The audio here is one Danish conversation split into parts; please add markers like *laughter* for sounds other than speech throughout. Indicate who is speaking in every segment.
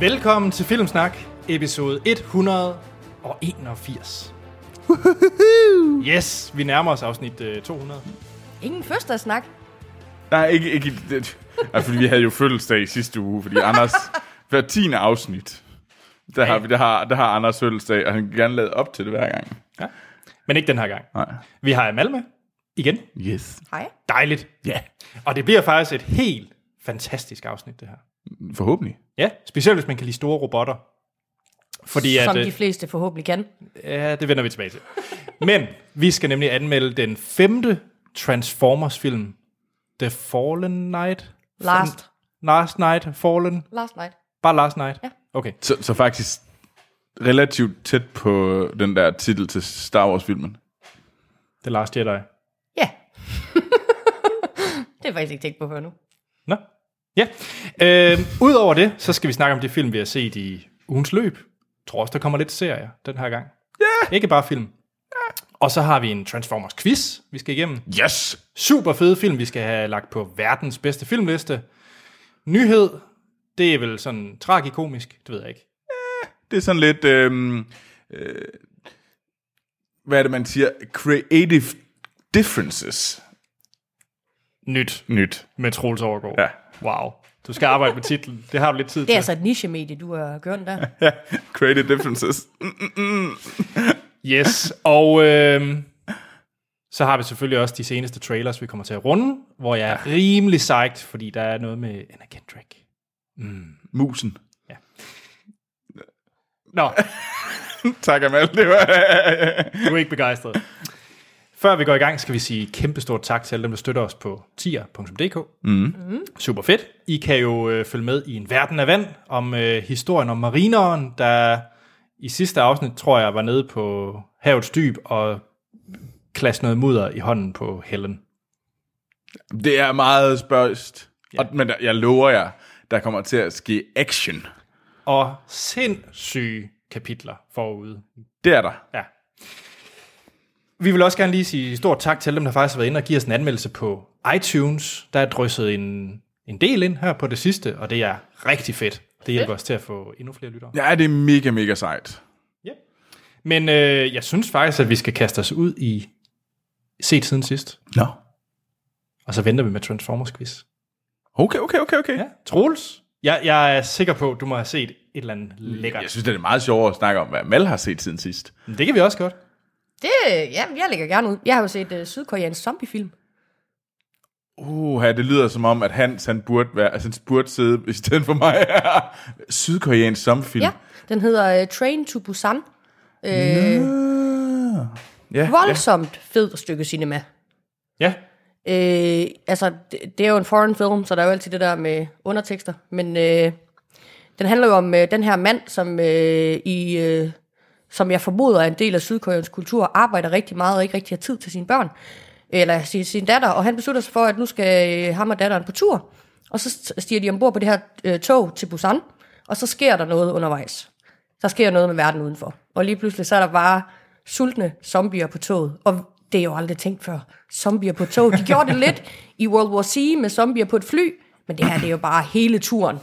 Speaker 1: Velkommen til Filmsnak, episode 181. Yes, vi nærmer os afsnit øh, 200.
Speaker 2: Ingen fødselssnak.
Speaker 3: Nej, ikke, ikke det. Ej, fordi vi havde jo fødselsdag i sidste uge, fordi Anders, hver tiende afsnit, der har, vi, der, har, der har Anders fødselsdag, og han kan gerne lade op til det hver gang.
Speaker 1: Ja. Men ikke den her gang.
Speaker 3: Nej.
Speaker 1: Vi har Amal med igen.
Speaker 3: Yes.
Speaker 2: Hej.
Speaker 1: Dejligt.
Speaker 3: Ja. Yeah.
Speaker 1: Og det bliver faktisk et helt fantastisk afsnit, det her.
Speaker 3: Forhåbentlig.
Speaker 1: Ja, specielt hvis man kan lide store robotter. Fordi at,
Speaker 2: Som
Speaker 1: øh,
Speaker 2: de fleste forhåbentlig kan.
Speaker 1: Ja, det vender vi tilbage til. Men vi skal nemlig anmelde den femte Transformers-film, The Fallen Night.
Speaker 2: Last.
Speaker 1: Last Night, Fallen.
Speaker 2: Last night.
Speaker 1: Bare Last Night?
Speaker 2: Ja.
Speaker 1: Okay.
Speaker 3: Så, så faktisk relativt tæt på den der titel til Star Wars-filmen.
Speaker 1: The Last Jedi.
Speaker 2: Ja. *laughs* det er faktisk ikke tænkt på før nu.
Speaker 1: Nå. Ja. Øh, Udover det, så skal vi snakke om det film, vi har set i ugens løb. Jeg tror også, der kommer lidt serier den her gang. Yeah. Ikke bare film. Og så har vi en Transformers-quiz, vi skal igennem.
Speaker 3: Yes!
Speaker 1: Super fede film, vi skal have lagt på verdens bedste filmliste. Nyhed, det er vel sådan tragikomisk, det ved jeg ikke.
Speaker 3: Det er sådan lidt, øhm, øh, hvad er det, man siger? Creative differences.
Speaker 1: Nyt
Speaker 3: Nyt.
Speaker 1: med Troels Overgaard.
Speaker 3: Ja.
Speaker 1: Wow. Du skal arbejde med titlen. Det har du lidt tid
Speaker 2: Det
Speaker 1: til.
Speaker 2: er altså et niche-medie, du har gjort der.
Speaker 3: Creative differences.
Speaker 1: Yes, og øh, så har vi selvfølgelig også de seneste trailers, vi kommer til at runde, hvor jeg er rimelig psyched, fordi der er noget med Anna Kendrick.
Speaker 3: *laughs* Musen.
Speaker 1: Nå,
Speaker 3: Tak, Amal. Det var...
Speaker 1: du er ikke begejstret. Før vi går i gang, skal vi sige kæmpestort tak til alle dem, der støtter os på tier.dk. Mm. Super fedt. I kan jo øh, følge med i en verden af vand om øh, historien om marineren, der i sidste afsnit, tror jeg, var nede på havets dyb og klasse noget mudder i hånden på Helen.
Speaker 3: Det er meget spørgst. Ja. Og, men der, jeg lover jer, der kommer til at ske action.
Speaker 1: og sindssyge kapitler forude.
Speaker 3: Det er der.
Speaker 1: Ja. Vi vil også gerne lige sige stort tak til dem, der faktisk har været inde og givet os en anmeldelse på iTunes. Der er drysset en, en del ind her på det sidste, og det er rigtig fedt. Det hjælper os til at få endnu flere lyttere.
Speaker 3: Ja, det er mega, mega sejt.
Speaker 1: Ja. Men øh, jeg synes faktisk, at vi skal kaste os ud i set siden sidst,
Speaker 3: Nå.
Speaker 1: og så venter vi med Transformers quiz.
Speaker 3: Okay, okay, okay, okay.
Speaker 1: Ja.
Speaker 3: Ja.
Speaker 1: Troels, jeg, jeg er sikker på, at du må have set et eller andet lækkert.
Speaker 3: Jeg synes, det er meget sjovere at snakke om, hvad Mal har set siden sidst.
Speaker 1: Men Det kan vi også godt.
Speaker 2: *laughs* Det, ja, jeg lægger gerne ud. Jeg har jo set uh, sydkoreansk zombiefilm.
Speaker 3: Uh, det lyder som om, at Hans, han burde, være, altså, han burde sidde i stedet for mig. *laughs* Sydkoreansk sommerfilm.
Speaker 2: Ja, den hedder uh, Train to Busan. Uh, Øh.
Speaker 3: Ah. Ja,
Speaker 2: voldsomt fedt stykke cinema.
Speaker 1: Ja,
Speaker 2: Øh, altså, det, det er jo en foreign film, så der er jo altid det der med undertekster. Men øh, den handler jo om øh, den her mand, som øh, i øh, som jeg formoder er en del af Sydkoreans kultur, arbejder rigtig meget og ikke rigtig har tid til sine børn, eller sin, sin datter, og han beslutter sig for, at nu skal øh, ham og datteren på tur. Og så st- stiger de ombord på det her øh, tog til Busan, og så sker der noget undervejs. Der sker noget med verden udenfor. Og lige pludselig så er der bare sultne zombier på toget, og det er jo aldrig tænkt før. Zombier på tog. De gjorde det lidt i World War C med zombier på et fly, men det her det er jo bare hele turen.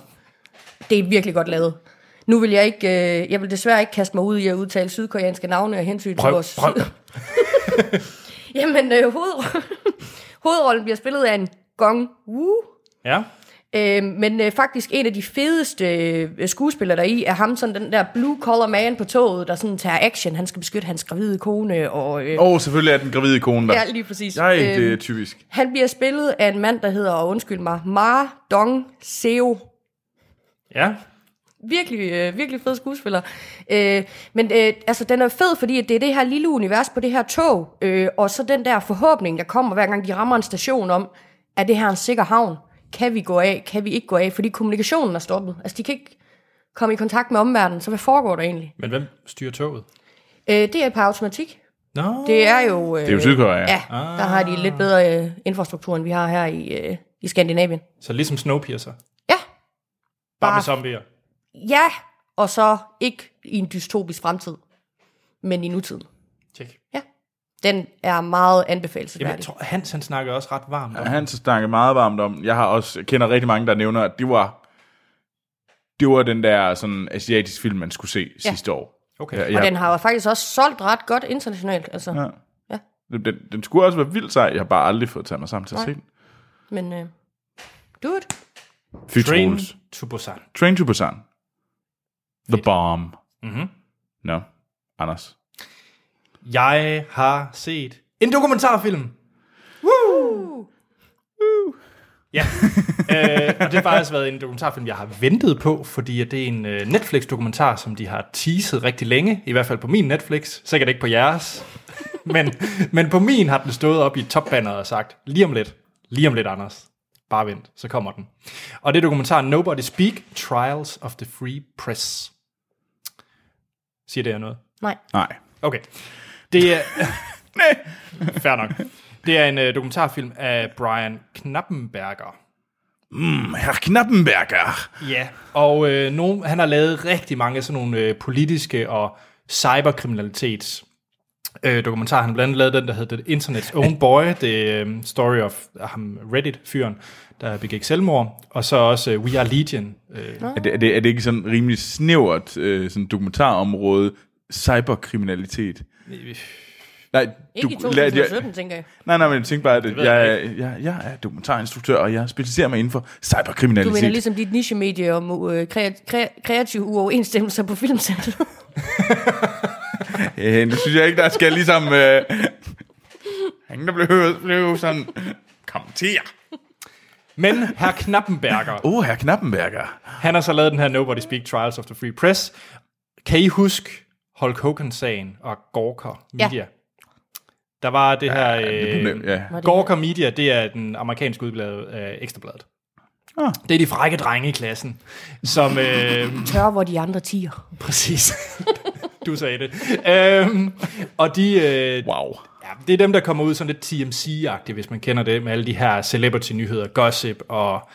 Speaker 2: Det er virkelig godt lavet. Nu vil jeg ikke, øh, jeg vil desværre ikke kaste mig ud i at udtale sydkoreanske navne og hensyn til
Speaker 1: prøv,
Speaker 2: vores...
Speaker 1: prøv.
Speaker 2: *laughs* Jamen, øh, hovedro- *laughs* hovedrollen bliver spillet af en Gong Woo.
Speaker 1: Ja.
Speaker 2: Øh, men øh, faktisk en af de fedeste øh, skuespillere der i er ham sådan den der blue collar man på toget, der sådan tager action. Han skal beskytte hans gravide kone og... Øh,
Speaker 3: Åh, oh, selvfølgelig er den gravide kone der.
Speaker 2: Ja, lige præcis.
Speaker 3: Nej, det er
Speaker 2: Øhm,
Speaker 3: typisk.
Speaker 2: han bliver spillet af en mand, der hedder, og undskyld mig, Ma Dong Seo.
Speaker 1: Ja.
Speaker 2: Virkelig, øh, virkelig fed skuespiller. Øh, men øh, altså, den er fed, fordi at det er det her lille univers på det her tog, øh, og så den der forhåbning, der kommer hver gang de rammer en station om, er det her en sikker havn? Kan vi gå af? Kan vi ikke gå af? Fordi kommunikationen er stoppet. Altså, de kan ikke komme i kontakt med omverdenen, så hvad foregår der egentlig?
Speaker 1: Men hvem styrer toget?
Speaker 2: Øh, det er på automatik.
Speaker 1: Nå.
Speaker 2: Det er jo... Øh,
Speaker 3: Det er jo Ah. Sydkorea.
Speaker 2: Ja, der har de lidt bedre øh, infrastruktur, end vi har her i, øh, i Skandinavien.
Speaker 1: Så ligesom Snowpiercer.
Speaker 2: Ja,
Speaker 1: Bare med
Speaker 2: Bare-
Speaker 1: zombier.
Speaker 2: ja, og så ikke i en dystopisk fremtid, men i nutiden.
Speaker 1: Tjek.
Speaker 2: Ja. Den er meget
Speaker 1: Jamen, jeg
Speaker 2: anbefalesværdig.
Speaker 1: tror, Hans han snakker også ret varmt om.
Speaker 3: Han så snakker meget varmt om. Jeg har også jeg kender rigtig mange, der nævner, at det var det var den der sådan asiatisk film, man skulle se
Speaker 2: Ja.
Speaker 3: sidste år.
Speaker 1: Okay.
Speaker 3: Ja,
Speaker 2: Og
Speaker 3: ja.
Speaker 2: den har jo faktisk også solgt ret godt internationalt, altså. Ja.
Speaker 3: Ja. Den, den, den skulle også være vildt sej. Jeg har bare aldrig fået taget mig sammen til at
Speaker 2: Nej.
Speaker 3: se den.
Speaker 2: Men øh, dude,
Speaker 3: Fy
Speaker 1: Train
Speaker 3: Troels.
Speaker 1: to Busan.
Speaker 3: Train to Busan. The Bomb. Mm-hmm. Nå, no. Anders.
Speaker 1: Jeg har set en dokumentarfilm. Woo! Ja, øh, og det har faktisk været en dokumentarfilm, jeg har ventet på, fordi at det er en øh, Netflix-dokumentar, som de har teaset rigtig længe, i hvert fald på min Netflix, sikkert ikke på jeres, men, men på min har den stået op i topbanneret og sagt, lige om lidt, lige om lidt, Anders, bare vent, så kommer den. Og det er dokumentaren Nobody Speak, Trials of the Free Press. Siger det her noget?
Speaker 2: nej.
Speaker 3: Nej.
Speaker 1: Okay. Det er... Fair nok. Det er en øh, dokumentarfilm af Brian Knappenberger.
Speaker 3: Mm, Herr Knappenberger.
Speaker 1: Ja, og øh, nogen, han har lavet rigtig mange sådan nogle øh, politiske og cyberkriminalitets øh, dokumentarer. Han har blandt andet lavet den, der hedder The Internet's Own Boy, det øh, story of ham Reddit-fyren, der begik selvmord, og så også øh, We Are Legion. Øh,
Speaker 3: Er det, er, det, er det ikke sådan rimelig snævert øh, sådan dokumentarområde? Cyberkriminalitet? Nej,
Speaker 2: Ikke i
Speaker 3: lad-
Speaker 2: 2017, tænker jeg.
Speaker 3: Nej, nej, men jeg tænkte bare, at jeg,
Speaker 1: ved jeg
Speaker 3: jeg, jeg, jeg er dokumentarinstruktør, og jeg specialiserer mig inden for
Speaker 2: Du mener
Speaker 3: cyberkriminalitet.
Speaker 2: ligesom dit nichemedie om øh, krea- krea- kreative uoverensstemmelser på filmsættet. *laughs*
Speaker 3: Øh, nu synes jeg ikke, der skal ligesom... Øh, han der blev, blev sådan... Kommentere.
Speaker 1: Men herr Knappenberger,
Speaker 3: Åh, oh, herr Knappenberger.
Speaker 1: Han har så lavet den her Nobody Speak Trials of the Free Press. Kan I huske Hulk Hogan-sagen og Gawker
Speaker 2: Ja.
Speaker 1: Media? Der var det her... Øh,
Speaker 3: Ja.
Speaker 2: Var det-
Speaker 1: Gawker Media, det er den amerikanske udgave af Ekstrabladet.
Speaker 3: Ah.
Speaker 1: Det er de frække drenge i klassen, som... Øh,
Speaker 2: Tør, hvor de andre tiger.
Speaker 1: præcis. *laughs* du sagde det. Øhm, og de, øh,
Speaker 3: Wow.
Speaker 1: Ja, det er dem, der kommer ud sådan lidt TMC-agtigt, hvis man kender det, med alle de her celebrity-nyheder, gossip og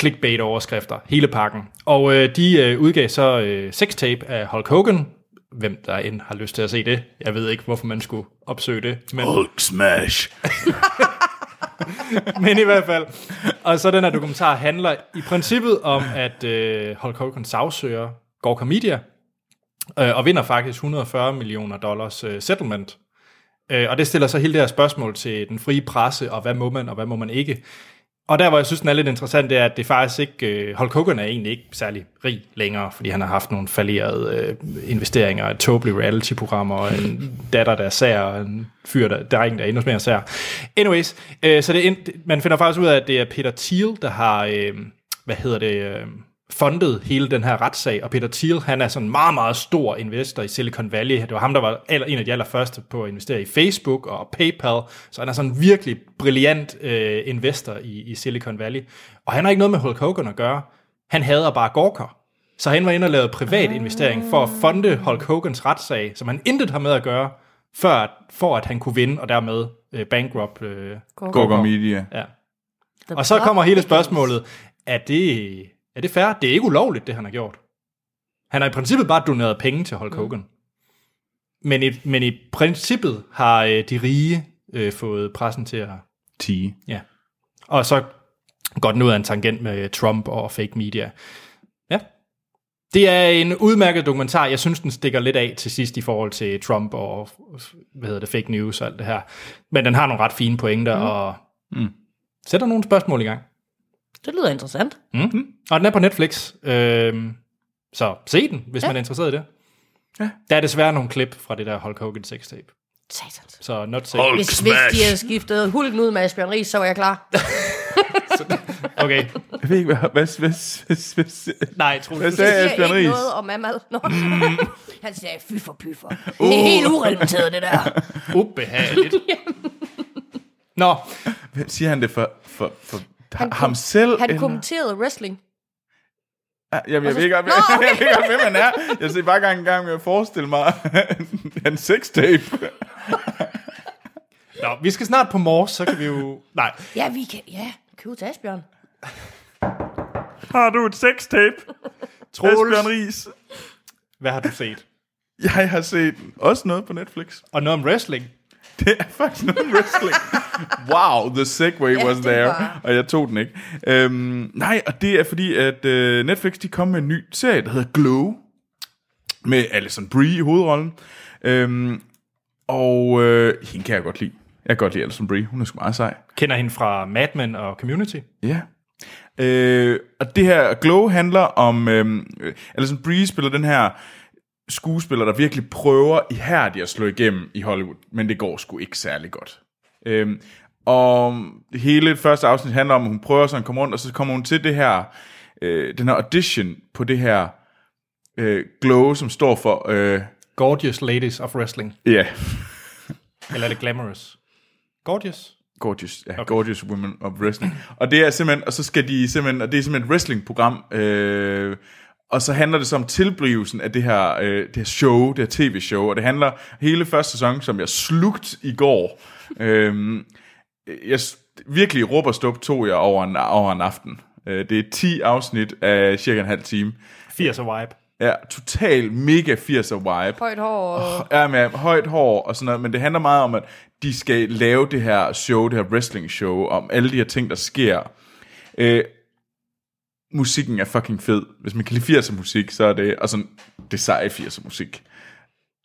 Speaker 1: clickbait-overskrifter, hele pakken. Og øh, de øh, udgav så øh, sextape af Hulk Hogan, hvem der end har lyst til at se det. Jeg ved ikke, hvorfor man skulle opsøge det, men,
Speaker 3: Hulk smash.
Speaker 1: *laughs* men i hvert fald. Og så den her dokumentar handler i princippet om, at øh, Hulk Hogan sagsøger Gorka Media, øh, og vinder faktisk 140 millioner dollars øh, settlement. Øh, og det stiller så hele det her spørgsmål til den frie presse, og hvad må man, og hvad må man ikke. Og der, hvor jeg synes, den er lidt interessant, det er, at det faktisk ikke, øh, Hulk Hogan er egentlig ikke særlig rig længere, fordi han har haft nogle fallerede øh, investeringer, et tåbeligt reality-programmer, og en datter, der er sær, og en fyr, der, der er ingen, der er endnu mere sær. Anyways, øh, så det er, en- man finder faktisk ud af, at det er Peter Thiel, der har, øh, hvad hedder det, øh, fundet hele den her retssag, og Peter Thiel, han er sådan en meget, meget stor investor i Silicon Valley. Det var ham, der var aller, en af de allerførste på at investere i Facebook og PayPal, så han er sådan en virkelig brilliant øh, investor i, i Silicon Valley. Og han har ikke noget med Hulk Hogan at gøre. Han hader bare Gawker. Så han var inde og lavede privat investering for at fonde Hulk Hogans retssag, som han intet har med at gøre, før, at- for at han kunne vinde og dermed øh, bankrupt. Øh,
Speaker 3: Gorgon Media.
Speaker 1: ja. Og så kommer hele spørgsmålet, er det, er det fair? Det er ikke ulovligt, det han har gjort. Han har i princippet bare doneret penge til Hulk Hogan. Men i, men i princippet har øh, de rige øh, fået pressen til at...
Speaker 3: 10.
Speaker 1: Ja. Og så går den ud af en tangent med øh, Trump og fake media. Ja. Det er en udmærket dokumentar. Jeg synes, den stikker lidt af til sidst i forhold til Trump og hvad hedder det, fake news og alt det her. Men den har nogle ret fine pointer mm. og sætter nogle spørgsmål i gang.
Speaker 2: Det lyder interessant.
Speaker 1: Mm. Og den er på Netflix. Øhm, så se den, hvis ja. man er interesseret i det. Ja. Der er desværre nogle klip fra det der Hulk Hogan sextape.
Speaker 2: Satans.
Speaker 1: Så not safe.
Speaker 3: Hulk
Speaker 2: Hvis, hvis de
Speaker 3: smash.
Speaker 2: havde skiftet hulken ud med Asbjørn Ries, så var jeg
Speaker 1: *laughs*
Speaker 2: klar.
Speaker 1: Okay.
Speaker 3: Jeg ved ikke, hvad... Hvad, hvad, hvad, hvad
Speaker 1: Nej, Troels.
Speaker 3: Hvad
Speaker 1: du-
Speaker 3: sagde
Speaker 2: Jeg siger
Speaker 3: Asbjørn
Speaker 2: ikke
Speaker 3: Riis.
Speaker 2: noget om Amal. Nå.
Speaker 1: Mm.
Speaker 2: *laughs* Han sagde, fy for py for.
Speaker 1: Uh.
Speaker 2: Det er helt urelateret, det der.
Speaker 1: Ubehageligt. Nå,
Speaker 3: Hvem siger han det for, for, for han ham selv?
Speaker 2: Han Altså-
Speaker 3: eller-
Speaker 2: kommenterede wrestling.
Speaker 3: Ja, Jamen, jeg ved ikke, godt, hvem- *laughs* jeg ved ikke godt, hvem han er. Jeg ser bare gang i gang med at forestille mig *laughs* hans sextape.
Speaker 1: nå, vi skal snart på Mors, så kan vi jo... Nej,
Speaker 2: Ja, vi kan... Ja, køb til Asbjørn.
Speaker 3: Har du et sextape? Asbjørn
Speaker 1: Troels,
Speaker 3: Ries.
Speaker 1: hvad har du set?
Speaker 3: Jeg har set også noget på Netflix.
Speaker 1: Og noget om wrestling.
Speaker 3: Det er faktisk noget wrestling. *laughs* wow, the segue
Speaker 2: Ja,
Speaker 3: yeah, was
Speaker 2: det
Speaker 3: there.
Speaker 2: var-
Speaker 3: Og jeg tog den ikke. Øhm, nej, og det er fordi, at øh, Netflix de kom med en ny serie, der hedder Glow. Med Alison Brie i hovedrollen. Øhm, og øh, hende kan jeg godt lide. Jeg kan godt lide Alison Brie. Hun er sgu meget sej.
Speaker 1: Kender hende fra Mad Men og Community.
Speaker 3: Ja. Øh, og det her Glow handler om... Øh, Alison Brie spiller den her skuespiller, der virkelig prøver ihærdigt at slå igennem i Hollywood, men det går sgu ikke særlig godt. Øhm, og hele første afsnit handler om, at hun prøver sådan at komme rundt, og så kommer hun til det her, øh, den her audition på det her øh, glow, som står for... Øh,
Speaker 1: Gorgeous Ladies of Wrestling.
Speaker 3: ja,
Speaker 1: Eller er det Glamorous? Gorgeous?
Speaker 3: Gorgeous, ja, okay. Gorgeous Women of Wrestling. Og det er simpelthen, og så skal de simpelthen, og det er simpelthen et wrestling-program, øh, og så handler det så om tilblivelsen af det her, øh, det her show, det her tv-show, og det handler hele første sæson, som jeg slugt i går. øh, jeg s- virkelig råber stop tog jeg over en, over en aften. Øh, det er 10 afsnit af cirka en halv time.
Speaker 1: 80'er vibe.
Speaker 3: Ja, total mega 80'er vibe.
Speaker 2: Højt hår og...
Speaker 3: Ja, med højt hår og sådan noget, men det handler meget om, at de skal lave det her show, det her wrestling show, om alle de her ting, der sker. Øh, musikken er fucking fed. Hvis man kan lide 80'er musik, så er det, og sådan, det seje 80'er musik.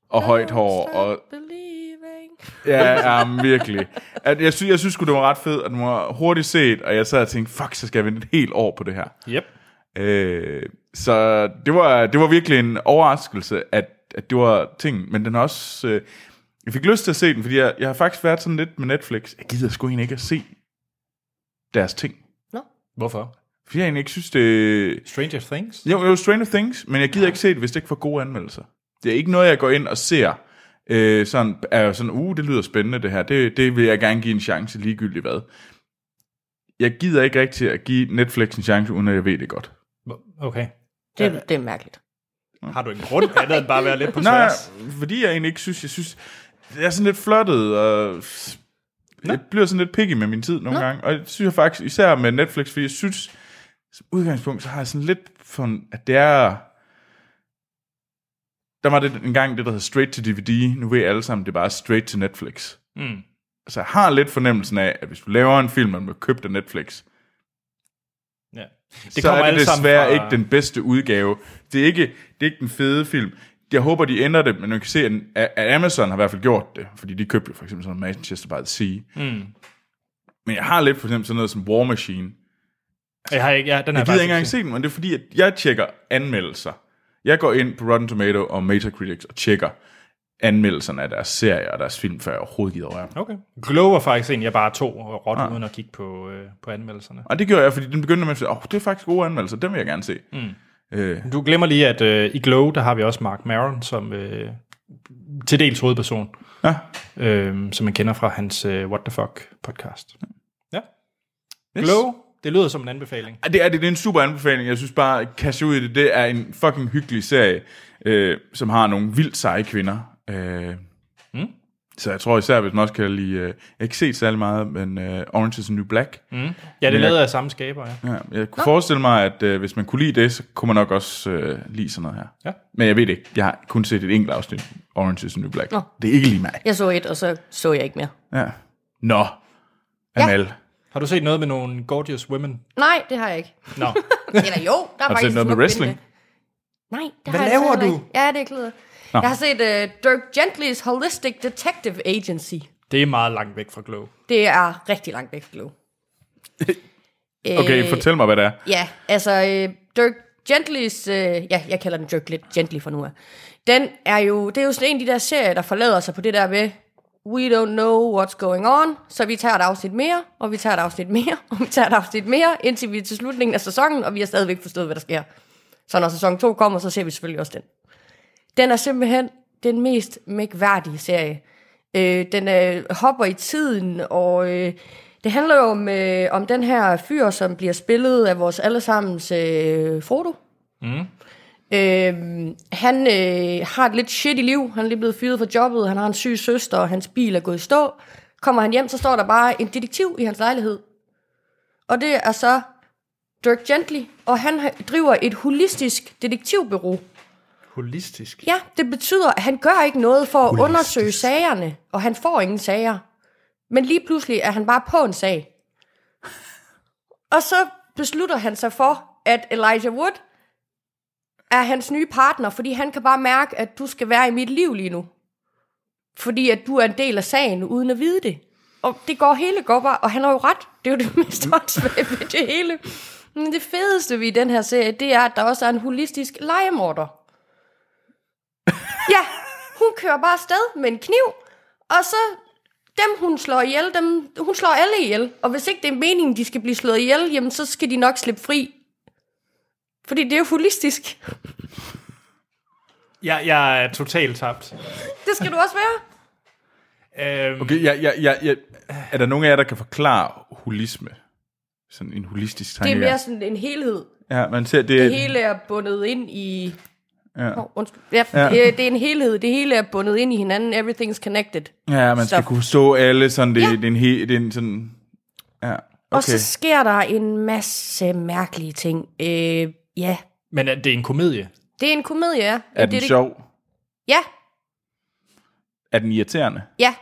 Speaker 3: Og højt hår, og
Speaker 2: Believing.
Speaker 3: ja, ja men virkelig. At jeg, sy- jeg synes sgu, det var ret fedt, at den var hurtigt set, og jeg sad og tænkte, fuck, så skal jeg vente et helt år på det her.
Speaker 1: Yep.
Speaker 3: Øh, så det var, det var virkelig en overraskelse, at, at det var ting, men den er også... Øh, jeg fik lyst til at se den, fordi jeg, jeg har faktisk været sådan lidt med Netflix. Jeg gider sgu egentlig ikke at se deres ting.
Speaker 2: Nå.
Speaker 1: Hvorfor?
Speaker 3: Fordi jeg egentlig ikke synes, det...
Speaker 1: Stranger Things?
Speaker 3: Jo, jo, Stranger Things, men jeg gider ikke se det, hvis det ikke får gode anmeldelser. Det er ikke noget, jeg går ind og ser. Øh, sådan, er sådan, uh, det lyder spændende det her. Det, det vil jeg gerne give en chance, ligegyldigt hvad. Jeg gider ikke rigtig at give Netflix en chance, uden at jeg ved det godt.
Speaker 1: Okay.
Speaker 2: Det, det er mærkeligt.
Speaker 1: Har du en grund andet end bare at være lidt på
Speaker 3: Nej,
Speaker 1: tværs?
Speaker 3: fordi jeg egentlig ikke synes, jeg synes, det er sådan lidt flottet, og jeg bliver sådan lidt picky med min tid nogle Nå. gange, og det synes jeg faktisk, især med Netflix, fordi jeg synes, som udgangspunkt, så har jeg sådan lidt for, at det er, der var det en gang det, der hed straight to DVD, nu ved jeg alle sammen, det er bare straight to Netflix. Mm. Så jeg har lidt fornemmelsen af, at hvis du laver en film, man må købe af Netflix,
Speaker 1: Ja.
Speaker 3: det så er det
Speaker 1: alle sammen
Speaker 3: desværre
Speaker 1: fra-
Speaker 3: ikke den bedste udgave. Det er ikke, det er ikke den fede film. Jeg håber, de ændrer det, men man kan se, at- at Amazon har i hvert fald gjort det, fordi de købte jo for eksempel sådan noget Manchester by the Sea. Mm.
Speaker 1: Hmm.
Speaker 3: Men jeg har lidt for eksempel sådan noget som War Machine.
Speaker 1: Jeg har ikke, ja, den har
Speaker 3: Jeg gider
Speaker 1: faktisk
Speaker 3: ikke engang se den, men det er fordi, at jeg tjekker anmeldelser. Jeg går ind på Rotten Tomato og Metacritics og tjekker anmeldelserne af deres serier og deres film, før jeg overhovedet gider røre dem.
Speaker 1: Okay. Glow var faktisk en, jeg bare tog og rådte
Speaker 3: Ah.
Speaker 1: uden at kigge på, øh, på anmeldelserne.
Speaker 3: Og det gjorde jeg, fordi den begyndte med at sige, åh, oh, det er faktisk gode anmeldelser, dem vil jeg gerne se.
Speaker 1: Hmm.
Speaker 3: Mm. Øh,
Speaker 1: Du glemmer lige, at øh, i Glow, der har vi også Mark Maron som øh, til dels hovedperson.
Speaker 3: Ja.
Speaker 1: Øh, som man kender fra hans øh, What the Fuck podcast. Ja. Glow, det lyder som en anbefaling.
Speaker 3: Ej, Det er, det, det er en super anbefaling. Jeg synes bare, Cash ud i det, det er en fucking hyggelig serie, øh, som har nogle vildt seje kvinder. Øh, mm. Så jeg tror især, hvis man også kan lide... Øh, jeg har ikke set særlig meget, men øh, Orange is the New Black. Mm.
Speaker 1: Ja, det
Speaker 3: jeg-
Speaker 1: er lavet af samme skaber, ja.
Speaker 3: Ja, jeg kunne forestille mig, at øh, hvis man kunne lide det, så kunne man nok også øh, lide sådan noget her.
Speaker 1: Ja.
Speaker 3: Men jeg ved det ikke. Jeg har kun set et enkelt afsnit, Orange is the New Black.
Speaker 2: Nå.
Speaker 3: Det er ikke lige mig.
Speaker 2: Jeg så et, og så så jeg ikke mere.
Speaker 3: Ja. Nå, Amal. Ja.
Speaker 1: Har du set noget med nogle gorgeous women?
Speaker 2: Nej, det har jeg ikke.
Speaker 3: *laughs*
Speaker 1: Nå,
Speaker 2: Eller jo, der er
Speaker 3: du
Speaker 2: faktisk
Speaker 3: set noget med
Speaker 2: smuk
Speaker 3: wrestling?
Speaker 2: binde. Nej, det
Speaker 1: Hvad
Speaker 2: har jeg altså
Speaker 1: laver
Speaker 2: heller
Speaker 1: du?
Speaker 2: Ikke. Ja, det er klart. Jeg har set uh, Dirk Gentlys Holistic Detective Agency.
Speaker 1: det er meget langt væk fra Glow.
Speaker 2: Det er rigtig langt væk, Øh, Glow.
Speaker 3: Okay, fortæl mig, hvad det er.
Speaker 2: Ja, altså øh, Dirk Gentlys, øh, ja, jeg kalder den Dirk lidt Gently for nu af. Den er jo, det er jo sådan en af de der serier, der forlader sig på det der med, we don't know what's going on, så vi tager et afsnit mere, og vi tager et afsnit mere, *laughs* og vi tager et afsnit mere, indtil vi er til slutningen af sæsonen, og vi har stadigvæk forstået, hvad der sker. Så når sæson 2 kommer, så ser vi selvfølgelig også den. Den er simpelthen den mest mægværdige serie. Øh, den øh, hopper i tiden, og øh, det handler jo om, øh, om den her fyr, som bliver spillet af vores allesammens øh, Frodo. Mm. Øh, han øh, har et lidt shitty liv. Han er lige blevet fyret fra jobbet, han har en syg søster, og hans bil er gået i stå. Kommer han hjem, så står der bare en detektiv i hans lejlighed. Og det er så Dirk Gently, og han har- driver et holistisk detektivbureau.
Speaker 1: Holistisk.
Speaker 2: Ja, det betyder, at han gør ikke noget for at undersøge sagerne, og han får ingen sager. Men lige pludselig er han bare på en sag. Og så beslutter han sig for, at Elijah Wood er hans nye partner, fordi han kan bare mærke, at du skal være i mit liv lige nu. Fordi at du er en del af sagen, uden at vide det. Og det går hele godt, bare- og han har jo ret. Det er jo det *laughs* mest åndssvage ved det hele. Men det fedeste ved den her serie, det er, at der også er en holistisk legemorder. Ja, hun kører bare afsted med en kniv, og så dem, hun slår ihjel, dem, hun slår alle ihjel. Og hvis ikke det er meningen, de skal blive slået ihjel, jamen så skal de nok slippe fri. Fordi det er jo holistisk.
Speaker 1: Jeg, jeg er totalt tabt.
Speaker 2: Det skal du også være.
Speaker 1: Øhm, okay.
Speaker 3: Okay, jeg, jeg, jeg, jeg, er der nogen af jer, der kan forklare holisme? Sådan en holistisk
Speaker 2: Det er
Speaker 3: tanke.
Speaker 2: mere sådan en helhed.
Speaker 3: Ja, man ser, det,
Speaker 2: Det
Speaker 3: det
Speaker 2: hele er bundet ind i...
Speaker 3: Ja.
Speaker 2: Oh, undskyld. Ja,
Speaker 3: Ja.
Speaker 2: ja. Det, det er en helhed. Det hele er bundet ind i hinanden. Everything's connected.
Speaker 3: ja, man skal
Speaker 2: Stop.
Speaker 3: kunne forstå alle sådan, det, ja.
Speaker 2: Ja.
Speaker 3: det, er en he, det er en sådan, ja,
Speaker 2: Og
Speaker 3: okay.
Speaker 2: så sker der en masse mærkelige ting. Øh, ja,
Speaker 1: Men er det er en komedie.
Speaker 2: det er en komedie, ja.
Speaker 3: Er
Speaker 2: det,
Speaker 3: den
Speaker 2: det-
Speaker 3: sjov?
Speaker 2: Ja,
Speaker 3: Er den irriterende?
Speaker 2: Ja,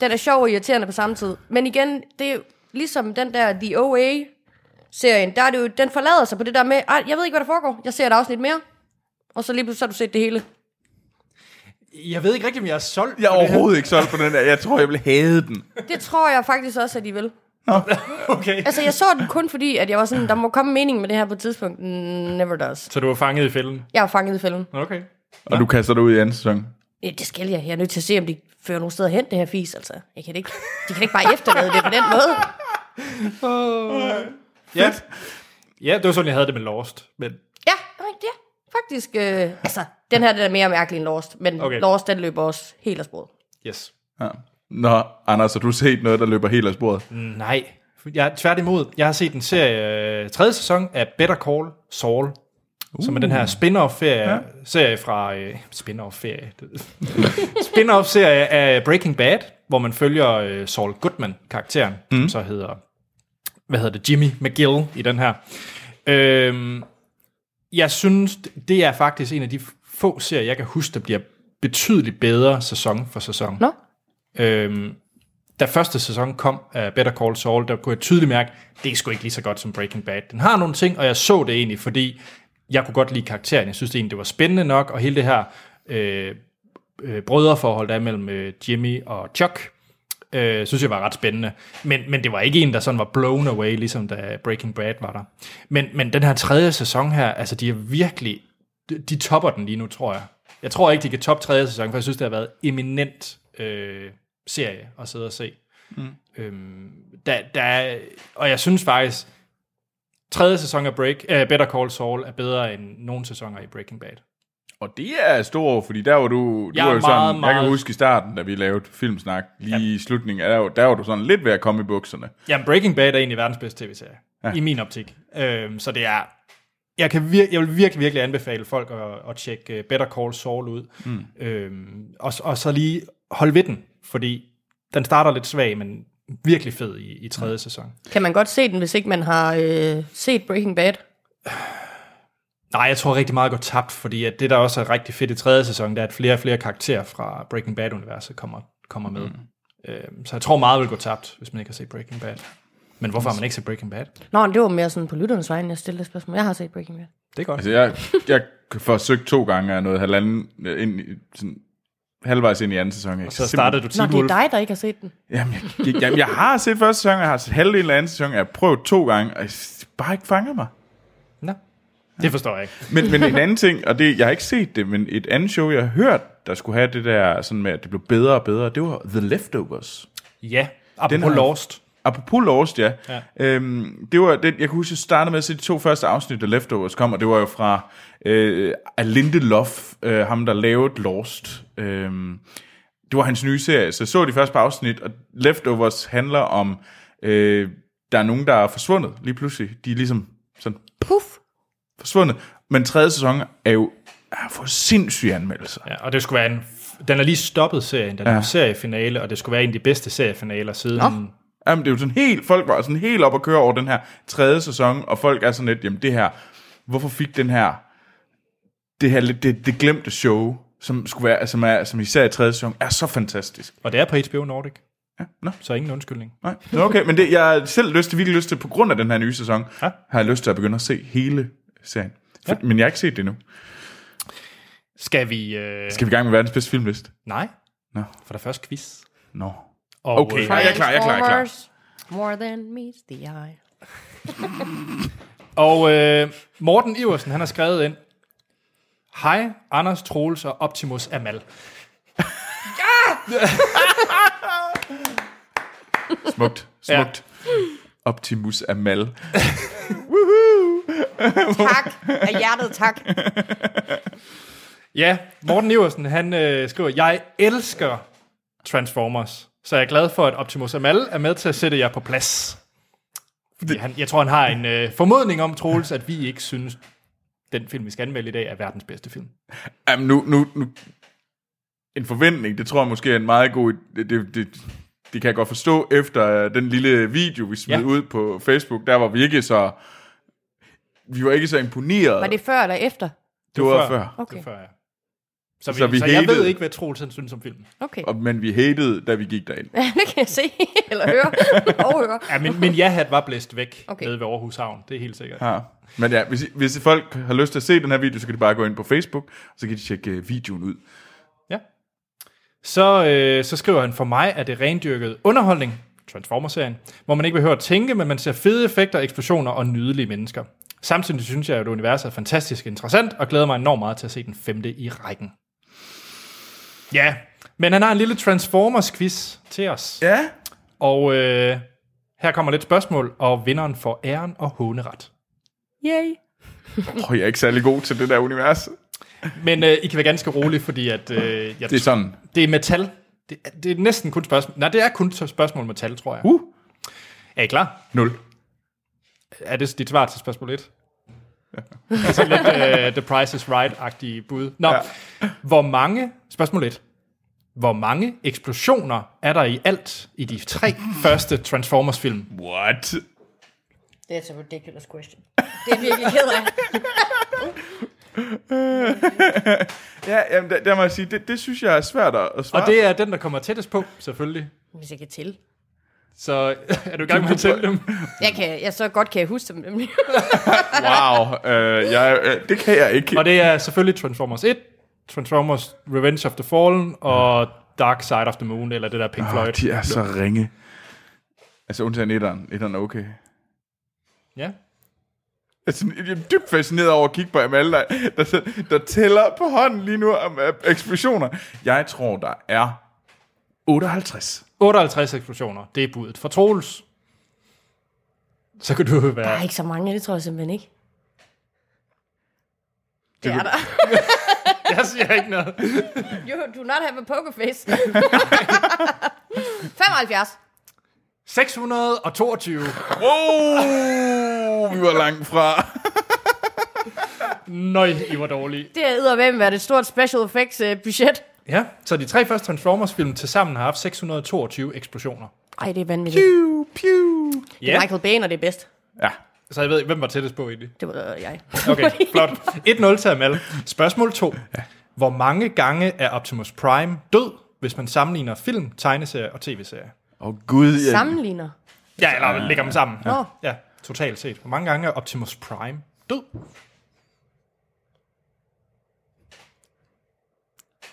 Speaker 2: den er sjov og irriterende på samme tid. Men igen, det er jo ligesom den der The OA-serien, der er det jo, den forlader sig på det der med, "Ej, jeg ved ikke, hvad der foregår, jeg ser et afsnit mere. Og så lige pludselig så har du set det hele.
Speaker 1: Jeg ved ikke rigtig, om jeg er solgt.
Speaker 3: Jeg er
Speaker 1: på det her.
Speaker 3: overhovedet ikke solgt på den der. Jeg tror, jeg ville hade den.
Speaker 2: Det tror jeg faktisk også, at de vil.
Speaker 1: *laughs* Okay.
Speaker 2: Altså, jeg så den kun fordi, at jeg var sådan, der må komme mening med det her på et tidspunkt. Mm, Never does.
Speaker 1: Så du var fanget i fælden.
Speaker 2: Jeg er fanget i fælden.
Speaker 1: Okay.
Speaker 3: Og du kaster dig ud i anden sæson.
Speaker 2: Ja, det skal jeg. Jeg er nødt til at se, om de fører nogen steder hen, det her fis, altså. Jeg kan det ikke, de kan ikke bare efterlade det på den måde.
Speaker 1: Ja. ja, det var sådan, jeg havde det med Lost. Men
Speaker 2: Ja, rigtigt, ja. Faktisk, øh, altså, den her den er mere mærkelig end Lost, men
Speaker 1: Okay.
Speaker 2: okay. Lost, den løber også helt af sporet.
Speaker 1: yes.
Speaker 3: Ja. Nå, Anders, har du set noget, der løber helt af sporet?
Speaker 1: Nej. Jeg, tværtimod, jeg har set en serie, øh, tredje sæson af Better Call Saul, uh. som er den her spin-off-serie serie fra... Øh, spin-off-serie? *laughs* Det- spin-off-serie af Breaking Bad, hvor man følger øh, Saul Goodman-karakteren, mm. som så hedder... Hvad hedder det? Jimmy McGill i den her. Øhm, jeg synes, det er faktisk en af de få serier, jeg kan huske, der bliver betydeligt bedre sæson for sæson.
Speaker 2: Nå.
Speaker 1: Øhm, da første sæson kom af Better Call Saul, der kunne jeg tydeligt mærke, det er sgu ikke lige så godt som Breaking Bad. Den har nogle ting, og jeg så det egentlig, fordi jeg kunne godt lide karakteren. Jeg synes det egentlig, det var spændende nok, og hele det her øh, øh, brødreforhold, der er mellem øh, Jimmy og Chuck, øh, synes jeg var ret spændende. Men, men det var ikke en, der sådan var blown away, ligesom da Breaking Bad var der. Men, men den her tredje sæson her, altså de er virkelig, de, de topper den lige nu, tror jeg. Jeg tror ikke, de kan toppe tredje sæson, for jeg synes, det har været eminent øh, serie at sidde og se. Mm. Øhm, der, der er, og jeg synes faktisk, tredje sæson af Break, äh, Better Call Saul er bedre end nogen sæsoner i Breaking Bad.
Speaker 3: Og det er stort, fordi der var du,
Speaker 1: Jeg
Speaker 3: du
Speaker 1: er
Speaker 3: var jo
Speaker 1: meget,
Speaker 3: sådan, jeg kan
Speaker 1: meget-
Speaker 3: huske i starten, da vi lavede filmsnak, lige ja. i slutningen, der, var- der var du sådan lidt ved at komme i bukserne.
Speaker 1: Jamen, Breaking Bad er egentlig verdens bedste tv-serie, ja. i min optik. Øhm, så det er... Jeg, kan vir- jeg vil virkelig, virkelig anbefale folk at, at tjekke øh, Better Call Saul ud. Mm. Øhm, og, s- og så lige holde ved den, fordi den starter lidt svag, men virkelig fed i, i tredje sæson.
Speaker 2: Kan man godt se den, hvis ikke man har øh, set Breaking Bad?
Speaker 1: Nej, jeg tror rigtig meget går tabt, fordi at det, der også er rigtig fedt i tredje sæson, det er, at flere og flere karakterer fra Breaking Bad-universet kommer, kommer med. Mm. Øhm, så jeg tror meget vil gå tabt, hvis man ikke har set Breaking Bad. Men hvorfor har man ikke set Breaking Bad?
Speaker 2: Nå, men det var mere sådan på lytternes vegne, jeg stillede det spørgsmål. Jeg har set Breaking Bad.
Speaker 1: Det er godt.
Speaker 3: Altså, jeg, jeg forsøgte to gange og noget halvanden, øh, ind, i- sådan, halvvejs ind i anden sæson. Jeg
Speaker 1: Så startede du
Speaker 2: Nå,
Speaker 1: Teen
Speaker 2: det er
Speaker 1: Wolf.
Speaker 2: dig, der ikke har set den.
Speaker 3: Jamen, jeg, jeg, jamen, jeg har set første sæson, og jeg har set halvdelen af anden sæson, og jeg har prøvet to gange, og jeg s- bare ikke fanger mig.
Speaker 1: Nå. Det forstår jeg ikke.
Speaker 3: Men, men en anden ting, og det, jeg har ikke set det, men et andet show, jeg har hørt, der skulle have det der sådan med, at det blev bedre og bedre, det var The Leftovers.
Speaker 1: Ja, apropos
Speaker 3: har-
Speaker 1: Lost.
Speaker 3: Apropos Lost, ja.
Speaker 1: Ja.
Speaker 3: ja. Øhm, det var, det, jeg kan huske, jeg startede med at se de to første afsnit, der Leftovers kom, og det var jo fra øh, Lindelof, øh, ham der lavede Lost. Øhm, det var hans nye serie, så jeg så de første par afsnit, og Leftovers handler om, øh, der er nogen, der er forsvundet lige pludselig. De er ligesom sådan
Speaker 2: Puff!
Speaker 3: forsvundet. Men tredje sæson er jo har fået sindssyge anmeldelser.
Speaker 1: Ja, og det skulle være en... Den er lige stoppet serien, den er ja. seriefinale, og det skulle være en af de bedste seriefinaler siden... Nå.
Speaker 3: Jamen, det er jo sådan helt, folk var sådan helt op at køre over den her tredje sæson, og folk er sådan lidt, jamen det her, hvorfor fik den her, det her lidt, det, det glemte show, som, skulle være, som, er, som især i tredje sæson, er så fantastisk.
Speaker 1: Og det er på HBO Nordic.
Speaker 3: Ja, nå.
Speaker 1: Så ingen undskyldning.
Speaker 3: Nej. Nå, okay, men det, jeg har selv lyst til, virkelig lyst til, på grund af den her nye sæson, ja. har jeg lyst til at begynde at se hele serien. Ja. Men jeg har ikke set det endnu.
Speaker 1: Skal vi... Øh...
Speaker 3: Skal vi i gang med verdens bedste filmliste?
Speaker 1: Nej.
Speaker 3: Nå.
Speaker 1: For der første quiz.
Speaker 3: Nå. *laughs* No.
Speaker 1: Og, øh,
Speaker 3: Okay. Ja, jeg er klar, jeg er klar, jeg er klar.
Speaker 2: Transformers, More than meets the eye.
Speaker 1: Og øh, Morten Iversen, han har skrevet ind, Hej, Anders Troels og Optimus Amal.
Speaker 3: Smukt.
Speaker 1: Ja.
Speaker 3: Smukt. Optimus Amal.
Speaker 2: Tak, af hjertet tak.
Speaker 1: Ja, Morten Iversen, han øh, skriver, Jeg elsker Transformers, så jeg er glad for, at Optimus Amal er med til at sætte jer på plads. Fordi han, jeg tror, han har en øh, formodning om, Troels, at vi ikke synes, den film, vi skal anmelde i dag, er verdens bedste film.
Speaker 3: Jamen, nu, nu, nu... En forventning, det tror jeg måske er en meget god... Det, det, det, det kan jeg godt forstå efter øh, den lille video, vi smed
Speaker 1: Ja.
Speaker 3: ja. ud på Facebook. Der var vi ikke så... Vi var ikke så imponeret.
Speaker 2: Var det før eller efter?
Speaker 3: det var før.
Speaker 1: Okay.
Speaker 2: Okay,
Speaker 1: Det før, ja. Så, vi, så,
Speaker 3: Så vi
Speaker 1: så jeg ved
Speaker 3: hatede.
Speaker 1: ikke, hvad Troels han synes om filmen.
Speaker 2: okay.
Speaker 3: Og, men vi hatede, da vi gik derind.
Speaker 2: *laughs* det kan jeg se, eller
Speaker 3: *laughs*
Speaker 2: høre, overhøre.
Speaker 1: Ja, men, men ja, hat var blæst væk okay.
Speaker 2: Okay.
Speaker 1: nede ved Aarhus Havn, det er helt sikkert.
Speaker 3: Ja. Men ja, hvis, hvis folk har lyst til at se den her video, så kan de bare gå ind på Facebook, og så kan de tjekke øh, videoen ud.
Speaker 1: Ja. Så, øh, så skriver han, for mig er det rendyrket underholdning, Transformers-serien, hvor man ikke behøver at tænke, men man ser fede effekter, eksplosioner og nydelige mennesker. Samtidig synes jeg, at universet er fantastisk interessant, og glæder mig enormt meget til at se den femte i rækken. Ja, men han har en lille Transformers-quiz til os.
Speaker 3: Ja.
Speaker 1: Og øh, her kommer lidt spørgsmål, og vinderen får æren og håneret.
Speaker 2: Yay.
Speaker 3: Åh, jeg er ikke særlig god til det der univers.
Speaker 1: Men øh, I kan være ganske rolige, fordi at, øh, jeg
Speaker 3: Det er sådan.
Speaker 1: Det er metal. Det, er- det er næsten kun spørgsmål. Nej, det er kun t- spørgsmål med tal, tror jeg.
Speaker 3: Uh.
Speaker 1: Er I klar?
Speaker 3: 0.
Speaker 1: Er det dit svar til spørgsmål *laughs* 1? Ja. Sådan lidt uh, The Price is Right-agtige bud. Nå, ja.
Speaker 3: Ja.
Speaker 1: hvor mange... Spørgsmål 1. Hvor mange eksplosioner er der i alt i de tre første Transformers-film?
Speaker 3: What?
Speaker 2: That's a ridiculous question. Det er virkelig ked af.
Speaker 3: Ja, jamen, der, der må jeg sige, det, det synes jeg er svært at at svare.
Speaker 1: Og det er den, der kommer tættest på, selvfølgelig.
Speaker 2: Hvis jeg kan til.
Speaker 1: Så *laughs* er du i gang med at tælle dem?
Speaker 2: Jeg, kan, jeg så godt kan jeg huske dem. nemlig.
Speaker 3: Wow, øh, jeg, øh, det kan jeg ikke.
Speaker 1: Og det er selvfølgelig Transformers 1, Transformers Revenge of the Fallen og Dark Side of the Moon, eller det der Pink Floyd.
Speaker 3: Åh, Ah, de er så ringe. Altså, undtagen etteren. Etteren er okay.
Speaker 1: Ja.
Speaker 3: Altså, jeg er dybt fascineret over at kigge på Amal, der, der, der tæller på hånden lige nu om øh, eksplosioner. Jeg tror, der er 58.
Speaker 1: 58 eksplosioner, det er budet for Troels. Så kan du jo
Speaker 2: Der er
Speaker 1: være...
Speaker 2: ikke så mange, det tror jeg simpelthen ikke. Det er der.
Speaker 1: Jeg siger ikke noget.
Speaker 2: You do not have a poker face. *laughs* 75.
Speaker 1: 622.
Speaker 3: Oh, vi var langt fra.
Speaker 1: Nøj, I var dårlige.
Speaker 2: Det er eddermame været et stort special effects øh, budget.
Speaker 1: Ja, så de tre første Transformers-film til sammen har haft 622 eksplosioner.
Speaker 2: Ej, det er vanvittigt. Det
Speaker 3: Pew, pew.
Speaker 1: Ja,
Speaker 2: er Michael Bay, når det er bedst.
Speaker 3: Ja.
Speaker 1: så jeg ved ikke, hvem var tættest på egentlig.
Speaker 2: Det var øh, jeg. *laughs*
Speaker 1: Okay, flot. 1-0 til Amal. Spørgsmål 2. Hvor mange gange er Optimus Prime død, hvis man sammenligner film, tegneserie og tv-serie?
Speaker 3: Åh, oh, gud. Jeg...
Speaker 2: Sammenligner.
Speaker 1: Ja, eller lægger dem sammen.
Speaker 2: Nå.
Speaker 1: Ja, totalt set. Hvor mange gange er Optimus Prime død?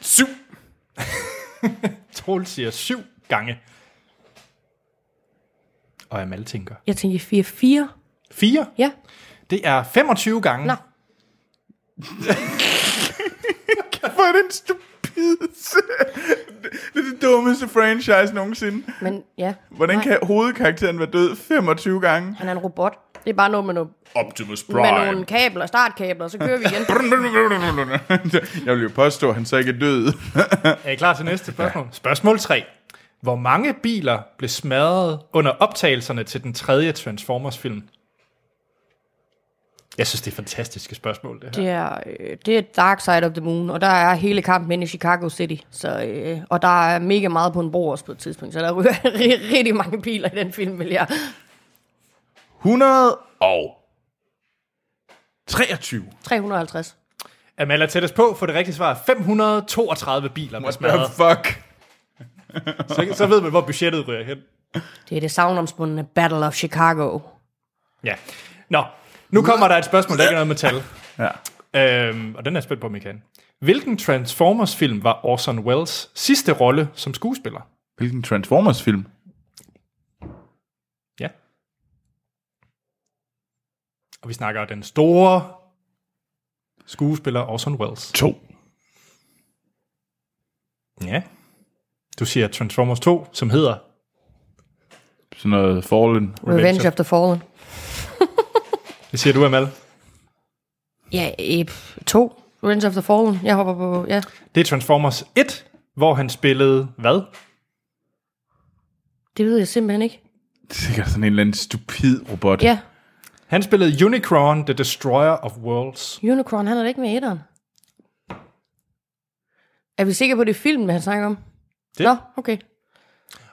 Speaker 3: 7.
Speaker 1: *laughs* Troel siger syv gange. Og Amal tænker.
Speaker 2: Jeg tænker 4-4.
Speaker 1: Fire?
Speaker 2: Ja.
Speaker 1: Det er 25 gange.
Speaker 2: Nå.
Speaker 3: Hvor er den stupideste. Det er det dummeste franchise nogensinde.
Speaker 2: Men ja.
Speaker 3: Hvordan
Speaker 2: Nej,
Speaker 3: kan hovedkarakteren være død 25 gange?
Speaker 2: Han er en robot. Det er bare noget med nogle,
Speaker 3: Optimus
Speaker 2: med nogle kabler, startkabler, og så kører vi *laughs* igen.
Speaker 3: Jeg vil jo påstå, at han så ikke er død.
Speaker 1: Er I klar til næste spørgsmål? Ja. Spørgsmål 3. Hvor mange biler blev smadret under optagelserne til den tredje Transformers-film? Jeg synes, det er fantastiske spørgsmål, det her.
Speaker 2: Det er, øh, det er Dark Side of the Moon, og der er hele kampen inde i Chicago City. Så, øh, og der er mega meget på en bro også på et tidspunkt, så der *laughs* ryger ri- rigtig mange biler i den film, vil jeg.
Speaker 3: 100 og 23.
Speaker 2: 350.
Speaker 1: Amal er tættest på, for det rigtige svar er 532 biler blev
Speaker 3: What the
Speaker 1: smadret.
Speaker 3: fuck?
Speaker 1: så, så ved man, hvor budgettet ryger hen.
Speaker 2: Det er det savnomspundne Battle of Chicago.
Speaker 1: Ja. Nå, nu kommer der et spørgsmål, der ikke er noget med tal.
Speaker 3: Ja.
Speaker 1: Øhm, og den er jeg spændt på, om I kan. Hvilken Transformers-film var Orson Welles sidste rolle som skuespiller?
Speaker 3: Hvilken Transformers-film?
Speaker 1: Ja. Og vi snakker den store skuespiller Orson Welles.
Speaker 3: To.
Speaker 1: Ja. Du siger Transformers 2, som hedder...
Speaker 3: Sådan noget Fallen.
Speaker 2: Revenge of the Fallen.
Speaker 1: Det siger du, Amal.
Speaker 2: Ja, øh, pff, to. Revenge of the Fallen. Jeg hopper på, ja.
Speaker 1: Det er Transformers 1, hvor han spillede hvad?
Speaker 2: Det ved jeg simpelthen ikke.
Speaker 3: Det er sikkert sådan en eller anden stupid robot.
Speaker 2: Ja,
Speaker 1: Han spillede Unicron, The Destroyer of Worlds.
Speaker 2: Unicron, han er da ikke med i etteren. Er vi sikre på, det er filmen, han snakker om?
Speaker 1: Det-
Speaker 2: Nå, okay.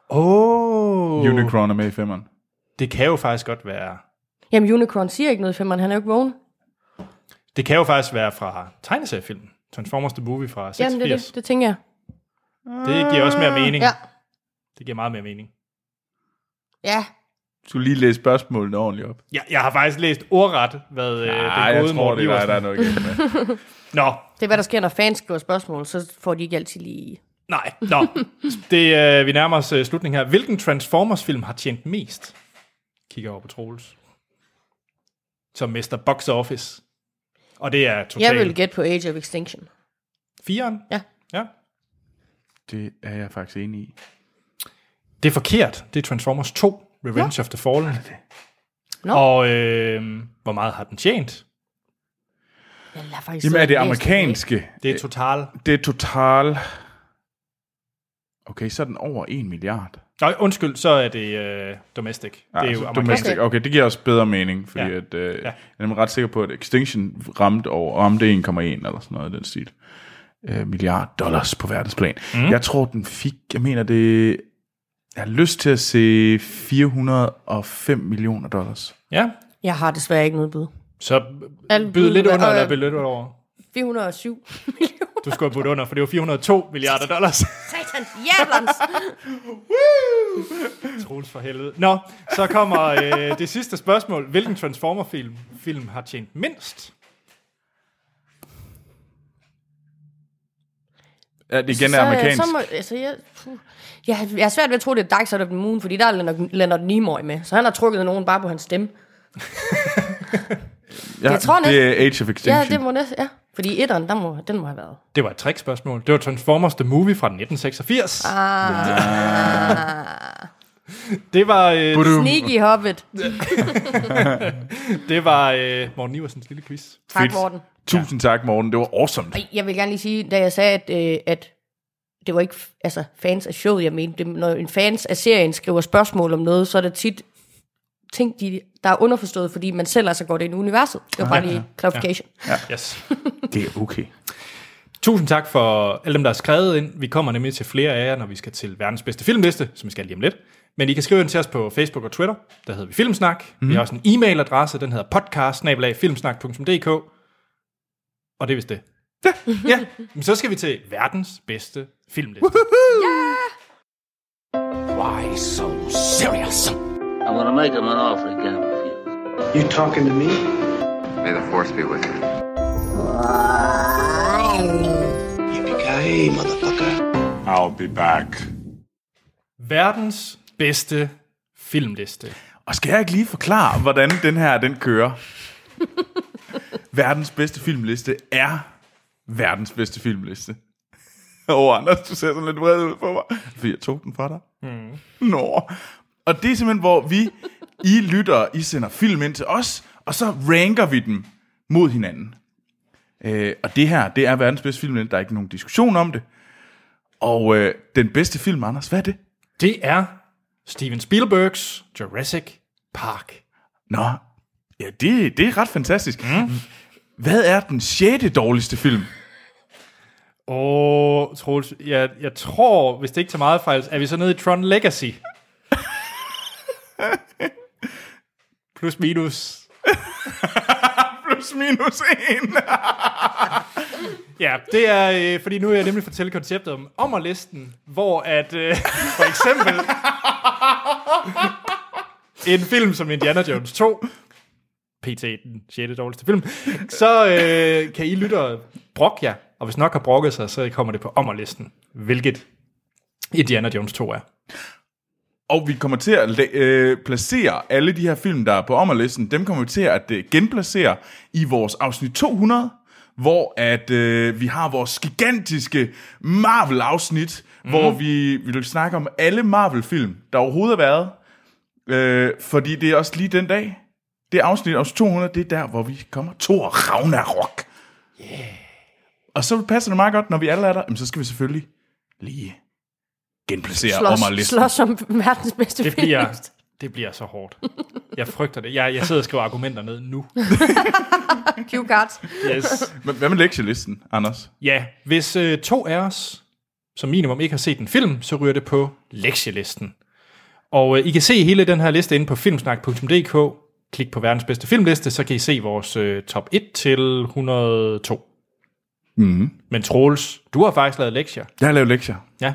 Speaker 1: Oh.
Speaker 3: Unicron er med i femmeren.
Speaker 1: Det kan jo faktisk godt være...
Speaker 2: Jamen, Unicron siger ikke noget i femmeren, han er jo ikke vågen.
Speaker 1: Det kan jo faktisk være fra tegneseriefilmen. Transformers The Movie fra
Speaker 2: Jamen, det, er
Speaker 1: 86.
Speaker 2: det, det tænker jeg.
Speaker 1: det, det. giver også mere mening.
Speaker 2: Ja.
Speaker 1: Det giver meget mere mening.
Speaker 2: Ja,
Speaker 3: Du skulle lige læse spørgsmålene ordentligt op.
Speaker 1: Jeg, jeg har faktisk læst ordret, hvad øh,
Speaker 3: Nej,
Speaker 1: den
Speaker 3: jeg
Speaker 1: gode
Speaker 3: tror,
Speaker 1: Morten
Speaker 3: det er dig,
Speaker 1: Iversen...
Speaker 3: der er noget galt med.
Speaker 1: Nå,
Speaker 2: det er, hvad der sker, når fans skriver spørgsmål, så får de ikke altid lige...
Speaker 1: nej, nå. Det, øh, vi nærmer os øh, slutningen her. Hvilken Transformers-film har tjent mest? Kigger over på Troels. Som mester box office. Og det er
Speaker 2: Okay. Jeg
Speaker 1: totalt
Speaker 2: vil gætte på Age of Extinction.
Speaker 1: fireren.
Speaker 2: Ja.
Speaker 1: ja.
Speaker 3: *laughs* Det er jeg faktisk enig i.
Speaker 1: Det er forkert. Det er Transformers 2, Revenge ja. of the Fallen.
Speaker 2: Nå.
Speaker 1: Og øh, hvor meget har den tjent?
Speaker 2: Jeg lader faktisk
Speaker 3: Jamen,
Speaker 2: sidde
Speaker 3: er det
Speaker 2: og læse
Speaker 3: amerikanske?
Speaker 1: Det er total...
Speaker 3: Det er total... Okay, så er den over 1 milliard.
Speaker 1: Nå, undskyld, så er det øh, domestic. Ja, det er jo
Speaker 3: altså,
Speaker 1: amerikansk.
Speaker 3: domestic. Okay, det giver også bedre mening, fordi
Speaker 1: Ja.
Speaker 3: ja. at, øh,
Speaker 1: Ja.
Speaker 3: ja. jeg er ret sikker på, at Extinction ramte over ramte 1,1 eller sådan noget i den stil. Øh, milliard dollars på verdensplan.
Speaker 1: Mhm.
Speaker 3: Mm. Jeg tror, den fik, jeg mener det, jeg har lyst til at se 405 millioner dollars.
Speaker 1: Ja,
Speaker 2: Jeg har desværre ikke noget bud.
Speaker 1: så
Speaker 2: Alt
Speaker 1: byd lidt
Speaker 2: bud-
Speaker 1: under,
Speaker 2: og-
Speaker 1: eller byd lidt over.
Speaker 2: 407 millioner.
Speaker 1: Du skulle have budt under, for det var 402 milliarder dollars.
Speaker 2: *laughs* Satans jævlans!
Speaker 1: Troels for helvede. Nå, så kommer øh, det sidste spørgsmål. Hvilken Transformer-film film har tjent mindst?
Speaker 3: Ja, det igen
Speaker 2: så,
Speaker 3: er amerikansk.
Speaker 2: Så må, altså, jeg, puh. jeg, jeg har svært ved at tro, det er Dark Side of the Moon, fordi der er Leonard, Leonard Nimoy med. Så han har trukket nogen bare på hans stemme.
Speaker 3: ja,
Speaker 2: jeg tror
Speaker 3: det er Age of Extinction.
Speaker 2: Ja, det må næsten, ja. Fordi etteren, der må, den må have været.
Speaker 1: Det var et trickspørgsmål. Det var Transformers The Movie fra 1986. Ah. Det var, øh,
Speaker 3: Budum.
Speaker 2: Sneaky Hobbit.
Speaker 1: det var øh, Morten Iversens lille quiz.
Speaker 2: Tak,
Speaker 3: Fedt.
Speaker 2: Morten.
Speaker 3: Tusind tak, Morten. Det var awesome.
Speaker 2: Og jeg vil gerne lige sige, da jeg sagde, at, øh, at det var ikke f- altså, fans af showet, jeg mente. Det, når en fans af serien skriver spørgsmål om noget, så er det tit ting, de, der er underforstået, fordi man selv altså går det ind i universet. Det var bare lige clarification.
Speaker 1: Yes.
Speaker 3: Det er okay.
Speaker 1: Tusind tak for alle dem, der har skrevet ind. Vi kommer nemlig til flere af jer, når vi skal til verdens bedste filmliste, som vi skal lige om lidt. Men I kan skrive ind til os på Facebook og Twitter. Der hedder vi Filmsnak. Mm. Vi har også en e-mailadresse. Den hedder podcast Og det er vist det. Ja. ja. Men så skal vi til verdens bedste filmliste.
Speaker 4: Why so serious?
Speaker 5: I'm gonna make him an offer he can't refuse.
Speaker 6: You talking to me?
Speaker 7: May the force be with you.
Speaker 6: Yippee-ki-yay, motherfucker.
Speaker 4: I'll be back.
Speaker 1: verdens bedste filmliste.
Speaker 3: Og skal jeg ikke lige forklare, hvordan den her, den kører? verdens bedste filmliste er verdens bedste filmliste. Åh, oh, Anders, du ser sådan lidt vred ud på mig, fordi jeg tog den fra dig. Mm. Nå. Og det er simpelthen, hvor vi, I lytter, I sender film ind til os, og så ranker vi dem mod hinanden. Øh, og det her, det er verdens bedste filmliste. Der er ikke nogen diskussion om det. Og øh, den bedste film, Anders, hvad er det?
Speaker 1: Det er Steven Spielbergs Jurassic Park.
Speaker 3: Nå, ja, det, det er ret fantastisk. Mm. Hvad er den sjette dårligste film?
Speaker 1: Åh, Troels, jeg, jeg tror, hvis det ikke tager meget fejl, er vi så nede i Tron Legacy. Plus minus.
Speaker 3: Plus minus en.
Speaker 1: Ja, det er, øh, fordi nu vil jeg nemlig fortælle konceptet om ommerlisten, hvor at, øh, *laughs* for eksempel, en film som Indiana Jones 2, PT den 6. dårligste film, så øh, kan I lytte og brokke jer, og hvis nok har brokket sig, så kommer det på ommerlisten, hvilket Indiana Jones 2 er.
Speaker 3: Og vi kommer til at la- øh, placere alle de her film, der er på ommerlisten, dem kommer vi til at øh, genplacere i vores afsnit 200, hvor at øh, vi har vores gigantiske Marvel-afsnit,
Speaker 2: Mhm.
Speaker 3: mm. hvor vi, vi vil snakke om alle Marvel-film, der overhovedet har været. Øh, fordi det er også lige den dag, det afsnit, afsnit 200, det er der, hvor vi kommer Thor Ragnarok. Yeah. Og så passer det meget godt, når vi alle er der, jamen, så skal vi selvfølgelig lige genplacere
Speaker 2: Slås,
Speaker 3: ommerlisten.
Speaker 2: slås som verdens bedste
Speaker 1: Det bliver,
Speaker 2: film.
Speaker 1: det bliver så hårdt. Jeg frygter det. Jeg, jeg sidder og skriver argumenter ned nu.
Speaker 2: *laughs* Cue cards.
Speaker 1: Yes.
Speaker 3: Men Hvad med lektielisten, Anders?
Speaker 1: Ja, hvis øh, to af os som minimum ikke har set en film, så ryger det på lektielisten. Og øh, I kan se hele den her liste inde på filmsnak.dk. Klik på verdens bedste filmliste, så kan I se vores øh, top 1 til 102. Mm. Men Troels, du har faktisk lavet lektier.
Speaker 3: Jeg har lavet lektier.
Speaker 1: Ja.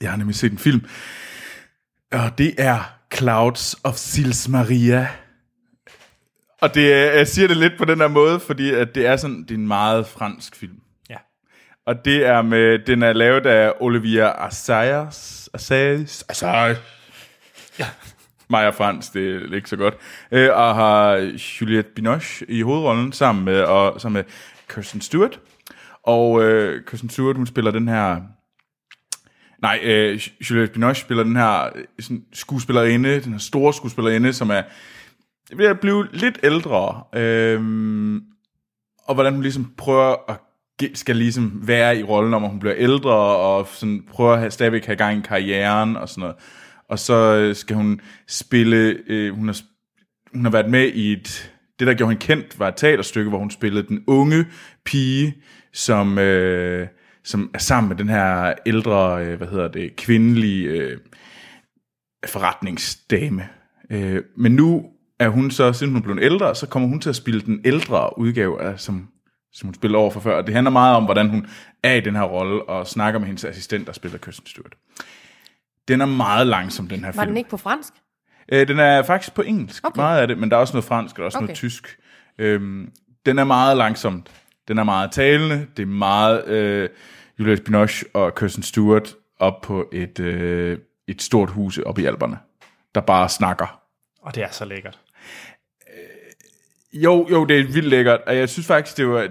Speaker 3: Jeg har nemlig set en film. Og det er Clouds of Sils Maria. Og det, er- jeg siger det lidt på den her måde, fordi at det er sådan det er en meget fransk film.
Speaker 1: ja.
Speaker 3: Og det er med, den er lavet af Olivia Assayas. Assayas. Assayas.
Speaker 1: Ja.
Speaker 3: Mig og Frans, det er ikke så godt. Øh, og har Juliette Binoche i hovedrollen sammen med, og, sammen med Kirsten Stewart. Og øh, Kirsten Stewart, hun spiller den her... Nej, øh, Juliette Binoche spiller den her øh, sådan, skuespillerinde, den her store skuespillerinde, som er ved at blive lidt ældre. Øh, og hvordan hun ligesom prøver at ge- skal ligesom være i rollen, om at hun bliver ældre, og sådan prøver at have, stadigvæk have gang i karrieren og sådan noget. Og så øh, skal hun spille, øh, hun, har, sp- hun har været med i et, det der gjorde hende kendt, var et teaterstykke, hvor hun spillede den unge pige, som, øh, som er sammen med den her ældre, øh, hvad hedder det, kvindelige øh, forretningsdame. Øh, men nu er hun så, siden hun er blevet ældre, så kommer hun til at spille den ældre udgave, af, som, som hun spillede over for før. Og det handler meget om, hvordan hun er i den her rolle, og snakker med hendes assistent, der spiller Kirsten Stewart. Den er meget langsom, den
Speaker 2: Var
Speaker 3: her film.
Speaker 2: den ikke på fransk?
Speaker 3: Øh, den er faktisk på engelsk, okay.
Speaker 2: Okay.
Speaker 3: meget af det, men der er også noget fransk og også okay.
Speaker 2: Okay.
Speaker 3: noget tysk. Øhm, den er meget langsomt. Den er meget talende. Det er meget øh, Juliette Binoche og Kirsten Stewart op på et, øh, et stort hus oppe i Alperne, der bare snakker.
Speaker 1: Og det er så lækkert.
Speaker 3: Jo, jo, det er vildt lækkert, og jeg synes faktisk, det var, jeg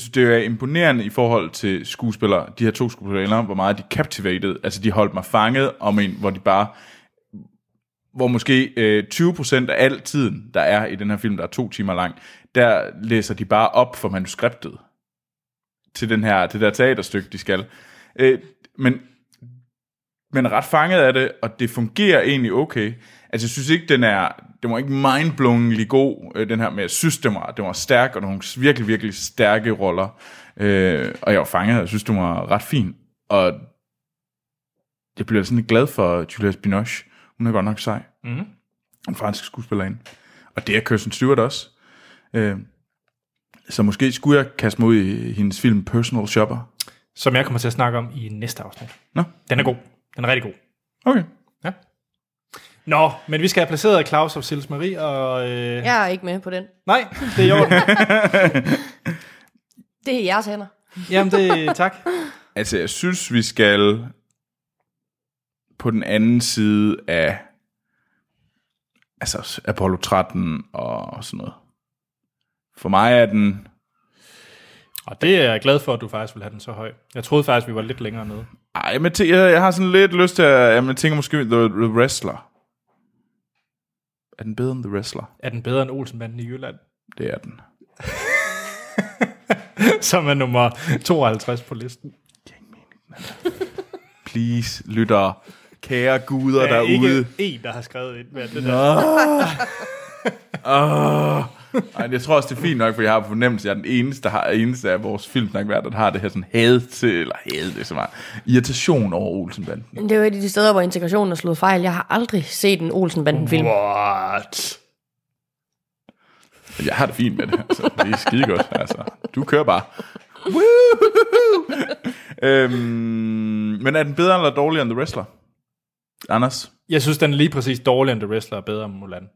Speaker 3: synes, det var imponerende i forhold til skuespillere, de her to skuespillere, hvor meget de captivated, altså de holdt mig fanget om en, hvor de bare, hvor måske øh, 20% af al tiden, der er i den her film, der er to timer lang, der læser de bare op for manuskriptet til den her, det der teaterstykke, de skal. Øh, men men ret fanget af det, og det fungerer egentlig okay. Altså, jeg synes ikke, den er... Den var ikke mindblowingly god, øh, den her, men jeg synes, den var, den var stærk, og nogle virkelig, virkelig stærke roller. Øh, og jeg var fanget, og jeg synes, den var ret fin. Og jeg bliver sådan lidt glad for Juliette Binoche. Hun er godt nok sej. Mm. En fransk skuespillerinde. Og det er Kirsten Stewart også. Øh, så måske skulle jeg kaste mig ud i hendes film Personal Shopper.
Speaker 1: Som jeg kommer til at snakke om i næste afsnit.
Speaker 3: Nå,
Speaker 1: Den er god. Den er rigtig god.
Speaker 3: okay.
Speaker 1: Ja. Nå, men vi skal have placeret Claus og Sils Marie, og... Øh, ja.
Speaker 2: Jeg er ikke med på den.
Speaker 1: Nej, det er i orden.
Speaker 2: Det er i jeres hænder.
Speaker 1: Jamen, det, tak.
Speaker 3: Altså, jeg synes, vi skal på den anden side af altså Apollo 13 og sådan noget. For mig er den...
Speaker 1: Og det er jeg glad for, at du faktisk vil have den så høj. Jeg troede faktisk, vi var lidt længere nede.
Speaker 3: Ej, men jeg, jeg har sådan lidt lyst til at... Jamen, jeg tænker måske The, The Wrestler. Er den bedre end The Wrestler?
Speaker 1: Er den bedre end Olsenbanden i Jylland? *laughs*
Speaker 3: Det er den.
Speaker 1: Som er nummer 52 på listen.
Speaker 3: Please, lytter. Kære guder
Speaker 1: Der er
Speaker 3: derude.
Speaker 1: ikke en, der har skrevet ind med det der.
Speaker 3: Åh. Ej, jeg tror også, det er fint nok, for jeg har på fornemmelse, at jeg er den eneste, der har, eneste af vores filmsnakværter, der har det her sådan had til, eller had, det er så meget, irritation over Olsenbanden.
Speaker 2: Men det er jo et af de steder, hvor integrationen er slået fejl. Jeg har aldrig set en Olsenbanden-film.
Speaker 1: What?
Speaker 3: Men jeg har det fint med det. Altså, det er skide godt. Altså, du kører bare. Woohoo! øhm, men er den bedre eller dårligere end The Wrestler? Anders?
Speaker 1: Jeg synes, den er lige præcis dårligere end The Wrestler og bedre end Mulan.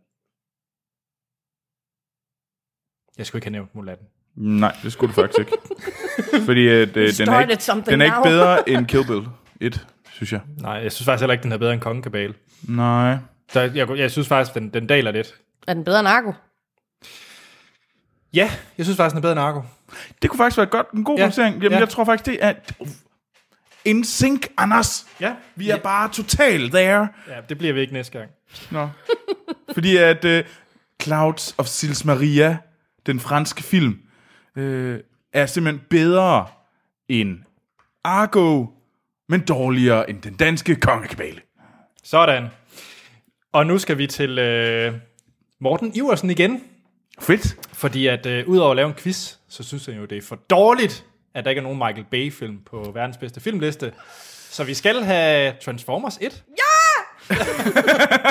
Speaker 1: Jeg skulle ikke have nævnt Mulan.
Speaker 3: Nej, det skulle du faktisk ikke. Fordi øh, det, den, er
Speaker 2: started
Speaker 3: ikke,
Speaker 2: something
Speaker 3: den er ikke
Speaker 2: now.
Speaker 3: bedre end Kill Bill 1, synes jeg.
Speaker 1: Nej, jeg synes faktisk heller ikke, den er bedre end Kongekabale.
Speaker 3: Nej.
Speaker 1: Så jeg, jeg synes faktisk, den, den daler lidt.
Speaker 2: Er den bedre end Argo?
Speaker 1: Ja, jeg synes faktisk, den er bedre end Argo.
Speaker 3: Det kunne faktisk være godt. En god
Speaker 1: Ja,
Speaker 3: ja. placering. Jamen,
Speaker 1: ja.
Speaker 3: ja. jeg tror faktisk, det er... En sink, Anders!
Speaker 1: Ja.
Speaker 3: Vi er bare totalt there.
Speaker 1: Ja, det bliver vi ikke næste gang.
Speaker 3: Nå. *laughs* Fordi at uh, Clouds of Sils Maria, den franske film, uh, er simpelthen bedre end Argo, men dårligere end den danske kongekabale.
Speaker 1: Sådan. Og nu skal vi til øh, Morten Iversen igen.
Speaker 3: Fedt.
Speaker 1: Fordi at øh, udover at lave en quiz, så synes jeg jo, det er for dårligt, at der ikke er nogen Michael Bay-film på verdens bedste filmliste. Så vi skal have Transformers 1. Ja! *laughs*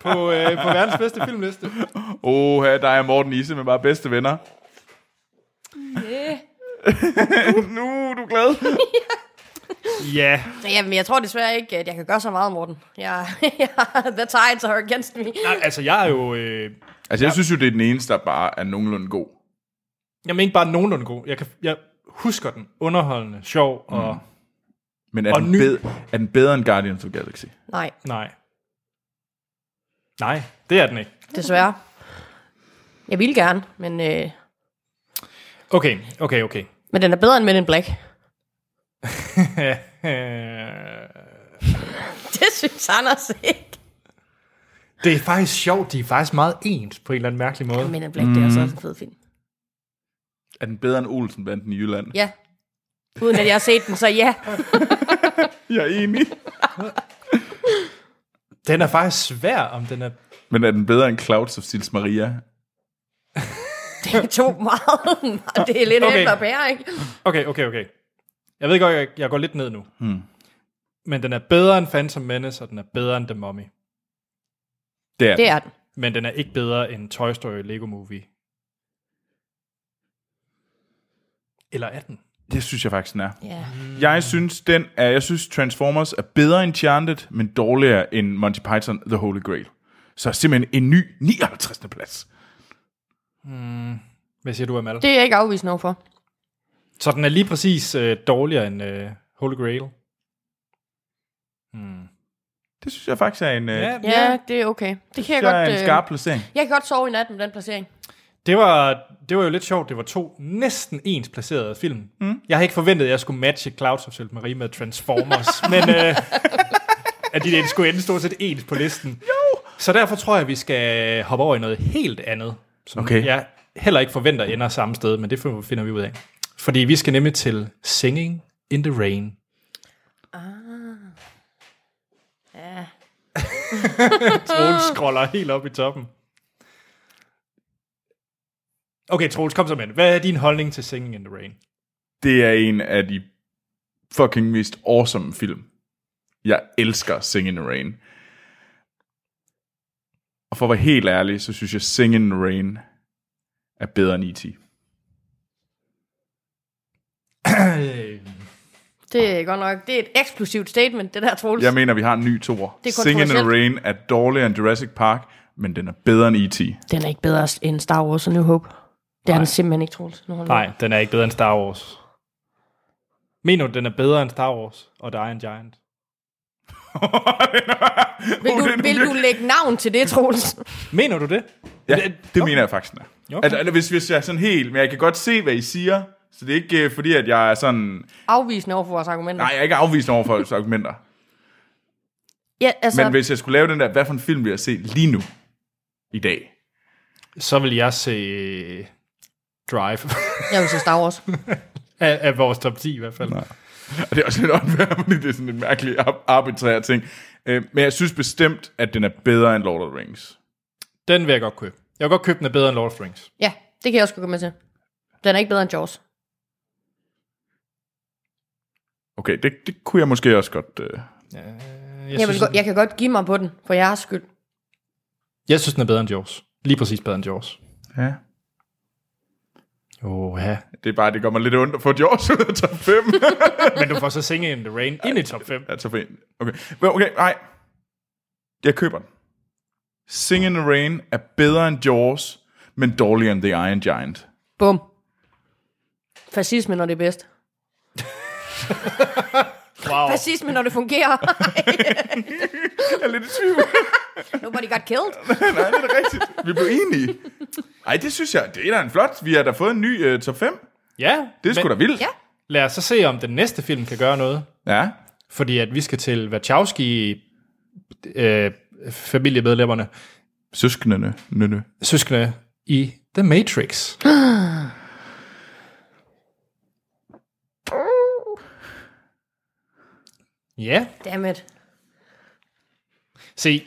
Speaker 1: på, øh, på verdens bedste filmliste.
Speaker 3: Åh, her der er Morten Isse med bare bedste venner. Yeah. *laughs* nu er du glad.
Speaker 1: Ja,
Speaker 2: Jamen, jeg tror desværre ikke, at jeg kan gøre så meget, Morten. Jeg, *laughs* the tides are against me.
Speaker 1: nej, altså jeg er jo... Øh,
Speaker 3: Altså, jeg synes jo, det er den eneste, der bare er nogenlunde god.
Speaker 1: jeg mener bare nogenlunde god. Jeg, kan, jeg husker den underholdende, sjov og... Mm.
Speaker 3: Men er,
Speaker 1: Og
Speaker 3: den,
Speaker 1: ny.
Speaker 3: bed, er den bedre end Guardians of the Galaxy?
Speaker 2: Nej,
Speaker 1: Nej. Nej, det er den ikke.
Speaker 2: desværre. Jeg ville gerne, men, øh,
Speaker 1: Okay, okay, okay.
Speaker 2: men den er bedre end Men in Black. *laughs* Det synes Anders ikke.
Speaker 1: *laughs* det er faktisk sjovt, de er faktisk meget ens på en eller anden mærkelig måde.
Speaker 2: Men in Black, mm. det er altså også en fed film.
Speaker 3: Er den bedre end Olsenbanden i Jylland?
Speaker 2: Ja. Uden at jeg har set den, så ja.
Speaker 3: Jeg er enig.
Speaker 1: Den er faktisk svær, om den er...
Speaker 3: *laughs* Men er den bedre end Clouds of Sils Maria?
Speaker 2: Det er to *laughs* meget. Det er lidt
Speaker 1: Okay.
Speaker 2: okay. æbler og pærer, ikke?
Speaker 1: Okay, okay, okay. Jeg ved godt, jeg, jeg går lidt ned nu. Hmm. Men den er bedre end Phantom Menace, og den er bedre end The Mummy.
Speaker 3: Det er,
Speaker 2: Det er den.
Speaker 1: Men den er ikke bedre end Toy Story Lego Movie. Eller er den?
Speaker 3: det synes jeg faktisk, den er.
Speaker 2: Ja.
Speaker 3: Jeg synes, den er, jeg synes Transformers er bedre end Enchanted, men dårligere end Monty Python The Holy Grail. Så simpelthen en ny 59. plads.
Speaker 1: Hvad siger du, Amal?
Speaker 2: Det
Speaker 1: Det...
Speaker 2: er jeg ikke afvisende overfor.
Speaker 1: Så den er lige præcis øh, dårligere end øh, Holy Grail.
Speaker 3: Det synes jeg faktisk er en, øh,
Speaker 1: Ja,
Speaker 2: Ja, det er okay. Det kan jeg
Speaker 3: det er
Speaker 2: godt...
Speaker 3: en
Speaker 2: øh,
Speaker 3: skarp placering.
Speaker 2: Jeg kan godt sove i nat med den placering.
Speaker 1: Det var, det var jo lidt sjovt. Det var to næsten ens placerede film. Mm. Jeg havde ikke forventet, at jeg skulle matche Clouds of Salt Marie med Transformers, *laughs* men øh, at de der skulle ende stort set ens på listen. Jo. Så derfor tror jeg, at vi skal hoppe over i noget helt andet, som
Speaker 3: Okay.
Speaker 1: jeg heller ikke forventer ender samme sted, men det finder vi ud af. Fordi vi skal nemlig til Singing in the Rain. *laughs* Ah. Ja. Troels scroller helt op i toppen. Okay, Troels, kom så med. det. Hvad er din holdning til Singing in the Rain?
Speaker 3: Det er en af de fucking mest awesome film. Jeg elsker Sing in the Rain. Og for at være helt ærlig, så synes jeg Sing in the Rain er bedre end E E.T.
Speaker 2: Det er godt nok... Det er et eksplosivt statement, det der, Troels.
Speaker 3: Jeg mener, vi har en ny toer.
Speaker 2: Det er
Speaker 3: Sing in the
Speaker 2: kontroversielt.
Speaker 3: Rain er dårligere end Jurassic Park, men den er
Speaker 2: *laughs*
Speaker 3: bedre end E E.T.
Speaker 2: Den er ikke bedre end Star Wars og New Hope. Det er den simpelthen ikke, Troels. Nu holder jeg op.
Speaker 1: Nej, den er ikke bedre end Star Wars. Mener du, den er bedre end Star Wars og The Iron Giant?
Speaker 2: Vil du, vil du lægge navn til det, Troels?
Speaker 1: Mener du det?
Speaker 3: Ja,
Speaker 1: Det-
Speaker 3: det, det mener jeg faktisk, den er.
Speaker 1: Okay.
Speaker 3: Okay. Altså, hvis, hvis jeg er sådan helt, men jeg kan godt se, hvad I siger, så det er ikke øh, fordi, at jeg er sådan...
Speaker 2: Afvisende over for vores argumenter.
Speaker 3: Nej, jeg er ikke afvist over for *laughs* jeres argumenter.
Speaker 2: Ja, altså,
Speaker 3: Men hvis jeg skulle lave den der, hvad for en film vil jeg se lige nu? I dag.
Speaker 1: Så vil jeg se øh, Drive. *laughs*
Speaker 2: jeg vil se Star Wars.
Speaker 1: af, af vores top 10 i hvert fald. Nej.
Speaker 3: Og det er også lidt åndvært, *laughs* fordi det er sådan en mærkelig ar- arbitrær ting. Øh, Men jeg synes bestemt, at den er bedre end Lord of the Rings.
Speaker 1: Den vil jeg godt købe. Jeg vil godt købe den er bedre end Lord of the Rings.
Speaker 2: Ja, det kan jeg også gå med til. Den er ikke bedre end Jaws.
Speaker 3: Okay, det, det kunne jeg måske også godt... Øh.
Speaker 1: Jeg,
Speaker 2: Jeg, vil,
Speaker 1: synes,
Speaker 2: go- jeg kan godt give mig på den, for jeres skyld.
Speaker 1: jeg synes, den er bedre end Jaws. Lige præcis bedre end Jaws.
Speaker 3: Ja.
Speaker 1: Åh, ja.
Speaker 3: Det er bare, det gør mig lidt ondt at få Jaws ud af top *laughs* 5.
Speaker 1: Men du får så Singing in the Rain ind i top 5.
Speaker 3: ja, top 1. Okay. Men okay, nej. Jeg køber den. Sing in the Rain er bedre end Jaws, men dårligere end The Iron Giant.
Speaker 2: Bum. Fascisme, når det er
Speaker 1: *laughs*
Speaker 2: bedst. wow. Fascisme, når det
Speaker 1: *laughs*
Speaker 2: fungerer.
Speaker 3: Jeg er lidt i tvivl.
Speaker 2: Nobody got killed.
Speaker 3: Nej, det er da rigtigt. Vi blev enige. Ej, det synes jeg, det er da en flot. Vi har da fået en ny uh, top 5.
Speaker 1: Ja,
Speaker 3: Det er sgu da
Speaker 1: men
Speaker 3: vildt.
Speaker 2: Ja.
Speaker 1: lad os så se, om den næste film kan gøre noget.
Speaker 3: ja.
Speaker 1: Fordi at vi skal til Wachowski, øh, familiemedlemmerne,
Speaker 3: Søskendene. Nønne.
Speaker 1: søskende i The Matrix. *gasps* ja,
Speaker 2: Damn it.
Speaker 1: se.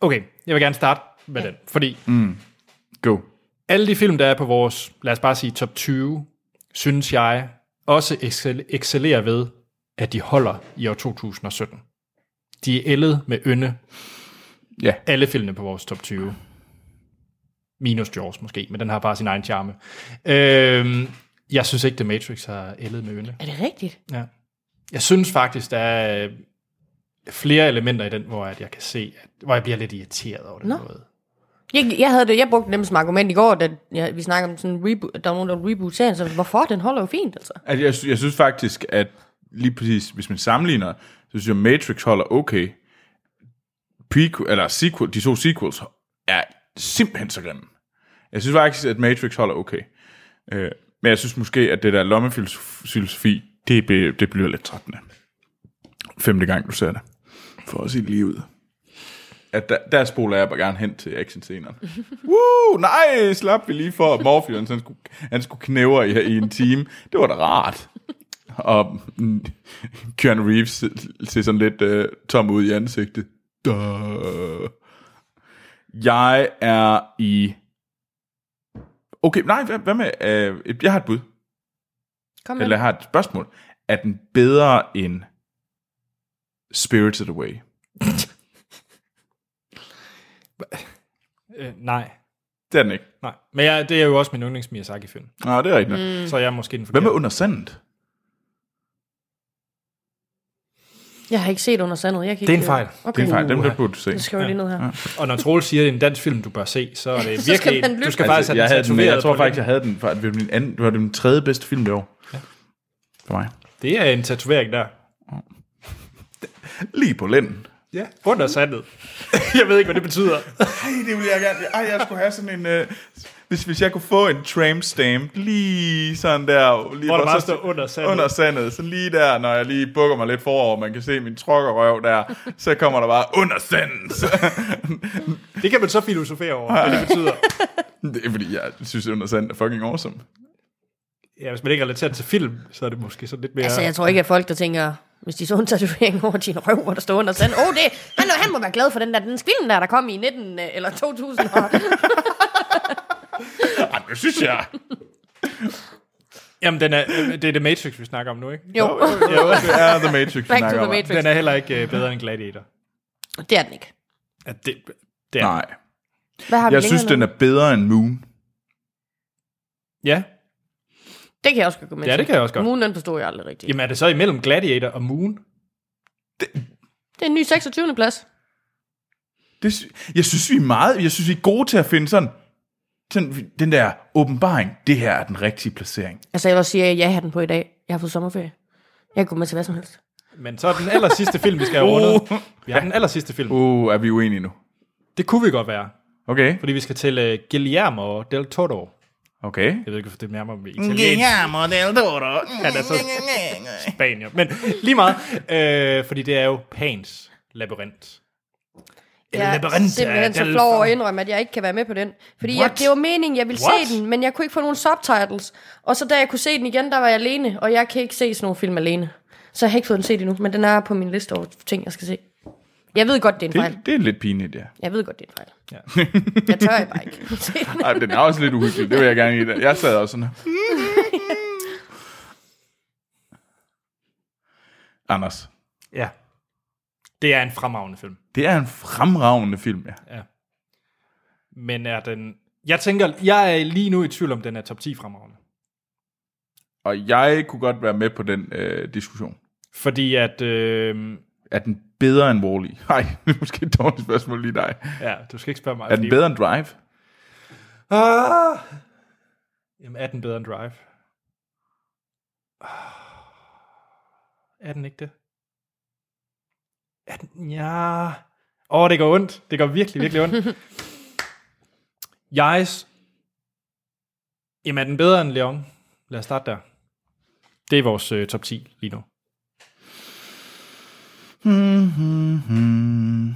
Speaker 1: Okay, jeg vil gerne starte med den. Fordi
Speaker 3: Go.
Speaker 1: alle de film, der er på vores, lad os bare sige top 20, synes jeg også excel- excellerer ved, at de holder i år 2017. De er ældet med ynde,
Speaker 3: Ja.
Speaker 1: alle filmene på vores top 20. Minus Jaws måske, men den har bare sin egen charme. Øhm, jeg synes ikke, The Matrix har ældet med ynde.
Speaker 2: Er det rigtigt?
Speaker 1: Ja. Jeg synes faktisk, der er øh, flere elementer i den, hvor at jeg kan se, at, hvor jeg bliver lidt irriteret over den
Speaker 2: Nå.
Speaker 1: måde.
Speaker 2: Jeg, jeg, havde det, jeg brugte det nemlig som argument i går, da ja, vi snakkede om sådan en reboot, at der var nogen, der ville reboot serien, så hvorfor? Den holder jo fint, altså.
Speaker 3: Altså, jeg, sy- jeg synes faktisk, at lige præcis, hvis man sammenligner, så synes jeg, Matrix holder okay. Prequel, eller sequel, de to sequels er simpelthen så grimme. Jeg synes faktisk, at Matrix holder okay. Øh, men jeg synes måske, at det der lommefilosofi, det, be- det bliver lidt trættende. Femte gang, du ser det. For at sige det lige ud. At der, der spoler jeg bare gerne hen til actionscenerne. Woo, nej, slap vi lige for, at Morpheus han skulle, han skulle knævre i, i en time. Det var da rart. Og mm, Keanu Reeves se- ser sådan lidt øh, tom ud i ansigtet. Duh. Jeg er i... Okay, nej, hvad, hvad med... Øh, jeg har et bud,
Speaker 2: Kom
Speaker 3: eller
Speaker 2: med.
Speaker 3: jeg har et spørgsmål. Er den bedre end Spirited Away?
Speaker 1: Øh, nej.
Speaker 3: Det er den ikke.
Speaker 1: nej. Men jeg, det er jo også min yndlings Miyazaki-film,
Speaker 3: Nå, det er rigtigt. Mm.
Speaker 1: mm. så jeg er måske den
Speaker 3: Hvad
Speaker 1: forkerte.
Speaker 3: med Under Sandet?
Speaker 2: Jeg har ikke set under sandet. Jeg kan
Speaker 1: Det er
Speaker 2: ikke-
Speaker 1: en fejl.
Speaker 2: Okay.
Speaker 3: Det er en fejl, dem
Speaker 1: Uha.
Speaker 3: der burde du se.
Speaker 2: Nu skriver jeg lige ned her.
Speaker 1: Og når Troel siger, at det er en dansk film, du bør se, så er det virkelig...
Speaker 2: *laughs* Så skal man lytte.
Speaker 1: du skal faktisk have
Speaker 3: Altså, jeg, havde den,
Speaker 1: tatoveret
Speaker 3: men jeg tror
Speaker 1: på
Speaker 3: faktisk, jeg
Speaker 1: lænden.
Speaker 3: havde den. For det, var min anden, det var den tredje bedste film i år. Ja. For mig.
Speaker 1: Det er en tatovering der.
Speaker 3: Lige på lænden.
Speaker 1: Ja. Under sandet. *laughs* jeg ved ikke, hvad det
Speaker 3: *laughs*
Speaker 1: betyder.
Speaker 3: Ej, det ville jeg gerne. Ej, jeg skulle have sådan en... Øh, hvis, hvis jeg kunne få en tramp stamp, lige sådan der... Lige
Speaker 1: Hvor der bare
Speaker 3: så-
Speaker 1: står under sandet.
Speaker 3: Under sandet. Så lige der, når jeg lige bukker mig lidt forover, man kan se min trokkerøv der, så kommer der bare under sandet.
Speaker 1: Det kan man så filosofere over, hvad det betyder.
Speaker 3: *laughs* det er fordi, jeg synes, under sandet er fucking awesome.
Speaker 1: Ja, hvis man ikke relaterer det til film, så er det måske sådan lidt mere...
Speaker 2: Altså, jeg tror ikke, at folk, der tænker, hvis de så en tatovering over din røv, hvor der står under sand, åh, oh, det, han, han må være glad for den der, den film der, der kom i 19 øh, eller 2000.
Speaker 1: *laughs*
Speaker 2: Og,
Speaker 3: Ej, det synes jeg.
Speaker 1: Jamen, den er, øh, det er The Matrix, vi snakker om nu, ikke?
Speaker 2: jo,
Speaker 3: Ja, det er The Matrix, vi
Speaker 2: back to
Speaker 3: snakker
Speaker 2: the
Speaker 3: om.
Speaker 2: Matrix.
Speaker 1: Den er heller ikke øh, bedre end Gladiator.
Speaker 2: Det er den ikke.
Speaker 1: Ja, det, det er.
Speaker 3: Nej.
Speaker 2: Hvad har vi længere
Speaker 3: Jeg synes, den er
Speaker 2: nede?
Speaker 3: bedre end Moon.
Speaker 1: Ja.
Speaker 2: Det kan jeg også godt gå med
Speaker 1: ja,
Speaker 2: til.
Speaker 1: det kan jeg også godt.
Speaker 2: Kommunen, den forstod jeg aldrig rigtigt.
Speaker 1: Jamen, er det så imellem Gladiator og Moon?
Speaker 2: Det er en ny 26. plads.
Speaker 3: Det, sy- jeg synes, vi er meget, jeg synes, vi er gode til at finde sådan, sådan den der åbenbaring. Det her er den rigtige placering.
Speaker 2: Altså, jeg vil også sige, at jeg har den på i dag. Jeg har fået sommerferie. Jeg kan gå med til hvad som helst.
Speaker 1: Men så er den aller sidste film, vi skal have rundet. Vi har den aller sidste film.
Speaker 3: Uh, er vi uenige nu?
Speaker 1: Det kunne vi godt være,
Speaker 3: Okay.
Speaker 1: fordi vi skal til øh, Guillermo del Toro.
Speaker 3: Okay.
Speaker 1: Jeg ved ikke, hvorfor det er nærmere med italiensk. Guillermo del Toro. *laughs* Han er så spanier. Men lige meget, øh, fordi det er jo Pans labyrint.
Speaker 2: Jeg er
Speaker 1: labyrint
Speaker 2: simpelthen
Speaker 1: af
Speaker 2: så
Speaker 1: del-
Speaker 2: flov over at indrømme, at jeg ikke kan være med på den. Fordi jeg,
Speaker 1: What?
Speaker 2: det var meningen, jeg ville
Speaker 1: What?
Speaker 2: se den, men jeg kunne ikke få nogen subtitles. Og så da jeg kunne se den igen, der var jeg alene, og jeg kan ikke se sådan nogle film alene. Så jeg har ikke fået den set endnu, men den er på min liste over ting, jeg skal se. Jeg ved godt, det er en fejl.
Speaker 3: Det, det er lidt pinligt, ja. *laughs*
Speaker 2: Jeg ved godt, det er en fejl.
Speaker 1: Ja.
Speaker 2: Jeg tør jeg bare
Speaker 1: *laughs*
Speaker 2: ikke. se den.
Speaker 3: Ej, den er også lidt uhyggelig. Det vil jeg gerne give dig. Jeg sad også sådan her. *laughs* Anders,
Speaker 1: Ja. Det er en fremragende film.
Speaker 3: det er en fremragende film, ja.
Speaker 1: Men er den Jeg tænker, jeg er lige nu i tvivl om, den er top 10 fremragende.
Speaker 3: Og jeg kunne godt være med på den øh, diskussion.
Speaker 1: Fordi at, øh,
Speaker 3: Er den bedre end Wall-E? *laughs* Nej, det er måske et dårligt spørgsmål lige dig.
Speaker 1: ja, du skal ikke spørge mig.
Speaker 3: Er den bedre end Drive?
Speaker 1: Ah! Jamen, er den bedre end Drive? Ah. Er den ikke det? Er den? Ja. Åh, oh, det går ondt. Det går virkelig, virkelig ondt. Jais. Jamen, er den bedre end Leon? Lad os starte der. Det er vores øh, top 10 lige nu.
Speaker 3: Mm-hmm.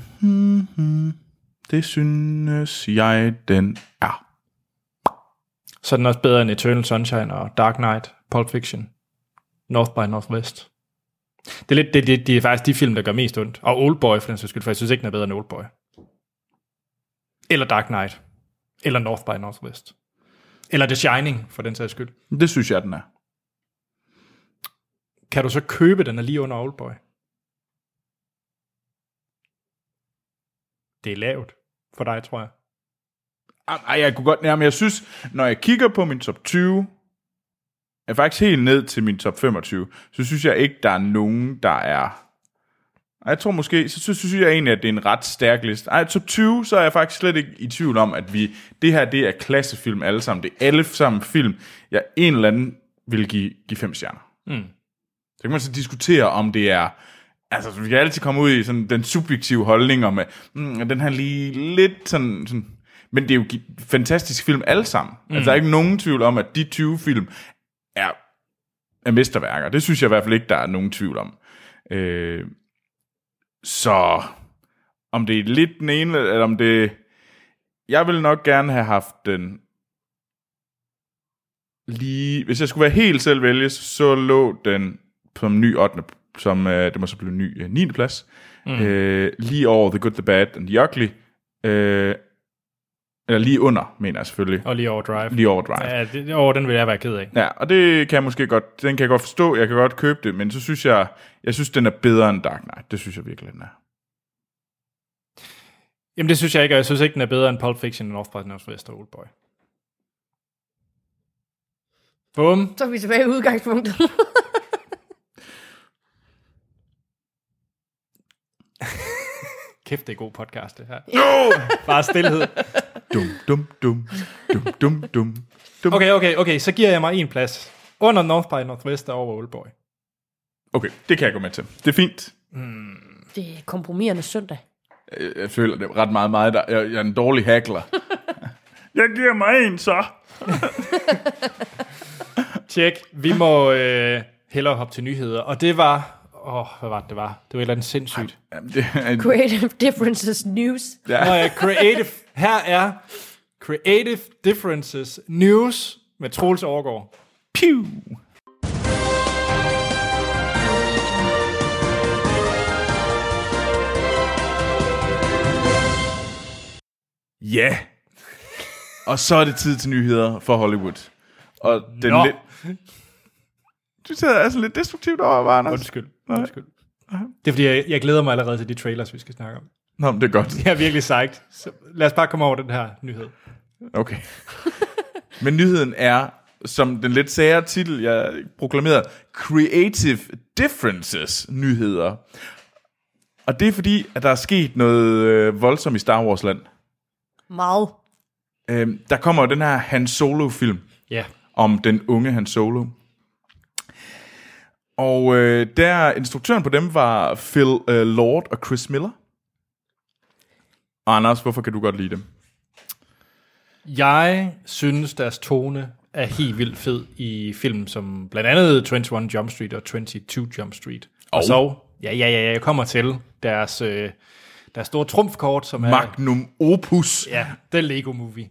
Speaker 3: Det synes jeg, den er.
Speaker 1: Så er den også bedre end Eternal Sunshine og Dark Knight, Pulp Fiction, North by Northwest. Det er, lidt, det, det, det er faktisk de film, der gør mest ondt. Og Oldboy, for den sags skyld, for jeg synes ikke, den er bedre end Oldboy. Eller Dark Knight. Eller North by Northwest. Eller The Shining, for den sags skyld.
Speaker 3: Det synes jeg, den er.
Speaker 1: Kan du så købe den er lige under Oldboy? Det er lavt for dig, tror jeg.
Speaker 3: Ej, Ah, jeg kunne godt... Jamen, jeg synes, når jeg kigger på min top 20, er faktisk helt ned til min top 25, så synes jeg ikke, der er nogen, der er... Ej, Jeg tror måske, så synes, synes jeg egentlig, at det er en ret stærk liste. Ej, top 20, så er jeg faktisk slet ikke i tvivl om, at vi, det her, det er klassefilm alle sammen. Det er alle sammen film, jeg en eller anden vil give, give fem stjerner. Mm. Så kan man så diskutere, om det er... Altså, vi kan altid komme ud i sådan den subjektive holdning om, at mm, den her lige lidt sådan, sådan... Men det er jo gi- fantastiske film alle sammen. Mm. Altså, der er ikke nogen tvivl om, at de 20 film er, er mesterværker. Det synes jeg i hvert fald ikke, der er nogen tvivl om. Øh, så om det er lidt den ene, eller om det... Jeg ville nok gerne have haft den lige... Hvis jeg skulle være helt selv vælge, så lå den på en ny 8. Som, øh, det må så blive en ny øh, 9. plads. Mm. Øh, lige over The Good, The Bad and The Ugly. Øh, eller lige under, mener jeg selvfølgelig.
Speaker 1: Og lige over Drive.
Speaker 3: Lige over Drive.
Speaker 1: Ja, det, over den vil jeg være ked af.
Speaker 3: Ja, og det kan jeg måske godt, den kan jeg godt forstå, jeg kan godt købe det, men så synes jeg, jeg synes, den er bedre end Dark Knight. Det synes jeg virkelig, den er.
Speaker 1: Jamen det synes jeg ikke, og jeg synes ikke, den er bedre end Pulp Fiction, North by Northwest og Oldboy. Bum.
Speaker 2: Så er vi tilbage i udgangspunktet.
Speaker 1: Kæft, det er god podcast, det her. No! *laughs* Bare stillhed.
Speaker 3: Dum, dum, dum, dum, dum, dum, dum.
Speaker 1: Okay, okay, okay, så giver jeg mig en plads. Under North by Northwest og over Oldboy.
Speaker 3: okay, det kan jeg gå med til. Det er fint.
Speaker 2: *laughs* det er kompromisernes søndag.
Speaker 3: Jeg, Øh, jeg føler det er ret meget, meget, der, jeg, jeg er en dårlig hackler. *laughs* jeg giver mig en så.
Speaker 1: Tjek, vi må øh, hellere hoppe til nyheder. Og det var, åh, oh, hvad var det, det var? Det var et eller andet sindssygt.
Speaker 3: Jamen, det er en,
Speaker 2: Creative Differences News.
Speaker 1: Ja. Nå ja, creative, her er Creative Differences News med Troels Overgaard.
Speaker 3: Pew! Ja. Og så er det tid til nyheder for Hollywood. Og den
Speaker 1: Nå.
Speaker 3: lidt... Du sidder altså lidt destruktivt over, var Anders.
Speaker 1: Undskyld. Undskyld. Det er fordi, jeg, jeg glæder mig allerede til de trailers, vi skal snakke om.
Speaker 3: Nå, men det er godt.
Speaker 1: Jeg er virkelig psyched. Så lad os bare komme over den her nyhed.
Speaker 3: Okay. *laughs* Men nyheden er, som den lidt sære titel, jeg proklamerede, Creative Differences nyheder. Og det er fordi, at der er sket noget øh, voldsomt i Star Wars land.
Speaker 2: Meget.
Speaker 3: Øhm, der kommer jo den her Han Solo-film
Speaker 1: Ja.
Speaker 3: om den unge Han Solo. Og øh, der, instruktøren på dem var Phil øh, Lord og Chris Miller. Og Anders, hvorfor kan du godt lide dem?
Speaker 1: Jeg synes, deres tone er helt vildt fed i film som blandt andet 21 Jump Street og 22 Jump Street. Og, og så, ja, ja, ja, jeg kommer til deres, øh, deres store trumfkort, som er...
Speaker 3: Magnum Opus.
Speaker 1: Ja, det er Lego Movie.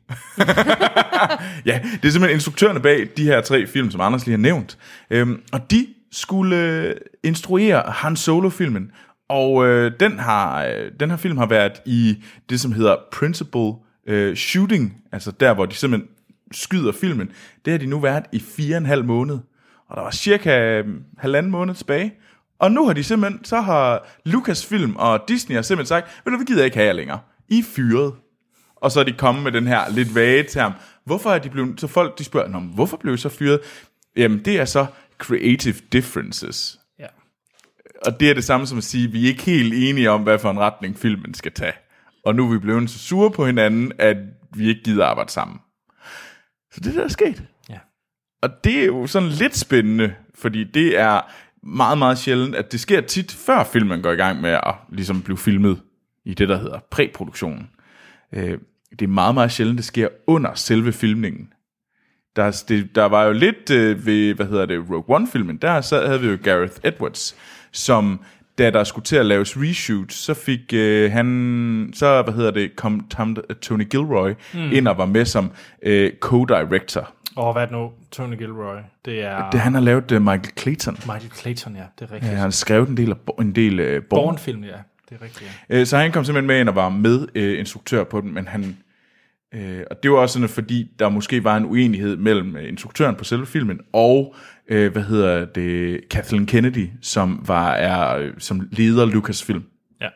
Speaker 3: Ja, det er simpelthen instruktørerne bag de her tre film, som Anders lige har nævnt. Øhm, og de skulle øh, instruere Han Solo-filmen. Og øh, den, har, øh, den her film har været i det, som hedder Principal øh, Shooting, altså der, hvor de simpelthen skyder filmen. Det har de nu været i fire og en halv måned. Og der var cirka øh, halvanden måned tilbage. Og nu har de simpelthen, så har Lucasfilm og Disney har simpelthen sagt, ved du, vi gider ikke have jer længere. I er fyret. og så er de kommet med den her lidt vage term. Hvorfor er de blevet, så folk de spørger, Nå, men hvorfor blev I så fyret? Jamen det er så creative differences.
Speaker 1: Ja.
Speaker 3: Og det er det samme som at sige, vi er ikke helt enige om, hvad for en retning filmen skal tage. Og nu er vi blevet så sure på hinanden, at vi ikke gider arbejde sammen. Så det er det, der er sket.
Speaker 1: ja.
Speaker 3: Og det er jo sådan lidt spændende, fordi det er meget, meget sjældent, at det sker tit, før filmen går i gang med at ligesom blive filmet i det, der hedder præproduktionen. Øh, det er meget, meget sjældent, det sker under selve filmningen. Der, er- det, der var jo lidt øh, ved, hvad hedder det, Rogue One-filmen, der så havde vi jo Gareth Edwards, som da der skulle til at laves reshoot, så fik øh, han, så hvad hedder det, kom Tom, øh, Tony Gilroy mm. ind og var med som øh, co-director
Speaker 1: Og hvad er det nu? Tony Gilroy. Det er
Speaker 3: det, han har lavet uh, Michael Clayton.
Speaker 1: Michael Clayton, ja. Det er rigtigt.
Speaker 3: Ja,
Speaker 1: Ah. Ja.
Speaker 3: han skrev en del af Bo- en del uh, Born.
Speaker 1: Born-film, ja. Det er rigtigt, ja.
Speaker 3: Born. Uh, så han kom simpelthen med ind og var med uh, instruktør på den, men han uh, og det var også sådan, fordi der måske var en uenighed mellem øh, instruktøren på selve filmen og uh, hvad hedder det Kathleen Kennedy, som var er øh, som leder Lucasfilm.
Speaker 1: ja.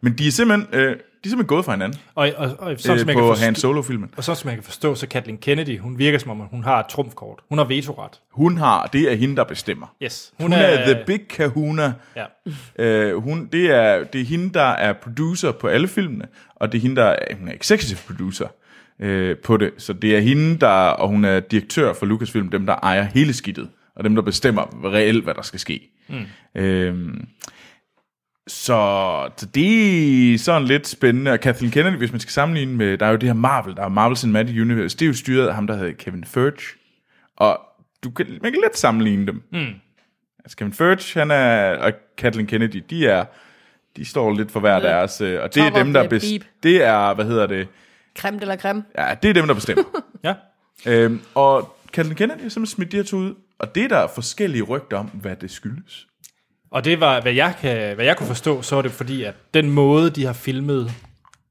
Speaker 3: Men de er simpelthen øh, de er simpelthen gået fra hinanden
Speaker 1: Og, og, og, sådan,
Speaker 3: øh,
Speaker 1: som jeg
Speaker 3: på
Speaker 1: kan
Speaker 3: Han
Speaker 1: forstå,
Speaker 3: Solo-filmen.
Speaker 1: og sådan som jeg kan forstå, så Kathleen Kennedy, hun virker som om, at hun har et trumfkort. Hun har vetoret.
Speaker 3: Hun har, det er hende, der bestemmer.
Speaker 1: Yes.
Speaker 3: Hun, hun er, er the big kahuna.
Speaker 1: Ja.
Speaker 3: Øh, hun, det, er, det er hende, der er producer på alle filmene, og det er hende, der er, hun er executive producer øh, på det. Så det er hende, der, og hun er direktør for Lucasfilm, dem der ejer hele skidtet, og dem der bestemmer reelt, hvad der skal ske. Mm. Øh, så, så det er sådan lidt spændende, og Kathleen Kennedy, hvis man skal sammenligne med, der er jo det her Marvel, der er Marvel Cinematic Universe, det er jo styret af ham, der hedder Kevin Feige, og du kan, man kan let sammenligne dem. Mm.
Speaker 2: Hmm.
Speaker 3: Altså Kevin Feige, han er, og Kathleen Kennedy, de er, de står lidt for hver deres, øh, og det er
Speaker 2: Top of
Speaker 3: dem, der
Speaker 2: the
Speaker 3: bes,
Speaker 2: beep.
Speaker 3: det er, hvad hedder det,
Speaker 2: Creme eller creme?
Speaker 3: ja, det er dem, der
Speaker 2: *laughs*
Speaker 3: bestemmer.
Speaker 1: ja.
Speaker 3: øhm, og Kathleen Kennedy har simpelthen smidt de her to ud, og det er der forskellige rygter om, hvad det skyldes.
Speaker 1: Og det var, hvad jeg, kan, hvad jeg kunne forstå, så er det fordi, at den måde, de har filmet,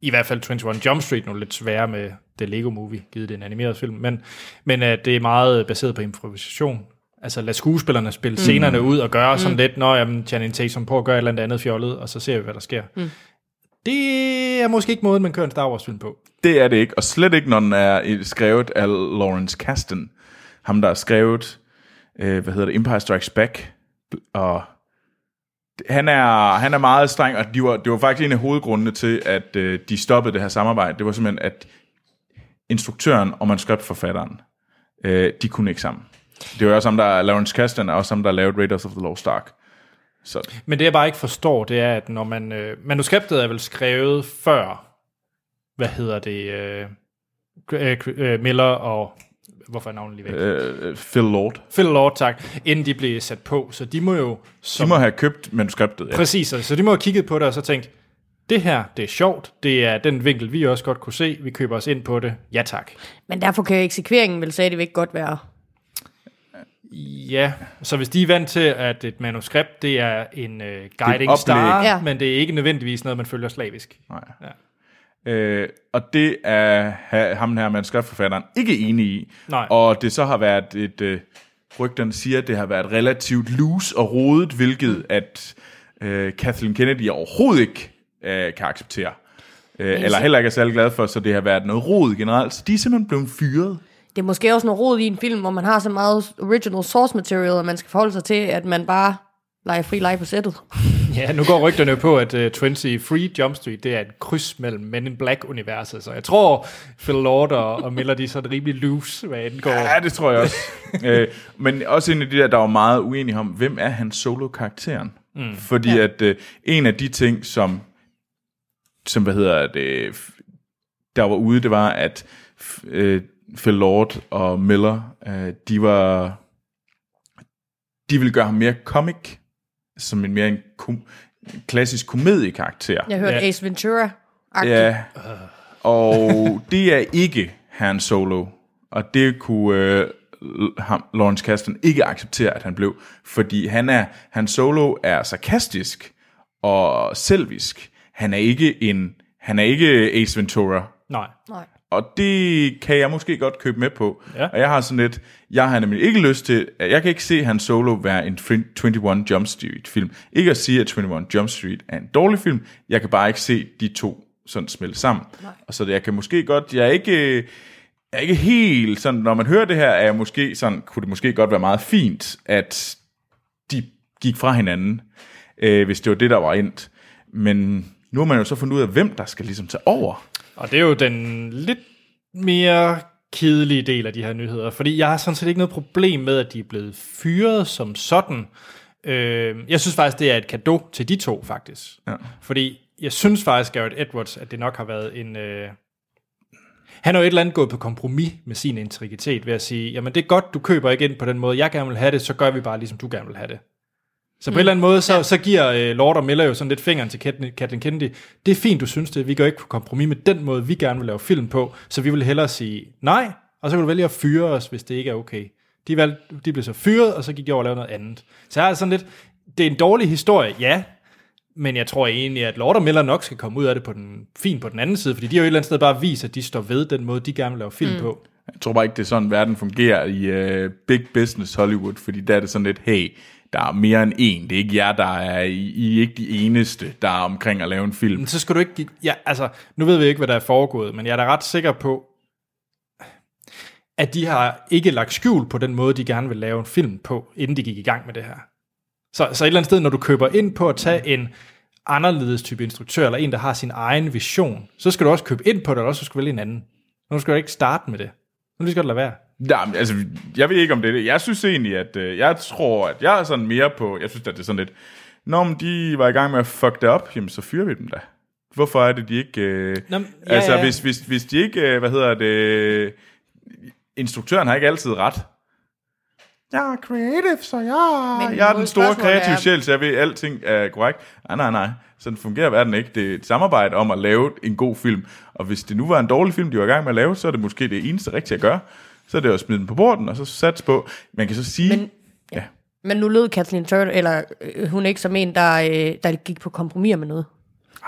Speaker 1: i hvert fald 21 Jump Street, nu er det lidt sværere med det Lego Movie, givet det er en animeret film, men, men at det er meget baseret på improvisation. Altså lad skuespillerne spille mm. scenerne ud og gøre sådan lidt, når jamen, Channing Tatum på at gøre et eller andet andet fjollet, og så ser vi, hvad der sker. Mm. Det er måske ikke måden, man kører en Star Wars-film på.
Speaker 3: Det er det ikke, og slet ikke, når den er øh, skrevet af Lawrence Kasten. Ham, der har skrevet, øh, hvad hedder det, Empire Strikes Back, og han er, han er meget streng, og de var, det var faktisk en af hovedgrundene til, at øh, de stoppede det her samarbejde. Det var simpelthen, at instruktøren og manuskriptforfatteren, øh, de kunne ikke sammen. Det var også ham, der, Lawrence Kasten, og også ham, der lavede Raiders of the Lost Ark. Så
Speaker 1: Men det jeg bare ikke forstår, det er, at når man... Øh, manuskriptet er vel skrevet før, hvad hedder det, øh, Gr- øh, Gr- øh, Miller og... Hvorfor er navnet lige væk? Øh.
Speaker 3: øh, Phil Lord,
Speaker 1: Phil Lord, tak. Inden de blev sat på, så de må jo... Som,
Speaker 3: de må have købt manuskriptet. Ja.
Speaker 1: Præcis, altså, så de må have kigget på det og så tænkt, det her, det er sjovt, det er den vinkel, vi også godt kunne se, vi køber os ind på det, ja tak.
Speaker 2: Men derfor kan eksekveringen vel stadigvæk godt være...
Speaker 1: Ja, så hvis de er vant til, at et manuskript, det er en øh, guiding
Speaker 3: oplæg.
Speaker 1: star,
Speaker 2: Ja.
Speaker 1: ja. men det er ikke nødvendigvis noget, man følger slavisk.
Speaker 3: Nej.
Speaker 1: Ja.
Speaker 3: Øh, og det er ha- ham her manuskriptforfatteren ikke enig i.
Speaker 1: Nej.
Speaker 3: Og det så har været et... Øh, rygterne siger, at det har været relativt loose og rodet, hvilket at øh, Kathleen Kennedy overhovedet ikke øh, kan acceptere. Øh, eller heller ikke er særlig glad for, så det har været noget rod generelt. Så de er simpelthen blevet fyret.
Speaker 2: Det er måske også noget rod i en film, hvor man har så meget original source material, at man skal forholde sig til, at man bare leger fri leg på sættet.
Speaker 1: Ja, nu går rygterne på, at uh, 23 Free Jump Street, det er et kryds mellem Men in Black-universet, så jeg tror, Phil Lord og, og Miller, de er sådan rimelig loose, hvad angår.
Speaker 3: Ja, det tror jeg også. øh, men også en af de der, der var meget uenige om, hvem er han solo-karakteren? Mm. Fordi ja. at øh, en af de ting, som, som hvad hedder det, f- der var ude, det var, at f- øh, Phil Lord og Miller, øh, de var, de ville gøre ham mere comic, som en mere en kom, klassisk komediekarakter.
Speaker 2: Jeg hørte
Speaker 1: Ja.
Speaker 2: ja. Ace ventura
Speaker 3: Ja. Og det er ikke Han Solo. Og det kunne øh, l- ham, Lawrence Kasten ikke acceptere, at han blev. Fordi han er, Han Solo er sarkastisk og selvisk. Han er ikke en, han er ikke Ace Ventura.
Speaker 1: Nej.
Speaker 2: Nej.
Speaker 3: Og det kan jeg måske godt købe med på.
Speaker 1: Ja.
Speaker 3: Og jeg har sådan lidt, jeg har nemlig ikke lyst til, jeg kan ikke se Han Solo være en fri- 21 Jump Street film. Ikke at sige, at 21 Jump Street er en dårlig film, jeg kan bare ikke se de to sådan smelte sammen. Og så det, jeg kan måske godt, jeg er ikke, øh, jeg er ikke helt sådan, når man hører det her, er jeg måske sådan, kunne det måske godt være meget fint, at de gik fra hinanden, øh, hvis det var det, der var endt. Men nu har man jo så fundet ud af, hvem der skal ligesom tage over.
Speaker 1: Og det er jo den lidt mere kedelige del af de her nyheder, fordi jeg har sådan set ikke noget problem med, at de er blevet fyret som sådan. Øh, jeg synes faktisk, det er et kado til de to, faktisk. Ja. Fordi jeg synes faktisk, Garrett Edwards, at det nok har været en... Øh, han har jo et eller andet gået på kompromis med sin integritet ved at sige, jamen det er godt, du køber ikke ind på den måde, jeg gerne vil have det, så gør vi bare ligesom du gerne vil have det. Så på mm. en eller anden måde, så, ja. så giver øh, Lord og Miller jo sådan lidt fingeren til Katten- Kathleen Kennedy. Det er fint, du synes det. Vi går ikke på kompromis med den måde, vi gerne vil lave film på. Så vi vil hellere sige nej, og så kan du vælge at fyre os, hvis det ikke er okay. De, valgte, de blev så fyret, og så gik de over og lavede noget andet. Så jeg er sådan lidt, det er en dårlig historie, ja, men jeg tror egentlig, at Lord og Miller nok skal komme ud af det på den, fint på den anden side, fordi de har jo et eller andet sted bare vist, at de står ved den måde, de gerne vil lave film mm. på.
Speaker 3: Jeg tror bare ikke, det er sådan, verden fungerer i øh, big business Hollywood, fordi der er det sådan lidt, hey, der er mere end en. Det er ikke jer, der er, I, I er ikke de eneste, der er omkring at lave en film.
Speaker 1: Men så skal du ikke... give- Ja, altså, nu ved vi ikke, hvad der er foregået, men jeg er da ret sikker på, at de har ikke lagt skjul på den måde, de gerne vil lave en film på, inden de gik i gang med det her. Så, så et eller andet sted, når du køber ind på at tage en anderledes type instruktør, eller en, der har sin egen vision, så skal du også købe ind på det, og også skal du vælge en anden. Nu skal du ikke starte med det. Nu skal du lige så godt lade være.
Speaker 3: Ja, men altså, jeg ved ikke om det er det. Jeg synes egentlig, at øh, jeg tror, at jeg er sådan mere på, jeg synes, at det er sådan lidt, når men de var i gang med at fuck det op, jamen så fyrer vi dem da. Hvorfor er det, de ikke... Øh,
Speaker 1: Nå, men, ja,
Speaker 3: altså,
Speaker 1: ja.
Speaker 3: Hvis, hvis, hvis de ikke, øh, hvad hedder det... øh, Instruktøren har ikke altid ret. Jeg er creative, så jeg,
Speaker 2: Men
Speaker 3: jeg er den
Speaker 2: mod
Speaker 3: store
Speaker 2: spørgsmålet
Speaker 3: kreative
Speaker 2: er-
Speaker 3: sjæl, så jeg ved, at alting er korrekt. Nej, nej, nej. Sådan fungerer verden ikke. Det er et samarbejde om at lave en god film. Og hvis det nu var en dårlig film, de var i gang med at lave, så er det måske det eneste rigtige at gøre. Så er det jo at smide den på borden, og så sats på. Man kan så sige... Men,
Speaker 2: Men-
Speaker 3: ja.
Speaker 2: Men nu lød Kathleen Turtle, eller øh, hun er ikke som en, der, øh, der gik på kompromis med noget.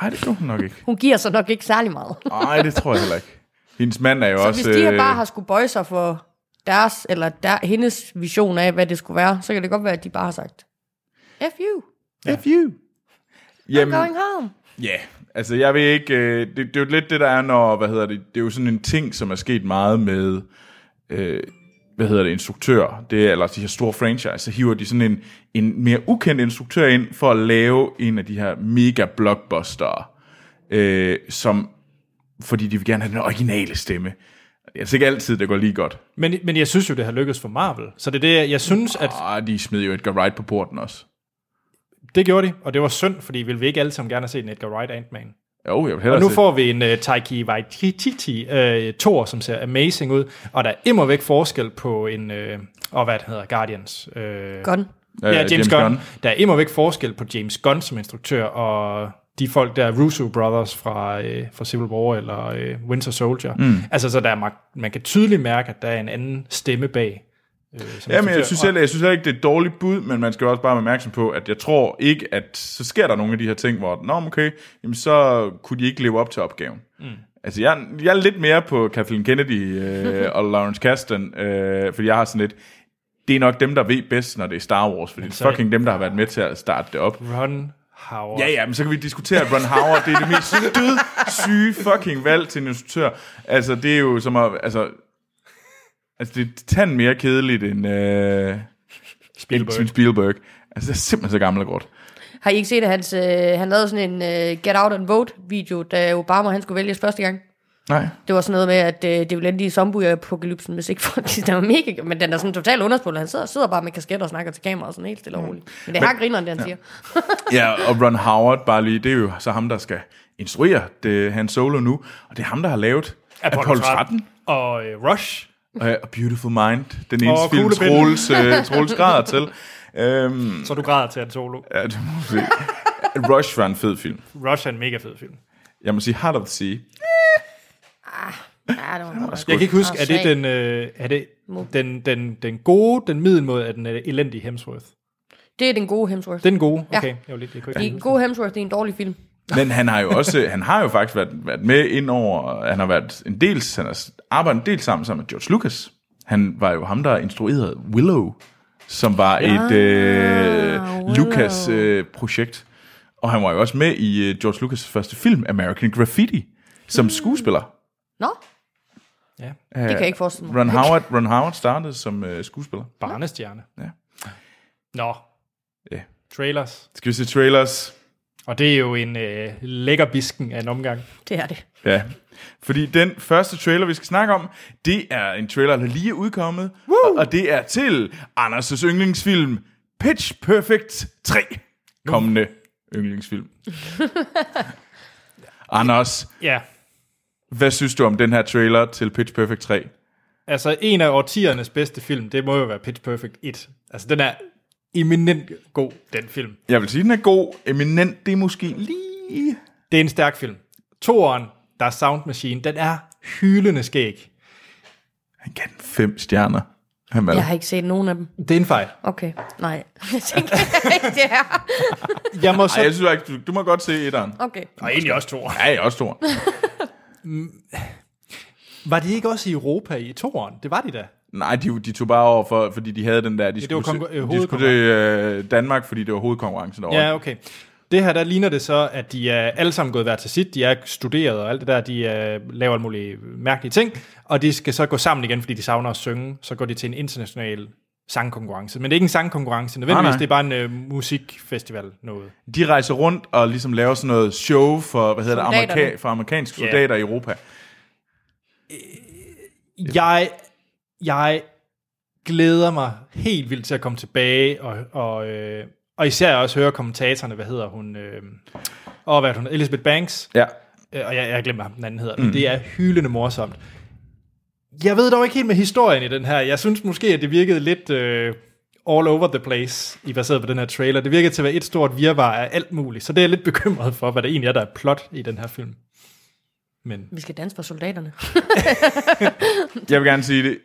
Speaker 3: Ej, det gjorde hun nok ikke.
Speaker 2: Hun giver sig nok ikke særlig meget.
Speaker 3: Nej, det tror jeg heller ikke. Hendes mand er jo
Speaker 2: Så
Speaker 3: også...
Speaker 2: hvis de her
Speaker 3: øh,
Speaker 2: bare har skulle bøje sig for deres, eller der, hendes vision af, hvad det skulle være, så kan det godt være, at de bare har sagt, F you,
Speaker 3: If you.
Speaker 2: I'm going home.
Speaker 3: Ja, yeah. altså jeg ved ikke, øh, det, det er jo lidt det, der er, når, hvad hedder det, det er jo sådan en ting, som er sket meget med, øh, hvad hedder det, instruktører, det er, eller de her store franchise, så hiver de sådan en, en mere ukendt instruktør ind, for at lave en af de her mega blockbuster, øh, som, fordi de vil gerne have den originale stemme. Det er altså ikke altid, det går lige godt.
Speaker 1: Men, men jeg synes jo, det har lykkedes for Marvel. Så det er det, jeg synes, at
Speaker 3: Ah, de smed jo Edgar Wright på porten også.
Speaker 1: det gjorde de, og det var synd, fordi ville vi ikke alle sammen gerne have set en Edgar Wright Ant-Man.
Speaker 3: Jo, jeg vil hellere
Speaker 1: Og nu
Speaker 3: se-
Speaker 1: får vi en uh, Taiki Waititi uh, Thor, som ser amazing ud, og der er immer væk forskel på en, uh, og hvad den hedder, Guardians. Uh,
Speaker 2: Gun.
Speaker 1: ja, James, James Gunn.
Speaker 3: Øh, Gunn.
Speaker 1: Gunn. Der er immer væk forskel på James Gunn som instruktør, og de folk der, Russo Brothers fra, uh, fra Civil War, eller uh, Winter Soldier. Mm. Altså, så der er, mag- man kan tydeligt mærke, at der er en anden stemme bag. Uh,
Speaker 3: Ja, men jeg synes, heller, jeg synes heller ikke, det er et dårligt bud, men man skal jo også bare være opmærksom på, at jeg tror ikke, at så sker der nogle af de her ting, hvor, nå, okay, jamen så kunne de ikke leve op til opgaven. Mm. Altså, jeg, jeg er lidt mere på Kathleen Kennedy øh, og Lawrence Kasdan, øh, fordi jeg har sådan lidt, det er nok dem, der ved bedst, når det er Star Wars, fordi det er
Speaker 1: så-
Speaker 3: fucking dem, der har været med til at starte det op.
Speaker 1: Ron Howard.
Speaker 3: Ja, ja, men så kan vi diskutere, at Ron Howard, det er det mest død, syge fucking valg til en instruktør. Altså, det er jo som at, altså, altså det er tand mere kedeligt end, øh, Spielberg.
Speaker 1: Spielberg.
Speaker 3: Som Spielberg. Altså, det er simpelthen så gammel og gråt.
Speaker 2: Har I ikke set, at hans, øh, han lavede sådan en øh, Get Out and Vote video, da Obama han skulle vælges første gang?
Speaker 3: Nej.
Speaker 2: Det var sådan noget med, at øh, det ville ende i zombie-apokalypsen, hvis ikke folk *laughs* de stemmer mega. Men den er sådan totalt underspillet. Han sidder, sidder bare med kasket og snakker til kameraet sådan helt stille og roligt. Mm. Men det har grineren, det han ja. siger.
Speaker 3: Ja, og Ron Howard, bare lige, det er jo så ham, der skal instruere det, han solo nu. Og det er ham, der har lavet Apollo, Apollo 13.
Speaker 1: Og øh, Rush.
Speaker 3: Og, og Beautiful Mind, den eneste
Speaker 1: Og
Speaker 3: film,
Speaker 1: Kuglepinden.
Speaker 3: Troels, øh, Troels græder til. Øhm,
Speaker 1: Så du græder til en solo.
Speaker 3: ja, det må vi se. Rush var en fed film.
Speaker 1: Rush er en mega fed film.
Speaker 3: Jeg må sige Heart of the Sea.
Speaker 2: Ja, det var
Speaker 1: Jeg kan ikke huske,
Speaker 2: Og
Speaker 1: er det
Speaker 2: svag.
Speaker 1: den, øh, er det den, den, den gode, den middelmåde, er den øh, elendige Hemsworth?
Speaker 2: det er den gode Hemsworth.
Speaker 1: Det er
Speaker 2: Den...
Speaker 1: den gode?
Speaker 2: Ja.
Speaker 1: Okay, jeg var lidt, jeg kunne ikke
Speaker 2: Den
Speaker 1: huske.
Speaker 2: gode Hemsworth, det er en dårlig film.
Speaker 3: Men han har jo også, han har jo faktisk været, været med ind over, han har været en del, han har arbejdet en del sammen, sammen med George Lucas. Han var jo ham, der instruerede
Speaker 2: Ah,
Speaker 3: Willow, som var et øh, Lucas-projekt. øh, Og han var jo også med i øh, George Lucas' første film, American Graffiti, som skuespiller.
Speaker 2: Nå,
Speaker 1: Ja.
Speaker 2: Mm. det kan jeg ikke forestille mig.
Speaker 3: Ron Howard, Ron Howard startede som øh, skuespiller.
Speaker 1: Barnestjerne.
Speaker 3: Ja.
Speaker 1: Nå.
Speaker 3: Ja.
Speaker 1: Trailers.
Speaker 3: Skal vi se trailers?
Speaker 1: Og det er jo en øh, lækker bisken af en omgang.
Speaker 2: Det er det.
Speaker 3: Ja. Fordi den første trailer, vi skal snakke om, det er en trailer, der lige er udkommet. Og, og det er til Anders' yndlingsfilm, Pitch Perfect 3. Kommende yndlingsfilm. Anders,
Speaker 1: Ja.
Speaker 3: hvad synes du om den her trailer til Pitch Perfect 3?
Speaker 1: Altså, en af årtiernes bedste film, det må jo være Pitch Perfect 1. Altså, den er eminent god, den film.
Speaker 3: Jeg vil sige, den er god. Eminent, det er måske lige...
Speaker 1: Det er en stærk film. Toeren, der er Sound Machine, den er hylende skæg.
Speaker 3: Han kan fem stjerner. Han
Speaker 2: Jeg har ikke set nogen af dem.
Speaker 1: Det er en fejl.
Speaker 2: Okay, nej. *laughs* Jeg tænker ikke, det er.
Speaker 1: Jeg må
Speaker 3: Ej, jeg
Speaker 1: så...
Speaker 3: synes ikke, du, du må godt se etteren.
Speaker 2: Okay.
Speaker 1: Og egentlig også toeren.
Speaker 3: Ja, jeg er også stor.
Speaker 1: Var de ikke også i Europa i toeren? Det var de da.
Speaker 3: Nej, de, de tog bare over, for, fordi de havde den der, de
Speaker 1: det var
Speaker 3: skulle,
Speaker 1: konkur- øh,
Speaker 3: se, de skulle til øh, Danmark, fordi det var hovedkonkurrencen derovre.
Speaker 1: Ja, okay. Det her, der ligner det så, at de er alle sammen gået hver til sit, de er studeret og alt det der, de er, laver alle mulige mærkelige ting, og de skal så gå sammen igen, fordi de savner at synge, så går de til en international sangkonkurrence. Men det er ikke en sangkonkurrence, nødvendigvis,
Speaker 3: Nej,
Speaker 1: ah,
Speaker 3: nej.
Speaker 1: det er bare en øh, musikfestival noget.
Speaker 3: De rejser rundt og ligesom laver sådan noget show for, hvad hedder det,
Speaker 2: Soldaterne.
Speaker 3: amerika- for amerikanske
Speaker 1: Ja.
Speaker 3: soldater i Europa.
Speaker 1: Jeg, jeg glæder mig helt vildt til at komme tilbage, og, og, øh, og især også høre kommentatorerne, hvad hedder hun, øh, og hvad er det, hun, Elizabeth Banks,
Speaker 3: Ja.
Speaker 1: Øh, og jeg, jeg glemmer, hvad den anden hedder. Mm. Det er hylende morsomt. Jeg ved dog ikke helt med historien i den her. Jeg synes måske, at det virkede lidt øh, all over the place, i baseret på den her trailer. Det virkede til at være et stort virvar af alt muligt. Så det er jeg lidt bekymret for, hvad der egentlig er, der er plot i den her film. Men
Speaker 2: Vi skal danse for soldaterne.
Speaker 3: Jeg vil gerne sige det.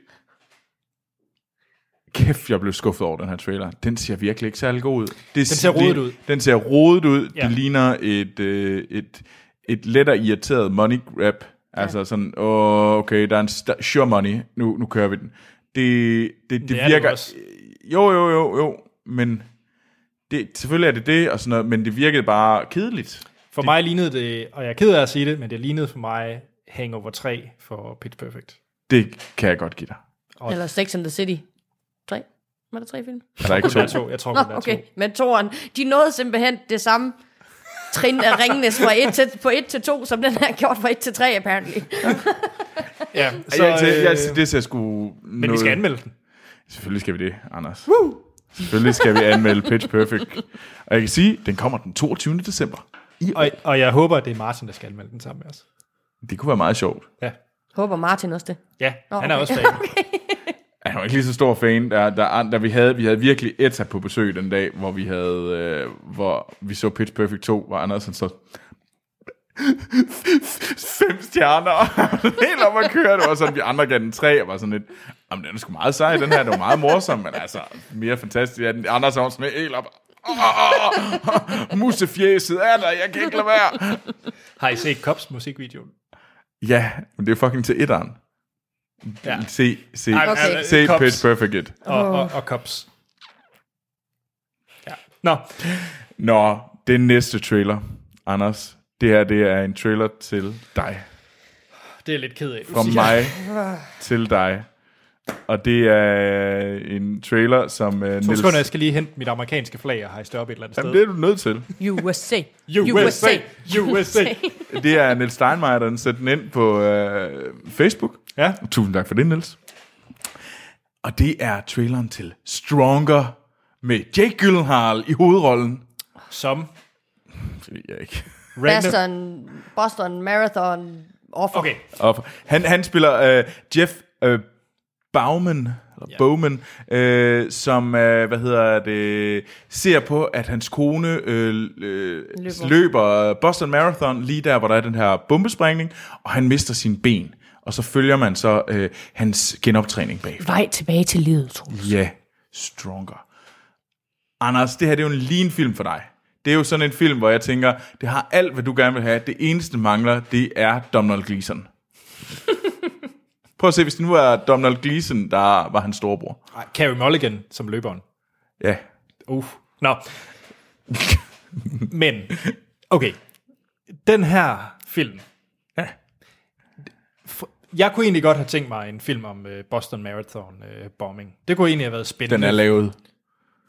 Speaker 3: Kæft, jeg blev skuffet over den her trailer. Den ser virkelig ikke særlig god ud. Det, den
Speaker 1: ser rodet ud.
Speaker 3: Den ser rodet ud. Ja.
Speaker 1: Ja.
Speaker 3: Det ligner et, øh, et, et let og irriteret money grab. Altså sådan, åh, okay, der er en st- sure money. Nu, nu kører vi den. Det, det, det,
Speaker 1: Det er
Speaker 3: det
Speaker 1: det
Speaker 3: virker...
Speaker 1: også.
Speaker 3: Jo, jo, jo, jo. Men det, selvfølgelig er det det, og sådan noget, men det virkede bare kedeligt.
Speaker 1: for mig lignede det, og jeg er ked af at sige det, men det lignede for mig Hangover 3 for Pitch Perfect.
Speaker 3: Det kan jeg godt give dig.
Speaker 2: Eller Sex and the City. Tre. Var der tre film?
Speaker 3: Er
Speaker 1: *laughs*
Speaker 3: der ikke
Speaker 1: Der er
Speaker 3: to?
Speaker 1: to. Jeg tror,
Speaker 2: Nå,
Speaker 1: kun der er
Speaker 2: okay.
Speaker 1: to.
Speaker 2: Men toren, de nåede simpelthen det samme trin af ringenes fra 1 til, på 1 til 2, som den har gjort fra 1 til 3, apparently.
Speaker 1: Ja,
Speaker 3: Så, jeg, jeg, jeg,
Speaker 1: øh,
Speaker 3: det ser sgu...
Speaker 1: men vi skal anmelde den.
Speaker 3: Selvfølgelig skal vi det, Anders. Woo! Selvfølgelig skal vi anmelde Pitch Perfect. Og jeg kan sige, den kommer den 22. december.
Speaker 1: Og, og jeg håber, at det er Martin, der skal anmelde den sammen med os.
Speaker 3: Det kunne være meget sjovt.
Speaker 1: Ja,
Speaker 2: Håber Martin også det.
Speaker 1: ja
Speaker 2: Nå,
Speaker 1: han er
Speaker 2: okay. *laughs*
Speaker 1: også fan.
Speaker 3: Jeg var ikke lige så stor fan, der, der, der vi, havde, vi havde virkelig Etta på besøg den dag, hvor vi, havde, øh, hvor vi så Pitch Perfect 2, hvor Anders han så *laughs* fem stjerner, og han var helt om at køre, det var sådan, vi andre gav den tre, og var sådan lidt, jamen den er sgu meget sej, den her, den var meget morsom, men altså, mere fantastisk, ja, den Anders var sådan helt op, *laughs* Åh, åh, åh, musefjæset er der, jeg kan ikke lade være.
Speaker 1: Har I set Kops musikvideoen?
Speaker 3: Ja, men det er fucking til etteren.
Speaker 1: Ja.
Speaker 3: Se, se,
Speaker 1: Ej,
Speaker 2: Okay.
Speaker 1: øh,
Speaker 3: se
Speaker 1: Cops
Speaker 3: Pitch Perfect 1.
Speaker 1: og, og, og Kops. Ja. Nå,
Speaker 3: Nå, det næste trailer, Anders, det her det er en trailer til dig.
Speaker 1: det er jeg lidt ked af.
Speaker 3: Fra mig til dig. Og det er øh, en trailer, som uh,
Speaker 1: To
Speaker 3: Niels...
Speaker 1: sekunder, jeg skal lige hente mit amerikanske flag og hejste det op et eller andet
Speaker 3: Jamen,
Speaker 1: sted.
Speaker 3: det er du nødt til.
Speaker 2: USA.
Speaker 1: USA! USA!
Speaker 3: Det er Niels Steinmeier, der satte den ind på øh, Facebook.
Speaker 1: Ja,
Speaker 3: Tusind tak for det, Niels. Og det er traileren til Stronger med Jake Gyllenhaal i hovedrollen.
Speaker 1: som
Speaker 3: Det ved jeg ikke.
Speaker 1: random.
Speaker 2: Boston, Boston Marathon Offer.
Speaker 1: Okay,
Speaker 3: Og for- han, han spiller øh, Jeff øh, Bauman, eller Bowman, øh, som, øh, hvad hedder det, ser på, at hans kone øh, øh, løber.
Speaker 2: Løber.
Speaker 3: løber Boston Marathon lige der, hvor der er den her bombesprængning, og han mister sine ben. Og så følger man så øh, hans genoptræning bagefter.
Speaker 2: Vej tilbage til livet, tror jeg.
Speaker 3: Ja, Stronger. Anders, det her det er jo en lean film for dig. Det er jo sådan en film, hvor jeg tænker, det har alt, hvad du gerne vil have. Det eneste, den mangler, det er Donald Gleason. Prøv at se, hvis det nu er Donald Gleason, der var hans storebror.
Speaker 1: Carrie Mulligan som løberen.
Speaker 3: Ja.
Speaker 1: Uh, nå. Men, okay. Den her film. Ja. For- Jeg kunne egentlig godt have tænkt mig en film om øh, Boston Marathon øh, bombing. Det kunne egentlig have været spændende.
Speaker 3: Den er lavet.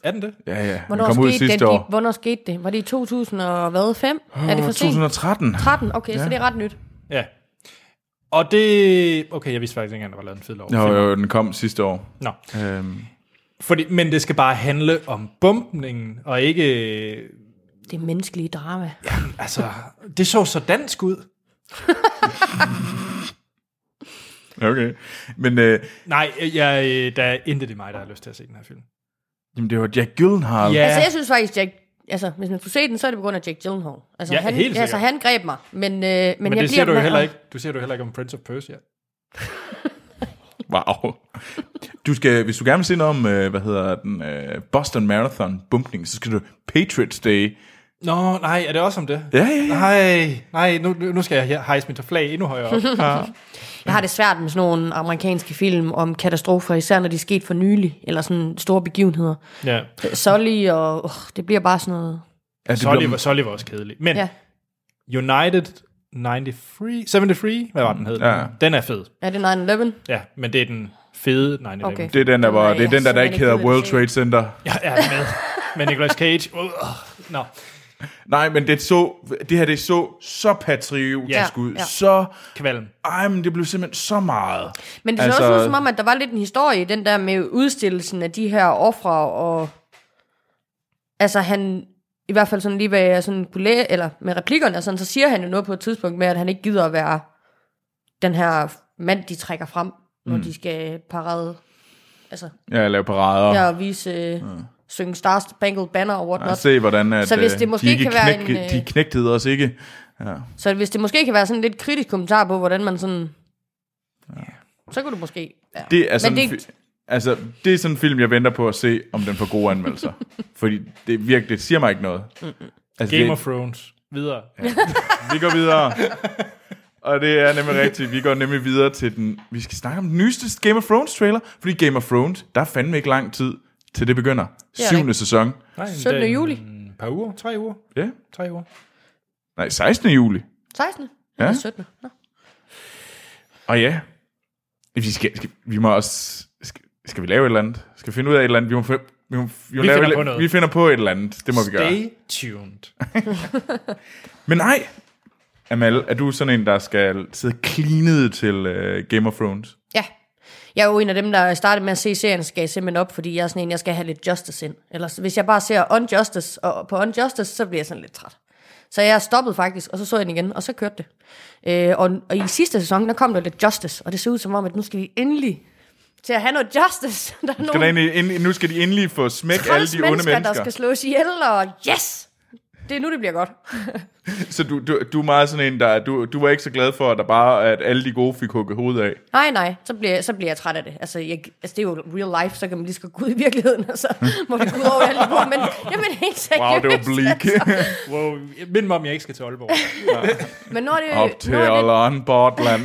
Speaker 1: Er den det?
Speaker 3: Ja, ja. Den
Speaker 2: Hvornår,
Speaker 3: kom ud
Speaker 2: skete
Speaker 3: sidste
Speaker 2: den,
Speaker 3: år.
Speaker 2: hvornår skete det? Var det i 2005? er det for sent?
Speaker 3: 2013.
Speaker 2: 13? Okay, ja. så det er ret nyt.
Speaker 1: Ja. Og det... Okay, jeg vidste faktisk ikke engang, der var lavet en fed lov.
Speaker 3: Jo, jo, den kom sidste år.
Speaker 1: Nå.
Speaker 3: Øhm,
Speaker 1: Fordi, men det skal bare handle om bumpningen, og ikke... øh,
Speaker 2: Det er menneskelige drama. Ja.
Speaker 1: Altså, det så så dansk ud.
Speaker 3: okay. Men øh,
Speaker 1: Nej, jeg, øh, der er intet i mig, der har lyst til at se den her film.
Speaker 3: jamen, det var Jack Gyllenhaal.
Speaker 1: Ja.
Speaker 2: Altså, jeg synes faktisk, Jack, altså, hvis man skulle se den, så er det på grund af Jack Gyllenhaal. Altså,
Speaker 1: Ja,
Speaker 2: han,
Speaker 1: helt sikkert.
Speaker 2: altså, han greb mig, men, øh, men,
Speaker 1: Men,
Speaker 2: jeg
Speaker 1: men det siger
Speaker 2: bliver
Speaker 1: du jo
Speaker 2: med-
Speaker 1: heller ikke. Du siger du heller ikke om Prince of Persia.
Speaker 3: Wow. Du skal, hvis du gerne vil se noget om, øh, hvad hedder den, øh, Boston Marathon bumpning, så skal du Patriots Day.
Speaker 1: Nå, nej, er det også om det?
Speaker 3: Ja, ja, ja.
Speaker 1: Nej, nej, nu, nu skal jeg he- hejse mit flag endnu
Speaker 2: *laughs*
Speaker 1: højere op.
Speaker 2: Jeg har det svært med sådan nogle amerikanske film om katastrofer, især når de er sket for nylig, eller sådan store begivenheder.
Speaker 1: ja.
Speaker 2: Sully og... Uh, det bliver bare sådan noget...
Speaker 3: Altså,
Speaker 1: Solly, var, Solly var også kedelig. Men
Speaker 2: Ja,
Speaker 1: ja. United 93, 73, hvad var den hed?
Speaker 3: Ja.
Speaker 1: Den er fed.
Speaker 2: er det 9-11?
Speaker 1: Ja, men det er den fede 9-11.
Speaker 2: Okay.
Speaker 3: det er den, der, var, det er den, der, der ikke hedder World Trade Center.
Speaker 1: Jeg er med med Nicolas Cage. Uh, no.
Speaker 3: Nej, men det, så, det her, det så så patriotisk
Speaker 2: Ja,
Speaker 3: ud.
Speaker 2: ja.
Speaker 3: Så,
Speaker 1: Kvalm.
Speaker 3: ej, men det blev simpelthen så meget.
Speaker 2: Men det så
Speaker 3: Altså-
Speaker 2: altså, også ud som om, at der var lidt en historie i den der med udstillelsen af de her ofre, og altså han, i hvert fald sådan lige hvad jeg sådan kunne læ- eller med replikkerne, og sådan, så siger han jo noget på et tidspunkt med, at han ikke gider at være den her mand, de trækker frem, når mm. de skal parade, altså
Speaker 3: Ja, jeg laver parader.
Speaker 2: ja. og vise, øh, synge Star Spangled Banner og whatnot.
Speaker 3: Og Mm. se, hvordan at,
Speaker 2: Så hvis det
Speaker 3: øh,
Speaker 2: måske
Speaker 3: de, ikke
Speaker 2: kan være
Speaker 3: knæk,
Speaker 2: en, øh,
Speaker 3: de knægtede os ikke.
Speaker 2: Så hvis det måske kan være sådan lidt kritisk kommentar på, hvordan man sådan... Ja. Så kunne du måske... Ja.
Speaker 3: Det er sådan
Speaker 2: Men
Speaker 3: det...
Speaker 2: det-
Speaker 3: Fi- altså, det er sådan en film, jeg venter på at se, om den får
Speaker 2: *laughs*
Speaker 3: gode anmeldelser. Fordi det virkelig det siger mig ikke noget. Altså,
Speaker 1: Game
Speaker 3: det,
Speaker 1: of Thrones. Videre. Ja.
Speaker 3: Vi går videre. *laughs* Og det er nemlig rigtigt. Vi går nemlig videre til den... Vi skal snakke om den nyeste Game of Thrones trailer. Fordi Game of Thrones, der er fandme ikke lang tid til det begynder.
Speaker 2: er
Speaker 3: Syvende
Speaker 2: rigtigt.
Speaker 3: sæson.
Speaker 1: Nej, men
Speaker 2: 17.
Speaker 1: den-
Speaker 2: juli.
Speaker 1: Et par uger. Tre uger.
Speaker 3: Ja.
Speaker 1: Tre uger.
Speaker 3: Nej, 16. juli.
Speaker 2: 16.
Speaker 3: Ja.
Speaker 2: Ja. 17. Nå.
Speaker 3: Og ja, vi, skal, skal, vi må også... Skal, skal vi lave et eller andet? Skal vi finde ud af et eller andet? Vi, må, få- vi, må, vi, må
Speaker 1: Vi
Speaker 3: lave
Speaker 1: finder
Speaker 3: et,
Speaker 1: på noget.
Speaker 3: Vi finder på et eller andet. Det må vi gøre.
Speaker 1: Stay tuned.
Speaker 3: Men nej! Amal, er du sådan en, der skal sidde cleanet til uh, Game of Thrones?
Speaker 2: Ja. Jeg er jo en af dem, der startede med at se serien, skal jeg simpelthen op, fordi jeg er sådan en, jeg skal have lidt justice ind. Ellers, hvis jeg bare ser Unjustice, og på Unjustice, så bliver jeg sådan lidt træt. Så jeg stoppede faktisk, og så så jeg den igen, og så kørte det. Øh, og, og i sidste sæson, der kom der lidt justice, og det ser ud som om, at nu skal vi endelig til at have noget justice. *laughs* Der er
Speaker 3: Skal
Speaker 2: nogle
Speaker 3: der egentlig, ind, nu skal de endelig få smæk alle
Speaker 2: træls
Speaker 3: de onde mennesker.
Speaker 2: der skal slås ihjel, og yes! Det er nu, det bliver godt.
Speaker 3: Så du, du, du er meget sådan en, der... Du, du var ikke så glad for, at, der bare, at alle de gode fik hugget hovedet
Speaker 2: *laughs*
Speaker 3: af.
Speaker 2: Nej, nej, så bliver, så bliver jeg træt af det. Altså, jeg, altså, det er jo real life, så kan man lige så godt gå ud i virkeligheden, og så må det gå ud over alle de gode men,
Speaker 3: *laughs*
Speaker 2: Jamen, helt seriøst. altså.
Speaker 3: Wow, det var bleak.
Speaker 1: Wow. Mind mig om, jeg ikke skal til Aalborg.
Speaker 2: Men nu er det,
Speaker 3: *laughs* Op til
Speaker 2: nu er det,
Speaker 3: Allan Bortland.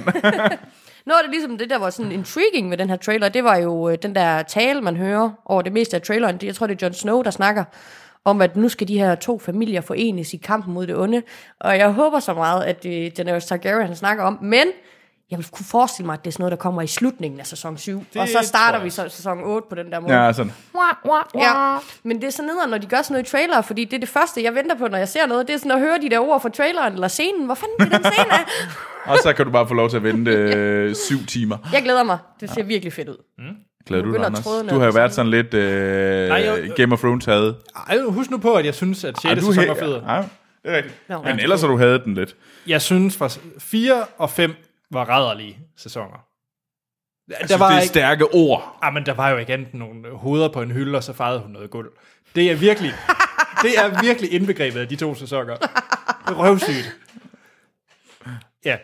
Speaker 2: nu er det ligesom det, der var sådan intriguing med den her trailer, det var jo øh, den der tale, man hører over det meste af traileren. Det- Jeg tror, det er Jon Snow, der snakker om, at nu skal de her to familier forenes i kampen mod det onde. Og jeg håber så meget, at det Daenerys Targaryen han snakker om, men jeg vil kunne forestille mig, at det er sådan noget, der kommer i slutningen af sæson 7. og så
Speaker 1: tror
Speaker 2: starter
Speaker 1: jeg.
Speaker 2: vi så sæson 8 på den der måde.
Speaker 3: ja, sådan.
Speaker 2: Ja, men det er sådan nederen, når de gør sådan noget i trailer, fordi det er det første, jeg venter på, når jeg ser noget. Det er sådan at høre de der ord fra traileren eller scenen. Hvor fanden er den scene af?
Speaker 3: Og så kan du bare få lov til at
Speaker 2: *laughs*
Speaker 3: vente øh, syv timer.
Speaker 2: Jeg glæder mig. Det ser virkelig fedt ud.
Speaker 3: Glæder du dig,
Speaker 2: begynder
Speaker 3: Anders?
Speaker 2: trådene
Speaker 3: Du har jo
Speaker 2: at
Speaker 3: været sådan lidt øh,
Speaker 1: Nej, jeg-
Speaker 3: Game of Thrones havde.
Speaker 1: Ej, husk nu på, at jeg synes, at 6.
Speaker 3: Ej, du
Speaker 1: sæson
Speaker 3: he-
Speaker 1: var fed.
Speaker 3: Ej, det er rigtigt.
Speaker 2: Nå.
Speaker 3: Men ellers har du havde den lidt.
Speaker 1: Jeg synes, at 4 og 5 var rædderlige sæsoner. Der, der, var
Speaker 3: Altså, det er
Speaker 1: ikke,
Speaker 3: stærke ord.
Speaker 1: ah, men der var jo ikke andet end nogle hoveder på en hylde, og så fejrede hun noget guld. Det er virkelig, *laughs* det er virkelig indbegrebet af de to sæsoner. Røvsygt. Ja.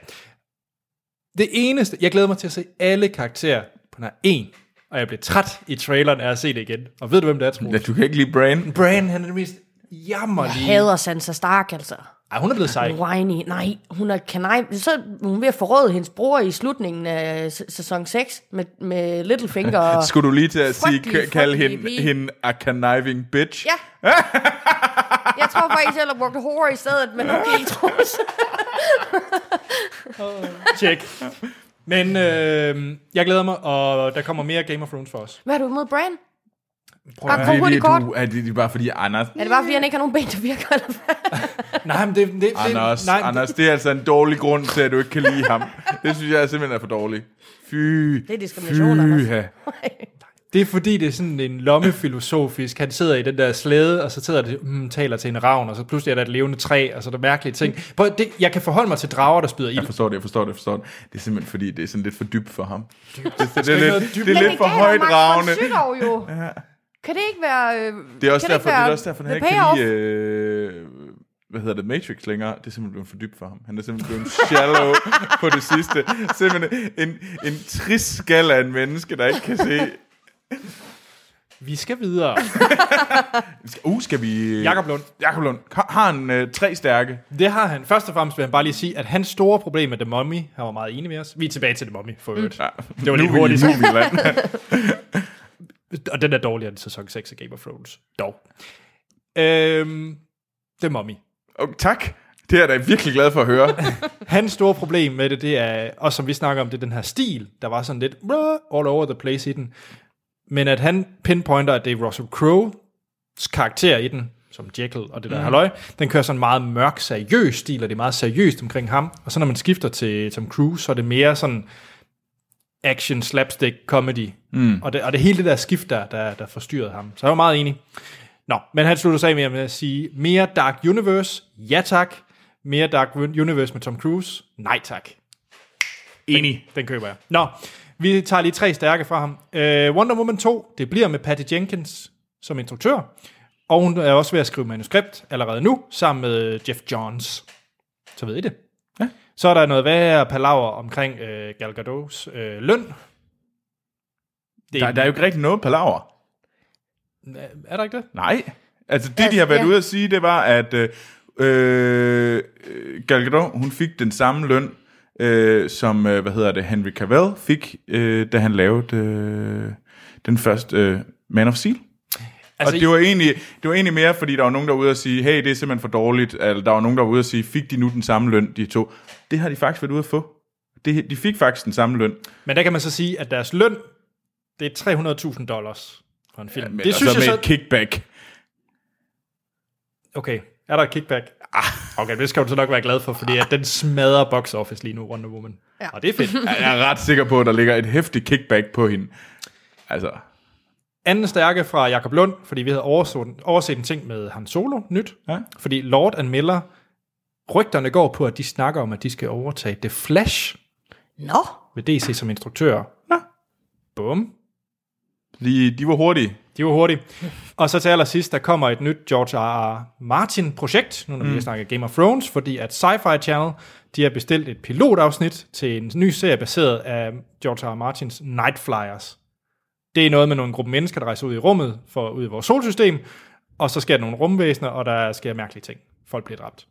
Speaker 1: Det eneste, jeg glæder mig til at se alle karakterer på nær en, og jeg blev træt i traileren af at se det igen. Og ved du, hvem det er, Troels?
Speaker 3: Ja, du kan ikke lide Brain.
Speaker 1: Bran, han er det mest
Speaker 2: Jeg
Speaker 1: jammerlige.
Speaker 2: hader Sansa Stark, altså.
Speaker 1: Ej, hun er blevet sej.
Speaker 2: Whiny. Nej, hun er kanaj. Så er hun ved at forråde hendes bror i slutningen af s- sæson 6 med, med
Speaker 3: *laughs*
Speaker 2: Littlefinger. og-
Speaker 3: Skulle du lige til at sige,
Speaker 2: Frygtelig,
Speaker 3: k- kalde
Speaker 2: frygtelig
Speaker 3: hende,
Speaker 2: pige.
Speaker 3: hende a conniving bitch?
Speaker 2: Ja. jeg tror faktisk, jeg brugte horror i stedet, men okay, Troels.
Speaker 1: Tjek. Men øh, jeg glæder mig, og der kommer mere Game of Thrones for os.
Speaker 2: Hvad er du imod Bran?
Speaker 1: Prøv at
Speaker 2: Bare
Speaker 1: høre.
Speaker 2: kom hurtigt kort.
Speaker 3: du, er det, det er bare fordi, Anders...
Speaker 2: Er det bare, fordi han ikke har nogen ben, der virker? Eller hvad?
Speaker 1: Nej, men det, det, det,
Speaker 3: Anders,
Speaker 1: nej,
Speaker 3: nej, Anders, det er altså en dårlig grund til, at du ikke kan lide ham. *laughs* Det synes jeg simpelthen er for dårligt. Fy. Det
Speaker 2: er diskrimination, Anders.
Speaker 1: Det er fordi, det er sådan en lommefilosofisk. Han sidder i den der slæde, og så sidder det, mm, taler til en ravn, og så pludselig er der et levende træ, og så er der mærkelige ting. Prøv, det, jeg kan forholde mig til drager, der spyder ild.
Speaker 3: Jeg forstår det, jeg forstår det, jeg forstår det. Det er simpelthen fordi, det er sådan lidt for dybt for ham. Det, det, det,
Speaker 1: ikke
Speaker 3: er
Speaker 1: noget
Speaker 3: lidt,
Speaker 1: dybt.
Speaker 3: det er
Speaker 2: Men
Speaker 3: lidt for
Speaker 2: gav dig
Speaker 3: højt
Speaker 2: Max von
Speaker 3: ravne.
Speaker 2: Sydow jo. Kan det ikke være... Øh,
Speaker 3: Det er også
Speaker 2: kan
Speaker 3: derfor, det
Speaker 2: ikke
Speaker 3: er
Speaker 2: være
Speaker 3: også derfor, han
Speaker 2: the
Speaker 3: ikke kan
Speaker 2: payoff?
Speaker 3: lide, øh, hvad hedder det, Matrix længere. Det er simpelthen blevet for dybt for ham. Han er simpelthen blevet shallow på det sidste. Simpelthen en, en trist skal af en menneske, der ikke kan se.
Speaker 1: Vi skal videre.
Speaker 3: Uh, skal vi...
Speaker 1: Jakob Lund.
Speaker 3: Jakob Lund. Har har han øh, tre stærke?
Speaker 1: Det har han. Først og fremmest vil han bare lige sige, at hans store problem med The Mummy, han var meget enig med os. Vi er tilbage til The Mummy, for øvrigt.
Speaker 3: Ja.
Speaker 1: Det var
Speaker 3: nu
Speaker 1: lidt
Speaker 3: er vi i
Speaker 1: hurtigt.
Speaker 3: Mumieland. *laughs*
Speaker 1: Og den er dårligere end sæson 6 af Game of Thrones. Dog. Øhm, The Mummy.
Speaker 3: Og tak. Det er jeg da virkelig glad for at
Speaker 1: *laughs*
Speaker 3: høre.
Speaker 1: Hans store problem med det, det er, og som vi snakker om, det er den her stil, der var sådan lidt "Bruh", all over the place i den. Men at han pinpointer, at det er Russell Crowe's karakter i den, som Jekyll og det der mm. halløj, den kører sådan en meget mørk, seriøs stil, og det er meget seriøst omkring ham. Og så når man skifter til Tom Cruise, så er det mere sådan action, slapstick, comedy. Mm. Og, det, og det hele det der skift, der, der, der forstyrrede ham. Så jeg var meget enig. Nå, men han slutter sig af med at sige, mere Dark Universe, ja tak. Mere Dark Universe med Tom Cruise, nej tak. Enig. Den, den køber jeg. Nå, vi tager lige tre stærke fra ham. Øh, Wonder Woman 2, det bliver med Patty Jenkins som instruktør. Og hun er også ved at skrive manuskript allerede nu, sammen med Jeff Johns. Så ved I det.
Speaker 3: Ja.
Speaker 1: Så er der noget værre palaver omkring øh, Gal Gadot's øh, løn. Det,
Speaker 3: Der, der er jo ikke rigtig noget palaver.
Speaker 1: er der ikke det?
Speaker 3: Nej. Altså det, de har været
Speaker 2: ja.
Speaker 3: ja. ude at sige, det var, at øh, øh, Gal Gadot, hun fik den samme løn, øh, som, øh, hvad hedder det, Henry Cavill fik, øh, da han lavede øh, den første øh, Man of Steel. Altså,
Speaker 1: Altså,
Speaker 3: og det var, egentlig, det var egentlig mere, fordi der var nogen, der var ude og sige, hey, det er simpelthen for dårligt. Eller der var nogen, der var ude og sige, fik de nu den samme løn, de to? Det har de faktisk været ude at få. Det, de fik faktisk den samme løn.
Speaker 1: Men der kan man så sige, at deres løn, det er 300.000 dollars for en film. Ja,
Speaker 3: Men
Speaker 1: det synes
Speaker 3: så
Speaker 1: jeg
Speaker 3: med
Speaker 1: så...
Speaker 3: et kickback.
Speaker 1: Okay, er der et kickback? Ah. Okay, det skal du så nok være glad for, fordi at den smadrer box office lige nu, Wonder Woman. Ja. Og det er fedt.
Speaker 3: Jeg er ret sikker på, at der ligger et hæftigt kickback på hende. Altså,
Speaker 1: Anden stærke fra Jakob Lund, fordi vi havde overset, overset en ting med Han Solo, nyt.
Speaker 3: Ja.
Speaker 1: Fordi Lord and Miller, rygterne går på, at de snakker om, at de skal overtage The Flash
Speaker 2: Nå,
Speaker 1: ved DC som instruktør.
Speaker 3: Nå.
Speaker 1: Bum.
Speaker 3: de, de var hurtige.
Speaker 1: De var hurtige. Og så til allersidst, der kommer et nyt George R. R. Martin-projekt, nu når mm. vi snakker Game of Thrones, fordi at Sci-Fi Channel, de har bestilt et pilotafsnit til en ny serie baseret af George R. R. Martins Night Flyers. Det er noget med nogle gruppe mennesker, der rejser ud i rummet, for ud i vores solsystem, og så sker der nogle rumvæsener, og der sker mærkelige ting. Folk bliver dræbt.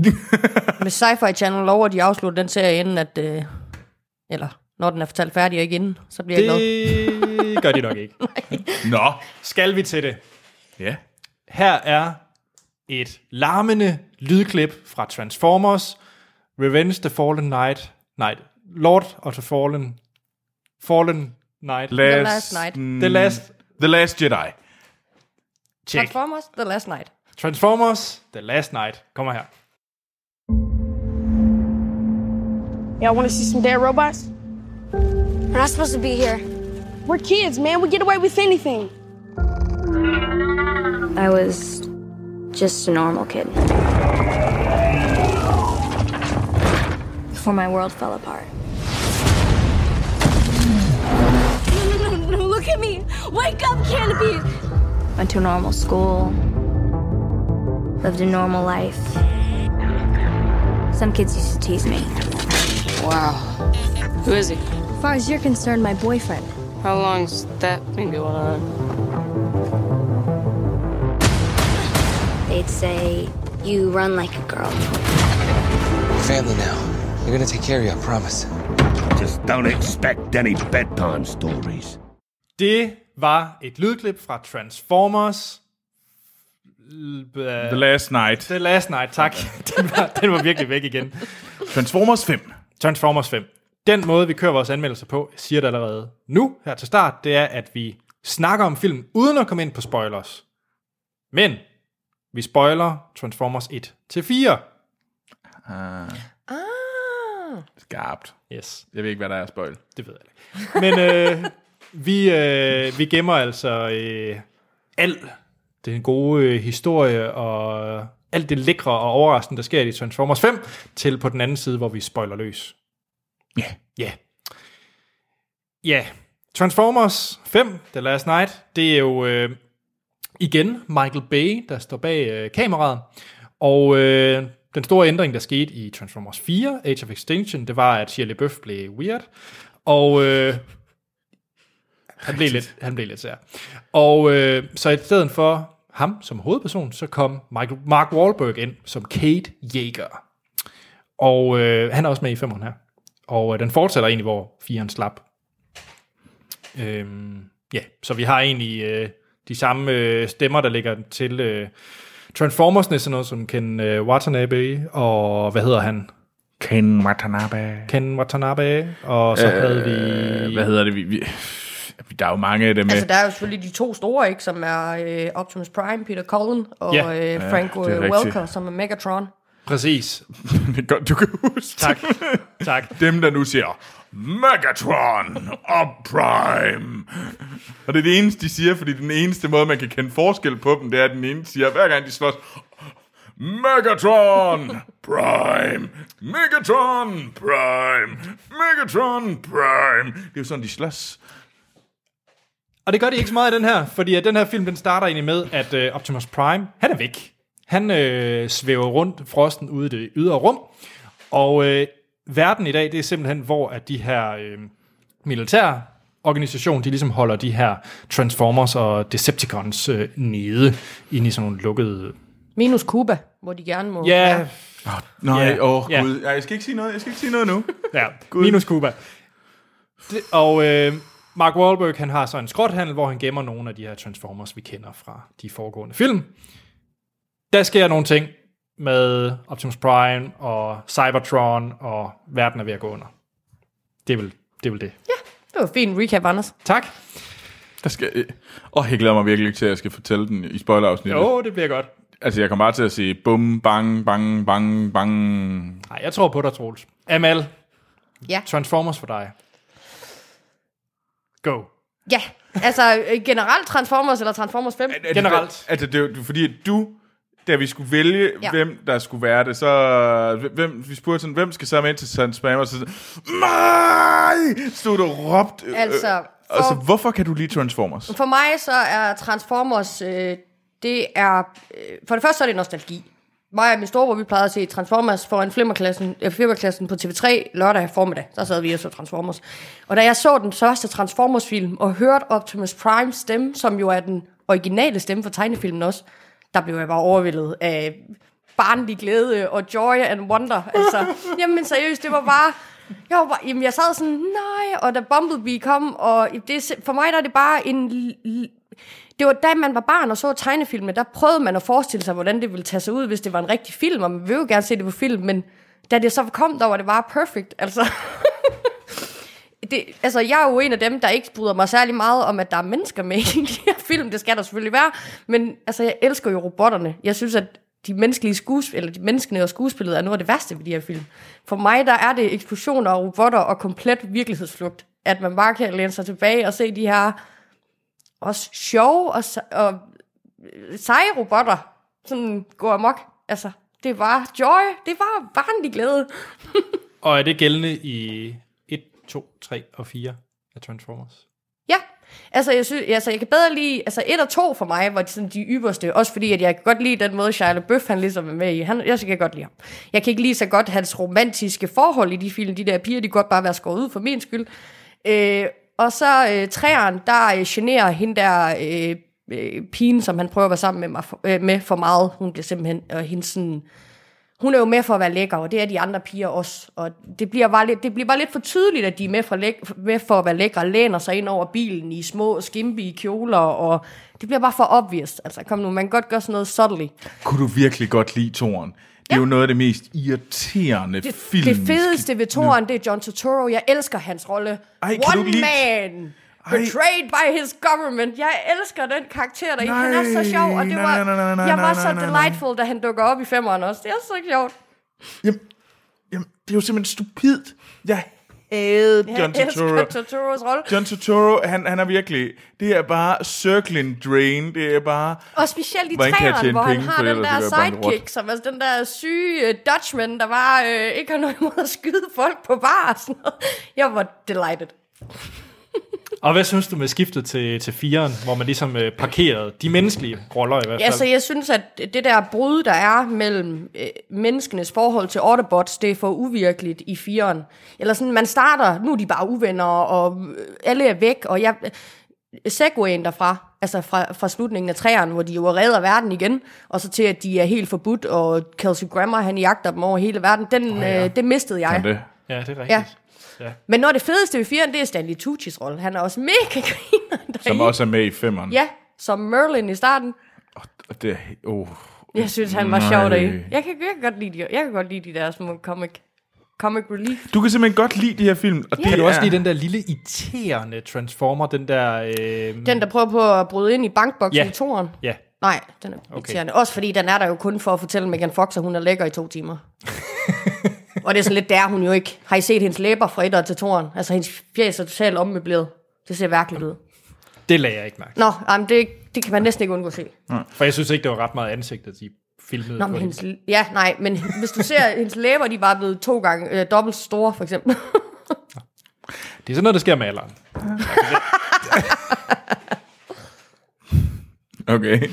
Speaker 3: øh-
Speaker 2: med Sci-Fi Channel lover, at de afslutter den serie inden, at... Øh, eller når den er fortalt færdig og ikke inden, så bliver jeg glad.
Speaker 1: Det gør de nok ikke.
Speaker 3: Nå.
Speaker 1: Skal vi til det?
Speaker 3: Ja.
Speaker 1: Her er et larmende lydklip fra Transformers, Revenge the Fallen Knight, nej, Lord of the Fallen, Fallen Knight, La-
Speaker 3: Last,
Speaker 2: Last Night.
Speaker 1: The Last,
Speaker 3: The Last Jedi.
Speaker 1: check.
Speaker 2: Transformers The Last Night.
Speaker 1: Transformers, The Last Night, kommer her.
Speaker 8: Y'all want to see some dead robots?
Speaker 9: We're not supposed to be here.
Speaker 8: We're kids, man. We get away with anything.
Speaker 9: I was just a normal kid. Before my world fell apart.
Speaker 8: No, no, no, no. Look at me. Wake up, Canopy.
Speaker 9: Went to a normal school. Lived a normal life. Some kids used to tease me.
Speaker 10: Who is he?
Speaker 9: As far as you're concerned, my boyfriend.
Speaker 10: How long's that been going on?
Speaker 9: They'd say, You run like a girl.
Speaker 11: Family now. We're gonna take care of you, I promise.
Speaker 4: Just don't expect any bedtime stories.
Speaker 1: Det var et lydklip fra Transformers, The
Speaker 3: Last Night.
Speaker 1: øh, The Last Night, tak. *laughs* Den var, den var virkelig væk igen.
Speaker 3: Transformers 5.
Speaker 1: Transformers 5. Den måde, vi kører vores anmeldelser på, jeg siger det allerede nu, her til start, det er, at vi snakker om filmen uden at komme ind på spoilers. Men vi spoiler Transformers 1-4.
Speaker 3: Skarpt.
Speaker 1: Yes.
Speaker 3: Jeg ved ikke, hvad der er at spoil.
Speaker 1: Det ved jeg ikke. Men øh, vi, øh, vi gemmer altså øh, al den gode øh, historie og øh, alt det lækre og overraskende, der sker i Transformers 5, til på den anden side, hvor vi spoiler løs. Ja. Yeah. Ja. Yeah. Transformers 5, The Last Night, det er jo øh, igen Michael Bay, der står bag øh, kameraet. Og øh, den store ændring, der skete i Transformers 4, Age of Extinction, det var, at Shia LaBeouf blev weird. Og øh, han, blev lidt, han blev lidt sær. Og øh, så i stedet for ham som hovedperson, så kom Michael, Mark Wahlberg ind som Kate Yeager. Og øh, han er også med i femmeren her. Og øh, den fortsætter egentlig, hvor firen slap. Øhm, ja, så vi har egentlig øh, de samme øh, stemmer, der ligger til øh, Transformersne, sådan noget som Ken øh, Watanabe, og hvad hedder han?
Speaker 3: Ken Watanabe.
Speaker 1: Ken Watanabe, og så øh, havde vi...
Speaker 3: Hvad hedder det? Vi, vi, der er jo mange af dem.
Speaker 2: Altså,
Speaker 3: Altså,
Speaker 2: der er jo selvfølgelig de to store, ikke, som er øh, Optimus Prime, Peter Cullen, og
Speaker 1: Ja.
Speaker 2: øh, Frank
Speaker 3: det er
Speaker 2: øh,
Speaker 3: rigtigt.
Speaker 2: Welker, som er Megatron.
Speaker 1: Præcis.
Speaker 3: det er godt, du kan huske.
Speaker 1: Tak.
Speaker 3: *laughs*
Speaker 1: tak.
Speaker 3: Dem, der nu siger, Megatron og Prime. Og det er det eneste, de siger, fordi den eneste måde, man kan kende forskel på dem, det er, at den ene siger, hver gang de slås, Megatron Prime, Megatron Prime, Megatron Prime. Det er jo sådan, de slås.
Speaker 1: Og det gør de ikke så meget i den her, fordi at den her film, den starter egentlig med, at øh, Optimus Prime, han er væk. Han øh, svæver rundt frosten ude i det ydre rum, og øh, verden i dag, det er simpelthen, hvor at de her øh, militære organisation, de ligesom holder de her Transformers og Decepticons øh, nede inde i sådan nogle lukkede...
Speaker 2: Minus Cuba, hvor de gerne må...
Speaker 1: Ja,
Speaker 3: Nej,
Speaker 1: Ja,
Speaker 3: åh
Speaker 1: ja.
Speaker 3: yeah, gud. Ja, jeg skal ikke sige noget, jeg skal ikke sige noget nu.
Speaker 1: Ja, minus Cuba. Det, og øh, Mark Wahlberg, han har så en skrothandel, hvor han gemmer nogle af de her Transformers, vi kender fra de foregående film. Der sker nogle ting med Optimus Prime og Cybertron, og verden er ved at gå under. Det er vel det. Er vel det.
Speaker 2: Det var fint recap, Anders.
Speaker 1: Tak.
Speaker 3: Der skal, øh, åh, jeg glæder mig virkelig ikke til, at jeg skal fortælle den i spoilerafsnittet.
Speaker 1: Jo, det bliver godt.
Speaker 3: Altså, jeg kommer bare til at sige, bum, bang, bang, bang, bang.
Speaker 1: Nej, jeg tror på dig, Troels. Amal,
Speaker 2: Ja.
Speaker 1: Transformers for dig. Go.
Speaker 2: Ja, altså øh, generelt Transformers eller Transformers 5.
Speaker 3: Er det-
Speaker 1: Generelt.
Speaker 3: Altså, det er jo fordi, at du, da vi skulle vælge, ja.
Speaker 2: Ja.
Speaker 3: hvem der skulle være det, så... Hvem, vi spurgte sådan, hvem skal så med til Sans Spammer? Så sådan, nej! Stod du og råbte. øh,
Speaker 2: Altså,
Speaker 3: øh, altså,
Speaker 2: for-
Speaker 3: hvorfor kan du lide Transformers?
Speaker 2: For mig så er Transformers, øh, det er, øh, for det første så er det nostalgi. Mig og min storebror, vi plejede at se Transformers foran flimmerklassen, øh, flimmerklassen på TV3 lørdag formiddag. Der sad vi og så Transformers. Og da jeg så den første Transformers-film og hørte Optimus Prime stemme, som jo er den originale stemme for tegnefilmen også, der blev jeg bare overvældet af barnlig glæde og joy and wonder. Altså, jamen seriøst, det var bare... Jeg, var bare, jamen, jeg sad sådan, nej, og da Bumblebee kom, og det, er sim- for mig der er det bare en... l- l- Det var da man var barn og så tegnefilmen, der prøvede man at forestille sig, hvordan det ville tage sig ud, hvis det var en rigtig film, og man vil jo gerne se det på film, men da det så kom, der var det bare perfect, altså. det, altså, jeg er jo en af dem, der ikke bryder mig særlig meget om, at der er mennesker med *laughs* i de her film. Det skal der selvfølgelig være. Men altså, jeg elsker jo robotterne. Jeg synes, at de menneskelige skuespil, eller de menneskene og skuespillet er noget af det værste ved de her film. For mig, der er det eksplosioner og robotter og komplet virkelighedsflugt. At man bare kan læne sig tilbage og se de her også sjove og, se- og øh, seje robotter sådan gå amok. Altså, det var joy. Det var barnlig glæde.
Speaker 1: Og er det gældende i 1, 2, 3 og 4 af Transformers?
Speaker 2: Ja, altså jeg, synes, altså jeg kan bedre lide, altså et og to for mig var sådan de ypperste, også fordi at jeg kan godt lide den måde, Shia LaBeouf han ligesom er med i. Han, jeg kan godt lide ham. Jeg kan ikke lide så godt hans romantiske forhold i de film, de der piger, de kan godt bare være skåret ud for min skyld. Øh, og så øh, træeren, der øh, generer hende der øh, øh, pigen, som han prøver at være sammen med, mig for, øh, med for meget. Hun bliver simpelthen, og hendes sådan, hun er jo med for at være lækker, og det er de andre piger også. Og det bliver bare lidt, det bliver bare lidt for tydeligt, at de er med for, læk, med for at være lækre, og læner sig ind over bilen i små skimpe kjoler, og det bliver bare for obvious. Altså, kom nu, man kan godt gøre sådan noget subtly.
Speaker 3: Kunne du virkelig godt lide toren? Det er ja. jo noget af det mest irriterende
Speaker 2: Det,
Speaker 3: film.
Speaker 2: det fedeste ved toren, det er John Turturro. Jeg elsker hans rolle.
Speaker 3: Ej, kan du
Speaker 2: One
Speaker 3: ikke lide-
Speaker 2: man!
Speaker 3: Ej.
Speaker 2: Betrayed by his government. Jeg elsker den karakter der. Han er så sjov, og det
Speaker 3: Nej,
Speaker 2: var,
Speaker 3: nej, nej, nej, nej,
Speaker 2: jeg var
Speaker 3: nej,
Speaker 2: så
Speaker 3: nej, nej, nej.
Speaker 2: delightful, da han dukker op i femmeren også. Det er så sjovt.
Speaker 3: Jamen, jamen, det er jo simpelthen stupidt. Jeg havde John
Speaker 2: Jeg elsker
Speaker 3: Turturro.
Speaker 2: Turturros rolle.
Speaker 3: John Turturro, han, han er virkelig... Det er bare circling drain. Det er bare...
Speaker 2: Og specielt i
Speaker 3: Hvordan kan jeg
Speaker 2: træerne,
Speaker 3: tjene
Speaker 2: hvor han
Speaker 3: penge,
Speaker 2: har
Speaker 3: for
Speaker 2: den
Speaker 3: ellers
Speaker 2: der
Speaker 3: så bliver jeg bankerot?
Speaker 2: sidekick, som altså den der syge uh, Dutchman, der var øh, ikke har noget imod at skyde folk på bar og sådan noget. Jeg var delighted.
Speaker 1: Og hvad synes du med skiftet til, til firen, hvor man ligesom øh, parkerede de menneskelige roller i hvert
Speaker 2: Ja,
Speaker 1: fald?
Speaker 2: så jeg synes, at det der brud, der er mellem øh, menneskenes forhold til Autobots, det er for uvirkeligt i firen. Eller sådan, man starter, nu er de bare uvenner, og øh, alle er væk, og jeg... Segwayen derfra, altså fra, fra slutningen af træerne, hvor de jo redder verden igen, og så til, at de er helt forbudt, og Kelsey Grammer, han jagter dem over hele verden, den, oh, ja. øh, det mistede jeg.
Speaker 3: Sådan det.
Speaker 1: ja det er rigtigt.
Speaker 2: Ja.
Speaker 1: Ja.
Speaker 2: Men når det fedeste ved firen, det er Stanley Tucci's rolle. Han er også mega *laughs* griner
Speaker 3: Som
Speaker 2: deri.
Speaker 3: også er med i femmeren.
Speaker 2: Ja, som Merlin i starten.
Speaker 3: Og Det er, oh.
Speaker 2: Jeg synes, han var sjov
Speaker 3: Nej.
Speaker 2: deri. Jeg kan, jeg kan godt lide de, jeg kan godt lide de der små comic, comic relief.
Speaker 3: Du kan simpelthen godt lide de her film. Og det
Speaker 1: Kan du også
Speaker 3: er-
Speaker 1: lide den der lille irriterende Transformer, den der... Øh,
Speaker 2: Den, der prøver på at bryde ind i bankboksen
Speaker 1: Ja.
Speaker 2: i toren.
Speaker 1: ja,
Speaker 2: Nej, den er okay. irriterende. Også fordi den er der jo kun for at fortælle Megan Fox, at hun er lækker i to timer. og det er sådan lidt der, hun jo ikke. Har I set hendes læber fra etter til toren? Altså, hendes fjæs er totalt ommøbleret. Det ser værkeligt ud.
Speaker 1: det lagde jeg ikke mærke. til.
Speaker 2: Nå, jamen, det, det kan man næsten ikke undgå at se.
Speaker 1: For jeg synes ikke, det var ret meget ansigtet, de filmede.
Speaker 2: Nå,
Speaker 1: på
Speaker 2: men
Speaker 1: hende.
Speaker 2: hendes, ja, nej, men hvis du ser, hendes læber, de er bare blevet to gange øh, dobbelt store, for eksempel.
Speaker 1: Det er sådan noget, der sker med alderen.
Speaker 3: Okay.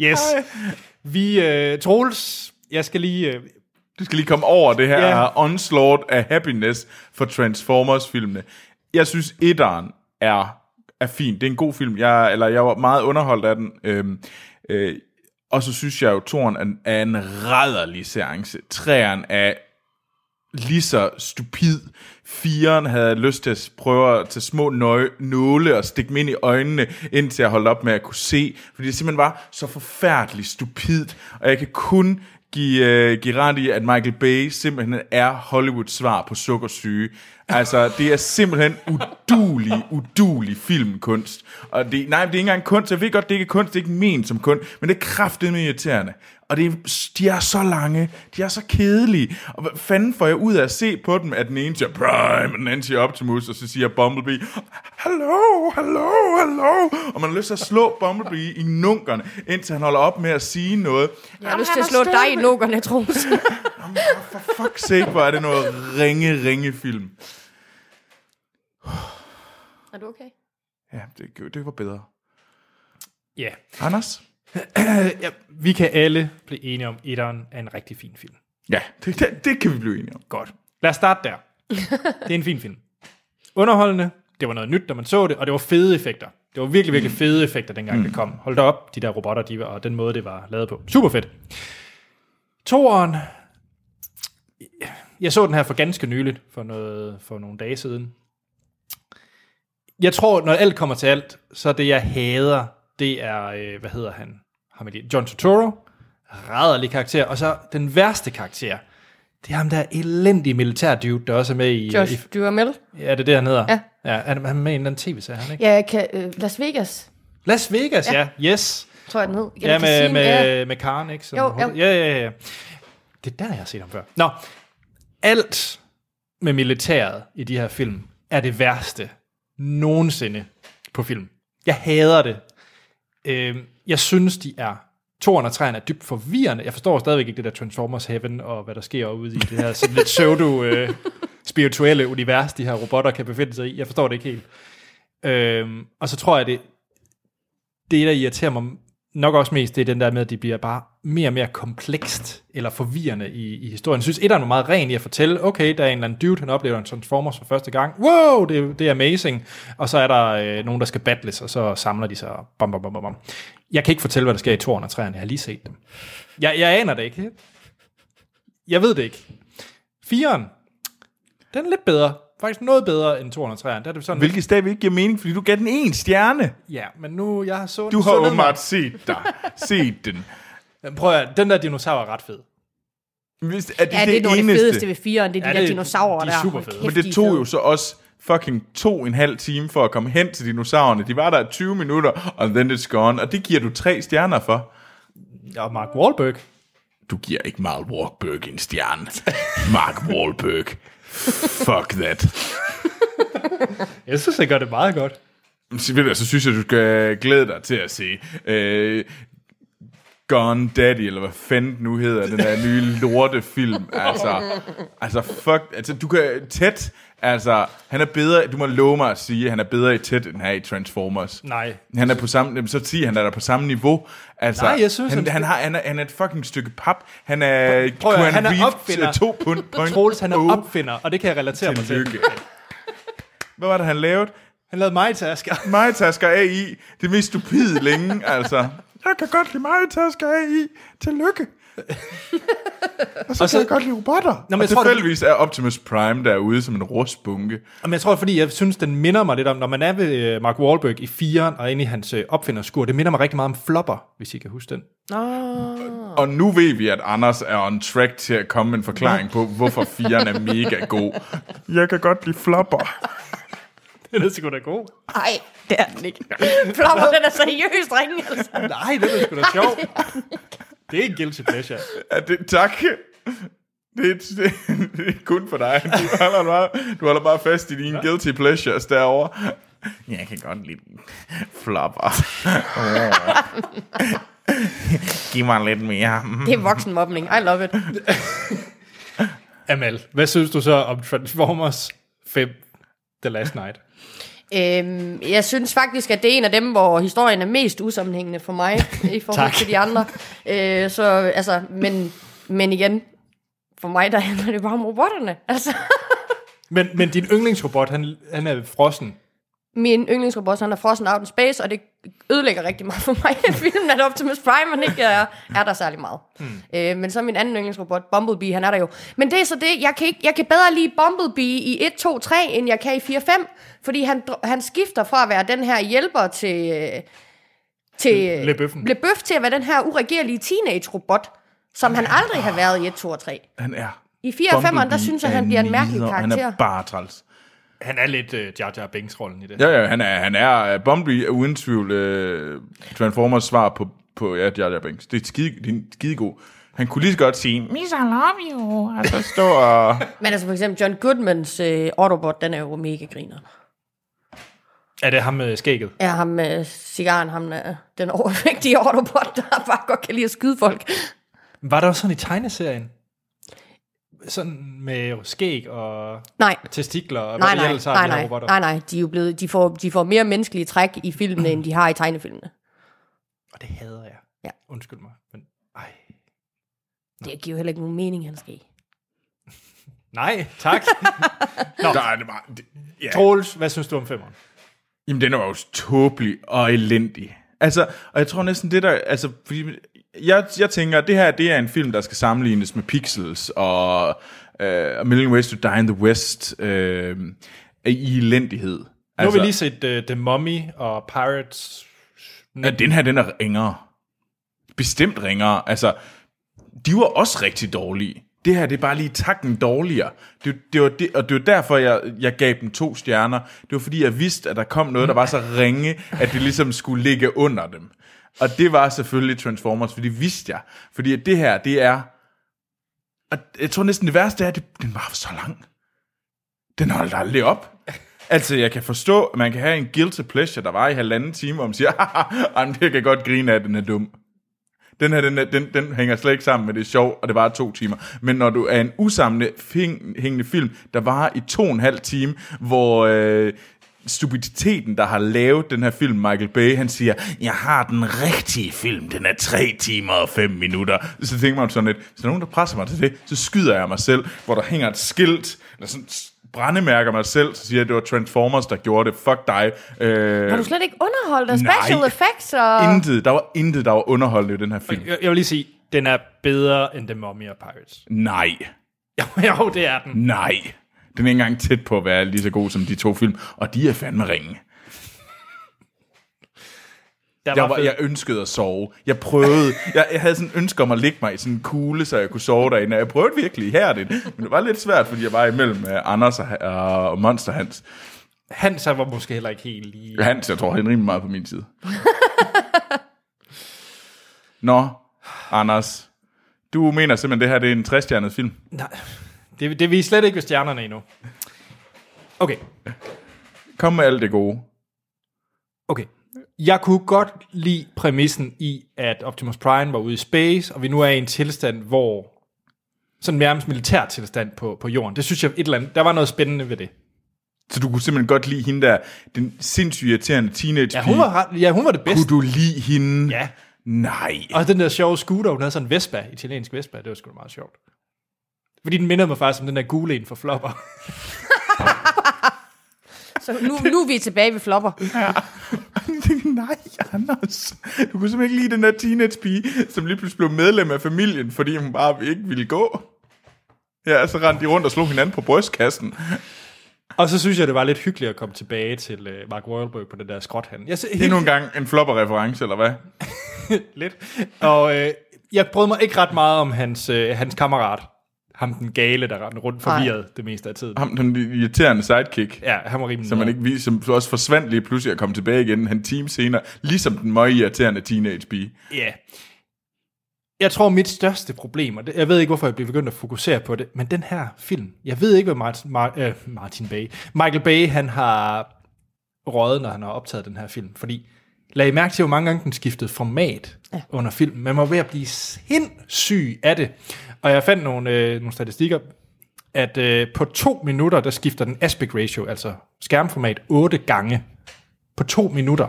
Speaker 1: Yes. Vi, øh, Troels, jeg skal lige... Øh,
Speaker 3: Du skal lige komme over det her
Speaker 1: Ja.
Speaker 3: yeah. onslaught af happiness for Transformers-filmene. Jeg synes, etteren er, er fin. Det er en god film. Jeg, eller jeg var meget underholdt af den. Øhm, øh, og så synes jeg jo, toren er, er en rædderlig seance. Træeren er lige så stupid. Firen havde lyst til at prøve at tage små nøg- nåle og stikke dem ind i øjnene, indtil jeg holdt op med at kunne se. Fordi det simpelthen var så forfærdeligt stupidt. Og jeg kan kun give, uh, give ret i, at Michael Bay simpelthen er Hollywoods svar på sukkersyge. Altså, det er simpelthen udulig, udulig filmkunst. Og det, nej, det er ikke engang kunst. Jeg ved godt, det ikke er kunst. Det er ikke ment som kunst. Men det er kraftedeme irriterende. Og det er, de er så lange. De er så kedelige. Og hvad fanden får jeg ud af at se på dem, at den ene siger Prime, og den anden siger Optimus, og så siger Bumblebee, Hallo, hallo, hallo. Og man har lyst til at slå Bumblebee i nunkerne, indtil han holder op med at sige noget.
Speaker 2: Jeg har lyst til at slå dig i nukkerne, Troels.
Speaker 3: For fuck's sake, hvor er det noget ringe, ringe film.
Speaker 2: er du okay?
Speaker 3: Ja, det, det var bedre.
Speaker 1: ja,
Speaker 3: Anders?
Speaker 1: vi kan alle blive enige om, at etteren er en rigtig fin film.
Speaker 3: Ja, det, det, det kan vi blive enige om.
Speaker 1: Godt. Lad os
Speaker 2: *laughs*
Speaker 1: starte der. Det er en fin film. Underholdende. Det var noget nyt, da man så det, og det var fede effekter. Det var virkelig, virkelig fede effekter, dengang mm. det kom. Hold da op, de der robotter, de var, og den måde, det var lavet på. Super fedt. Toren. Jeg så den her for ganske nyligt, for, noget, for nogle dage siden. Jeg tror, når alt kommer til alt, så er det, jeg hader, det er, øh, hvad hedder han? Ham i det- John Turturro. Ræderlig karakter. Og så den værste karakter, det er ham der elendige militærdude, der også er med i...
Speaker 2: Josh
Speaker 1: i
Speaker 2: Duhamel?
Speaker 1: ja, det er det, han hedder.
Speaker 2: Ja.
Speaker 1: ja han, han er med i en eller anden tv-serie, er han ikke?
Speaker 2: Ja, jeg kan, øh, Las Vegas,
Speaker 1: Ja. Las Vegas, ja. ja. Yes.
Speaker 2: tror jeg den hed. Jeg
Speaker 1: Ja,
Speaker 2: kan sige,
Speaker 1: med,
Speaker 2: ja.
Speaker 1: med, med Karen, ikke? Som
Speaker 2: Jo,
Speaker 1: hoved-
Speaker 2: jo.
Speaker 1: Ja, ja, ja. Det er der, jeg har set ham før. Nå, alt med militæret i de her film er det værste nogensinde på film. Jeg hader det. Øhm, jeg synes, de er... Toren og træerne er dybt forvirrende. Jeg forstår stadigvæk ikke det der Transformers Heaven, og hvad der sker ude i det her sådan lidt pseudo... Øh, spirituelle univers, de her robotter kan befinde sig i. Jeg forstår det ikke helt. Øhm, og så tror jeg, det, det, der irriterer mig nok også mest, det er den der med, at de bliver bare mere og mere komplekst eller forvirrende i, i historien. Jeg synes, etteren var meget ren i at fortælle, okay, der er en eller anden dude, han oplever en Transformers for første gang. Wow, det, det er amazing. Og så er der øh, nogen, der skal battles, og så samler de sig. og Bam, bam, bam, bam. bam. Jeg kan ikke fortælle, hvad der sker i toren og træerne. Jeg har lige set dem. Jeg, jeg aner det ikke. Jeg ved det ikke. Firen, den er lidt bedre. Faktisk noget bedre end 203'eren. Der er det sådan,
Speaker 3: Hvilket stadigvæk giver mening, fordi du gav den en stjerne.
Speaker 1: Ja, men nu jeg har så
Speaker 3: Du har
Speaker 1: sundet mig.
Speaker 3: åbenbart set dig. set den.
Speaker 1: Jamen, Prøv at, høre, den der dinosaur er ret fed.
Speaker 3: Hvis, er det,
Speaker 2: Ja, det, er nogle af de fedeste ved firen, det er de
Speaker 1: Ja,
Speaker 2: der
Speaker 1: det-
Speaker 2: dinosaurer
Speaker 1: de
Speaker 2: der.
Speaker 1: er super
Speaker 2: Hold
Speaker 1: fede.
Speaker 2: kæft,
Speaker 3: Men
Speaker 2: de er
Speaker 3: det tog
Speaker 2: fede.
Speaker 3: jo så også fucking to en halv time for at komme hen til dinosaurerne. De var der i 20 minutter, og then it's gone. Og det giver du tre stjerner for.
Speaker 1: Og Mark Wahlberg.
Speaker 3: Du giver ikke Mark Wahlberg en stjerne. Mark Wahlberg. Fuck that.
Speaker 1: Jeg synes, jeg gør det meget godt.
Speaker 3: Så, *laughs* ved du, hvad, så synes jeg, du skal glæde dig til at se øh, Gone Daddy, eller hvad fanden den nu hedder, den der nye lortefilm. Altså, altså fuck, altså du kan tæt, altså han er bedre, du må love mig at sige, at han er bedre i tæt, end her i Transformers.
Speaker 1: Nej.
Speaker 3: Han er på samme, jamen, så siger han, at han er på samme niveau. Altså,
Speaker 1: Nej, jeg synes,
Speaker 3: han,
Speaker 1: han-
Speaker 3: han, har, han, er, han er et fucking stykke pap. Han er,
Speaker 1: Prøv at høre,
Speaker 3: Keanu
Speaker 1: han er
Speaker 3: Reeves,
Speaker 1: opfinder.
Speaker 3: øh, To pund, point.
Speaker 1: Troels, han er
Speaker 3: oh,
Speaker 1: opfinder, og det kan jeg relatere mig til.
Speaker 3: Tillykke. Hvad var det, han lavede?
Speaker 1: Han lavede mig tasker.
Speaker 3: Majtasker AI, det mest stupide længe, altså. Jeg kan godt lide majtasker AI. Tillykke. Og så, og så kan jeg godt lide robotter. Nå,
Speaker 1: men
Speaker 3: men og
Speaker 1: jeg tror, det-
Speaker 3: tilfældigvis er Optimus Prime derude som en rustbunke.
Speaker 1: Men jeg tror, fordi jeg synes, den minder mig lidt om, når man er ved øh, Mark Wahlberg i 4'eren og inde i hans øh, opfinderskur, det minder mig rigtig meget om Flopper, hvis I kan huske den.
Speaker 3: Og nu ved vi, at Anders er on track til at komme med en forklaring på, hvorfor firen er mega god. Jeg kan godt lide flopper.
Speaker 1: Den er sgu da god.
Speaker 2: Ej, det er den ikke. Flopper, den er seriøst ringe, altså.
Speaker 1: Nej, den er sgu da sjov. Det er ikke guilty pleasure.
Speaker 3: Er det, tak. Det er, det, det er kun for dig. Du holder bare, du holder bare fast i dine ja. guilty pleasures derovre. Jeg kan godt lide flopper. *laughs* Giv mig lidt mere.
Speaker 2: Det er voksenmobning. I love it.
Speaker 1: Amal, hvad synes du så om Transformers 5 The Last Night?
Speaker 2: Øhm, jeg synes faktisk, at det er en af dem, hvor historien er mest usammenhængende for mig i forhold
Speaker 1: Tak.
Speaker 2: til de andre. Øh, så, altså, men, men igen, for mig der handler det bare om robotterne. Altså,
Speaker 1: Men, men din yndlingsrobot, han, han er frossen.
Speaker 2: min yndlingsrobot, han er Frozen Out in Space, og det ødelægger rigtig meget for mig *laughs* i filmen, at Optimus Prime han ikke er, er der særlig meget. Mm. Øh, men så min anden yndlingsrobot, Bumblebee, han er der jo. Men det er så det, jeg kan, ikke, jeg kan bedre lide Bumblebee i 1, 2, 3, end jeg kan i 4, 5, fordi han, dr- han skifter fra at være den her hjælper til... øh, til
Speaker 1: Le Bøffen.
Speaker 2: Lebøf til at være den her uregerlige teenage-robot, som han aldrig har været i 1, 2 og 3.
Speaker 3: Han er.
Speaker 2: I 4 og 5'eren, der synes jeg, han bliver en mærkelig
Speaker 3: Han
Speaker 2: karakter.
Speaker 3: er bare træls.
Speaker 1: Han er lidt uh, Jar Jar Binks-rollen i det.
Speaker 3: Ja, ja, han er, han er uh, Bumblebee er uden tvivl uh, Transformers svar på, på ja, Jar Jar Binks. Det er skide, det er skidegod. Han kunne lige så godt sige, Miss, I love you, og så stå og...
Speaker 2: Men altså for eksempel John Goodmans øh, Autobot, den er jo mega griner.
Speaker 1: Er det ham med skægget?
Speaker 2: er ham med cigaren, ham øh, den overvægtige Autobot, der bare godt kan lide at skyde folk.
Speaker 1: Var der også sådan i tegneserien? Sådan med skæg og
Speaker 2: Nej,
Speaker 1: testikler og
Speaker 2: nej,
Speaker 1: hvad
Speaker 2: nej,
Speaker 1: ellers har
Speaker 2: nej,
Speaker 1: de her
Speaker 2: nej,
Speaker 1: robotter?
Speaker 2: nej, nej, de, er jo blevet, de, får, de får mere menneskelige træk i filmene, end de har i tegnefilmene.
Speaker 1: Og det hader jeg.
Speaker 2: Ja.
Speaker 1: Undskyld mig. Men, ej.
Speaker 2: Det giver jo heller ikke nogen mening, han skal i.
Speaker 1: Øh, Nej, tak. *laughs*
Speaker 3: Der er det bare... Det, ja.
Speaker 1: Troels, hvad synes du om femmeren?
Speaker 3: Jamen, den var jo tåbelig og elendig. Altså, og jeg tror næsten det der, altså, fordi jeg, jeg tænker, at det her, det er en film, der skal sammenlignes med Pixels og uh, A Million Ways to Die in the West øh, i elendighed.
Speaker 1: Nu har
Speaker 3: Altså,
Speaker 1: vi lige set uh, The Mummy og Pirates.
Speaker 3: ja, den her, den er ringere. Bestemt ringere. Altså, de var også rigtig dårlige. Det her, det er bare lige takken dårligere. Det, det var det, og det var derfor, jeg, jeg gav dem to stjerner. Det var fordi, jeg vidste, at der kom noget, der var så ringe, at det ligesom skulle ligge under dem. Og det var selvfølgelig Transformers, fordi det vidste jeg. Fordi at det her, det er... Og jeg tror næsten det værste er, at det, den var så lang. Den holdt aldrig op. Altså, jeg kan forstå, at man kan have en guilty pleasure, der var i halvanden time, og man siger, *laughs* "Ej, men jeg kan godt grine af, at den er dum den her, den, er- den, den hænger slet ikke sammen med det er sjov, og det var to timer. Men når du er en usammenhængende film, der var i to og en halv time, hvor øh, stupiditeten, der har lavet den her film, Michael Bay, han siger, jeg har den rigtige film, den er 3 timer og 5 minutter. Så tænker man sådan lidt, hvis der er nogen, der presser mig til det, så skyder jeg mig selv, hvor der hænger et skilt, eller sådan brændemærker mig selv, så siger jeg, at det var Transformers, der gjorde det. Fuck dig. Øh,
Speaker 2: Har du slet ikke underholdt af
Speaker 3: Nej.
Speaker 2: special effects? Og...
Speaker 3: Intet. Der var intet, der var underholdende i den her film.
Speaker 1: Jeg, jeg vil lige sige, den er bedre end The Mummy og Pirates. *laughs*
Speaker 3: Nej.
Speaker 1: jo, det er den.
Speaker 3: Nej. Den er ikke engang tæt på at være lige så god som de to film. Og de er fandme ringe.
Speaker 1: Der var
Speaker 3: Jeg, var,
Speaker 1: fed.
Speaker 3: jeg ønskede at sove. Jeg prøvede. Jeg, jeg havde sådan en ønske om at ligge mig i sådan en kugle, så jeg kunne sove derinde. Og Jeg prøvede virkelig ihærdigt. Men det var lidt svært, fordi jeg var imellem øh, Anders og, og Monster Hans.
Speaker 1: Hans han var måske heller ikke helt lige...
Speaker 3: Hans, jeg tror, han er rimelig meget på
Speaker 1: *laughs*
Speaker 3: min side. Nå, Anders. Du mener simpelthen, det her det er en 60 film.
Speaker 1: Nej, det, det vi slet ikke ved stjernerne endnu. Okay,
Speaker 3: Kom med alt det gode.
Speaker 1: okay. Jeg kunne godt lide præmissen i, at Optimus Prime var ude i space, og vi nu er i en tilstand, hvor sådan nærmest militær tilstand på, på jorden. Det synes jeg et eller andet, der var noget spændende ved det.
Speaker 3: Så du kunne simpelthen godt lide hende der, den sindssygt irriterende teenage
Speaker 1: Ja, hun var, ret- ja, hun var det bedste.
Speaker 3: Kunne du lide hende?
Speaker 1: Ja.
Speaker 3: Nej. *laughs*
Speaker 1: Og den der sjove scooter, hun havde sådan en Vespa, italiensk Vespa, det var sgu da meget sjovt. Fordi den mindede mig faktisk om den der gule en for flopper. *laughs*
Speaker 2: Så nu, nu er vi tilbage ved flopper.
Speaker 3: Jeg tænkte, Nej, Anders. Du kunne simpelthen ikke lide den der teenage pige, som lige pludselig blev medlem af familien, fordi hun bare ikke ville gå. Ja, så rendte de rundt og slog hinanden på brystkassen.
Speaker 1: og så synes jeg, det var lidt hyggeligt at komme tilbage til øh, Mark Wahlberg på den der skråthandel. Jeg,
Speaker 3: Endnu en gang en flopper-reference, eller hvad?
Speaker 1: lidt. Og øh, jeg brød mig ikke ret meget om hans, øh, hans kammerat. Ham den gale, der rendte rundt forvirret det meste af tiden.
Speaker 3: Ham, den irriterende sidekick.
Speaker 1: Ja, han var rimelig
Speaker 3: Som, man ikke, vis- som også forsvandt lige pludselig og kom tilbage igen en time senere, ligesom den møg irriterende teenage pige.
Speaker 1: Ja. Jeg tror, mit største problem, og det, jeg ved ikke, hvorfor jeg blev begyndt at fokusere på det, men den her film, jeg ved ikke, hvad Martin, Mar, øh, Martin Bay, Michael Bay, han har røget, når han har optaget den her film, fordi lag I mærke til, hvor mange gange den skiftede format ja. under filmen. Man var ved at blive sindssyg af det. Og jeg fandt nogle, øh, nogle statistikker, at øh, på to minutter, der skifter den aspect ratio, altså skærmformat, otte gange. På to minutter.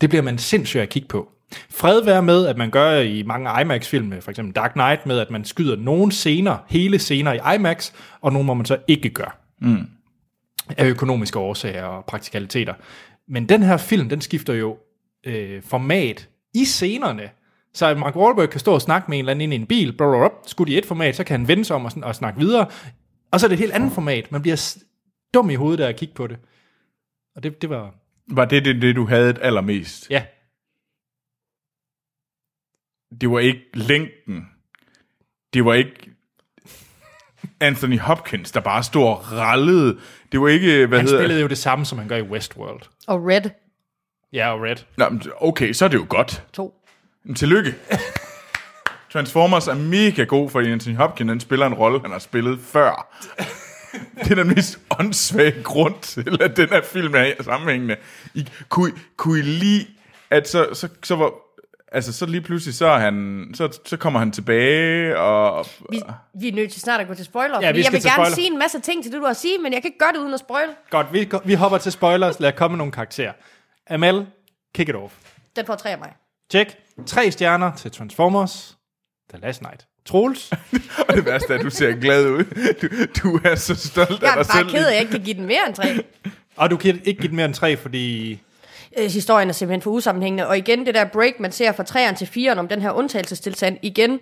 Speaker 1: Det bliver man sindssygt at kigge på. Fred være med, at man gør i mange IMAX-film, for eksempel Dark Knight, med at man skyder nogle scener, hele scener i IMAX, og nogle, hvor man så ikke gør. Mm. Af økonomiske årsager og praktikaliteter. Men den her film, den skifter jo øh, format i scenerne. Så at Mark Wahlberg kan stå og snakke med en eller anden inde i en bil, blah, blah, blah, skudt i et format, så kan han vende sig om og, sådan- og snakke videre. Og så er det et helt andet format. Man bliver s- dum i hovedet af at kigge på det. Og det, det var...
Speaker 3: Var det det, det du havde allermest?
Speaker 1: Ja,
Speaker 3: det var ikke længden. Det var ikke Anthony Hopkins, der bare stod og rallede. Det var ikke, hvad
Speaker 1: Han
Speaker 3: hedder...
Speaker 1: spillede jo det samme, som han gør i Westworld.
Speaker 2: Og Red
Speaker 1: Ja, og Red.
Speaker 3: Nå, men okay, så er det jo godt.
Speaker 2: 2.
Speaker 3: Men Tillykke. Transformers er mega god, fordi Anthony Hopkins han spiller en rolle, han har spillet før. Det er den mest åndssvage grund til, at den her film er sammenhængende. I, kunne, I- kunne I lige, at så, så, så var... Altså, så lige pludselig, så, er han, så, så kommer han tilbage, og
Speaker 2: Vi, vi er nødt til snart at gå til spoiler,
Speaker 1: Øh. Ja,
Speaker 2: ja,
Speaker 1: vi
Speaker 2: fordi jeg
Speaker 1: skal
Speaker 2: vil
Speaker 1: til
Speaker 2: gerne
Speaker 1: spoiler.
Speaker 2: sige en masse ting til det, du har at sige, men jeg kan ikke gøre det uden at spoil.
Speaker 1: Godt, vi, vi hopper til spoilers. Lad komme nogle karakterer. Amal, kick it off.
Speaker 2: Den får tre af mig.
Speaker 1: Tjek. Tre stjerner til Transformers. The Last Night. Troels. *laughs*
Speaker 3: Og det værste er, at du ser glad ud. Du, du er så stolt
Speaker 2: Jeg
Speaker 3: af
Speaker 2: er
Speaker 3: dig selv.
Speaker 2: bare ked af, at jeg ikke kan give den mere end tre.
Speaker 1: Og du kan ikke give den mere end tre, fordi...
Speaker 2: Øh, Historien er simpelthen for usammenhængende. Og igen, det der break, man ser fra 3'eren til 4'eren om den her undtagelsestilstand, igen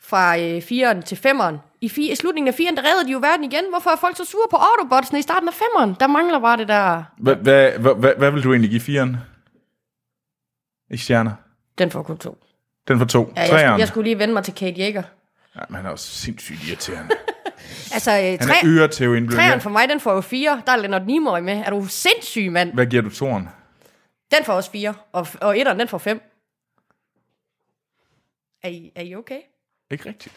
Speaker 2: fra øh, 4'eren til 5'eren. I, fi- I slutningen af 4'eren, der reddede de jo verden igen. Hvorfor er folk så sure på Autobotsene i starten af 5'eren? Der mangler bare det der...
Speaker 3: Hvad, hvad, hvad, hvad, hvad vil du egentlig give firen? I stjerner.
Speaker 2: Den får kun to.
Speaker 3: Den for to.
Speaker 2: Ja, jeg, skulle, jeg skulle lige vende mig til Kate Yeager.
Speaker 3: Nej, men han er også sindssygt
Speaker 2: *laughs*
Speaker 3: irriterende.
Speaker 2: Altså, øh,
Speaker 3: Han
Speaker 2: tre,
Speaker 3: er øretævindblød.
Speaker 2: træeren for mig, den får jo fire. Der er Leonard Nimoy med. Er du sindssyg, mand?
Speaker 3: Hvad giver du toren?
Speaker 2: Den får også fire. Og, og etteren, den får fem. Er I, er I okay?
Speaker 3: Ikke rigtigt.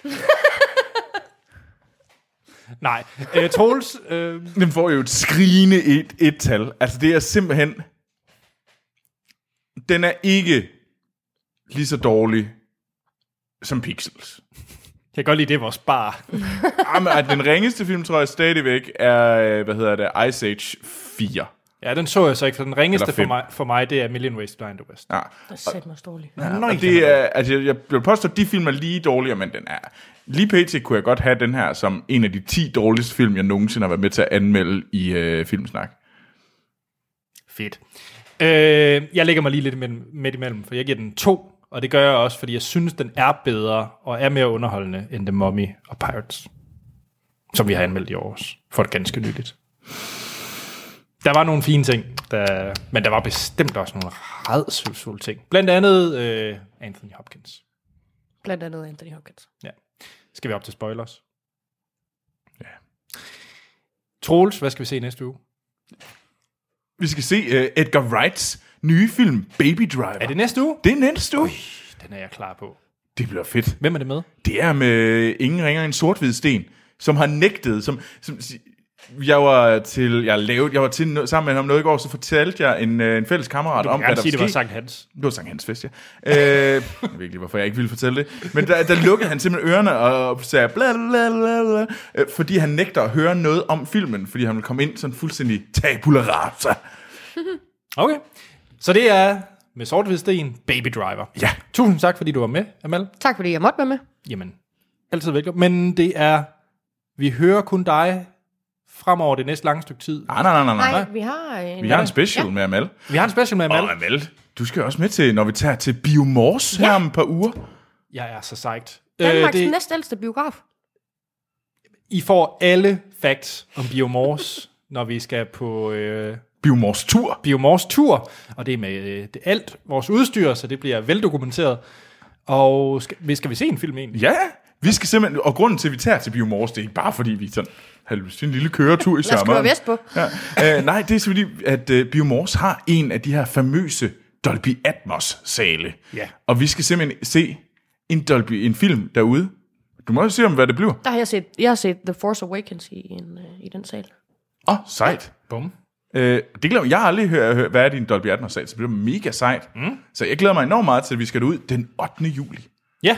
Speaker 1: Nej. Øh, Troels. Øh,
Speaker 3: Den får jo et skrigende et, et tal. Altså, det er simpelthen... Den er ikke lige så dårlig som Pixels.
Speaker 1: jeg
Speaker 2: *laughs*
Speaker 1: kan godt lide, det er vores bar.
Speaker 3: Jamen, at den ringeste film, tror jeg stadigvæk, er, øh, hvad hedder det, Ice Age 4.
Speaker 1: Ja, den så jeg så ikke, for den ringeste
Speaker 3: Eller
Speaker 1: for
Speaker 3: fem.
Speaker 1: mig, for mig, det er Million Ways to Die in the West.
Speaker 3: Ja.
Speaker 2: Der sæt mig dårligt.
Speaker 3: Ja, og det er, altså, jeg, jeg vil påstå, at de film er lige dårligere, men den er... Lige pt. kunne jeg godt have den her som en af de 10 dårligste film, jeg nogensinde har været med til at anmelde i øh, Filmsnak.
Speaker 1: Fedt. Øh, jeg lægger mig lige lidt imellem, midt imellem, for jeg giver den to, og det gør jeg også, fordi jeg synes, den er bedre og er mere underholdende end The Mummy og Pirates, som vi har anmeldt i år også, for et ganske nyligt. Der var nogle fine ting, der, men der var bestemt også nogle redsvulde ting. Blandt andet øh, Anthony Hopkins.
Speaker 2: Blandt andet Anthony Hopkins.
Speaker 1: Ja. Skal vi op til spoilers? Ja. Troels, hvad skal vi se næste uge?
Speaker 3: Vi skal se øh, Edgar Wrights nye film, Baby Driver.
Speaker 1: Er det næste uge?
Speaker 3: Det er næste uge.
Speaker 1: Den er jeg klar på.
Speaker 3: Det bliver fedt.
Speaker 1: Hvem er det med?
Speaker 3: Det er med ingen ringer end sort sten, som har nægtet, som, som jeg var til, jeg lavede, jeg var til no- sammen med ham noget i går, så fortalte jeg en, øh, en fælles kammerat om,
Speaker 1: Jeg kan
Speaker 3: hvad der
Speaker 1: sige, det var
Speaker 3: skete.
Speaker 1: Sankt Hans.
Speaker 3: Det var Sankt Hans fest, ja. Øh, jeg ved ikke lige, hvorfor jeg ikke ville fortælle det. Men der, der lukkede han simpelthen ørerne og sagde bla bla bla bla, øh, fordi han nægter at høre noget om filmen, fordi han vil komme ind sådan fuldstændig tabula rasa.
Speaker 1: Okay. Så det er med sort sten, Baby Driver.
Speaker 3: Ja.
Speaker 1: Tusind tak, fordi du var med, Amal.
Speaker 2: Tak fordi jeg måtte være med.
Speaker 1: Jamen, altid velkommen. Men det er, vi hører kun dig fremover det næste lange stykke tid.
Speaker 3: Ah, Nej, nej, nej, nej, nej.
Speaker 2: Nej, vi har øh, en...
Speaker 3: Vi har en special ja. med Amal.
Speaker 1: Vi har en special med Amal.
Speaker 3: Og Amal, du skal også med til, når vi tager til Biomors ja. her om et par uger.
Speaker 1: Jeg er så sejt.
Speaker 2: Danmarks øh,
Speaker 1: det,
Speaker 2: næstældste biograf.
Speaker 1: I får alle facts om Biomors, *laughs* når vi skal på øh,
Speaker 3: Biomors tur.
Speaker 1: Biomors tur. Og det er med øh, det alt vores udstyr, så det bliver veldokumenteret. Og skal, vi- skal vi se en film egentlig?
Speaker 3: Ja, vi skal simpelthen, og grunden til, at vi tager til Biomors, det er ikke bare fordi, vi sådan har lyst til en lille køretur i
Speaker 2: Lad os køre
Speaker 3: sommeren.
Speaker 2: vest på.
Speaker 3: Ja. Øh, nej, det er selvfølgelig, at øh, Biomors har en af de her famøse Dolby Atmos-sale.
Speaker 1: Ja.
Speaker 3: Og vi skal simpelthen se en, Dolby, en film derude. Du må jo se, om hvad det bliver.
Speaker 2: Der har jeg set, jeg har set The Force Awakens i, en, øh, i den sal.
Speaker 3: Åh, oh, sejt.
Speaker 1: Bum.
Speaker 3: Øh, det glæder jeg har aldrig hørt, hørt, hvad er din Dolby Atmos-sal, så det bliver mega sejt. Mm. Så jeg glæder mig enormt meget til, at vi skal ud den 8. juli.
Speaker 1: Ja.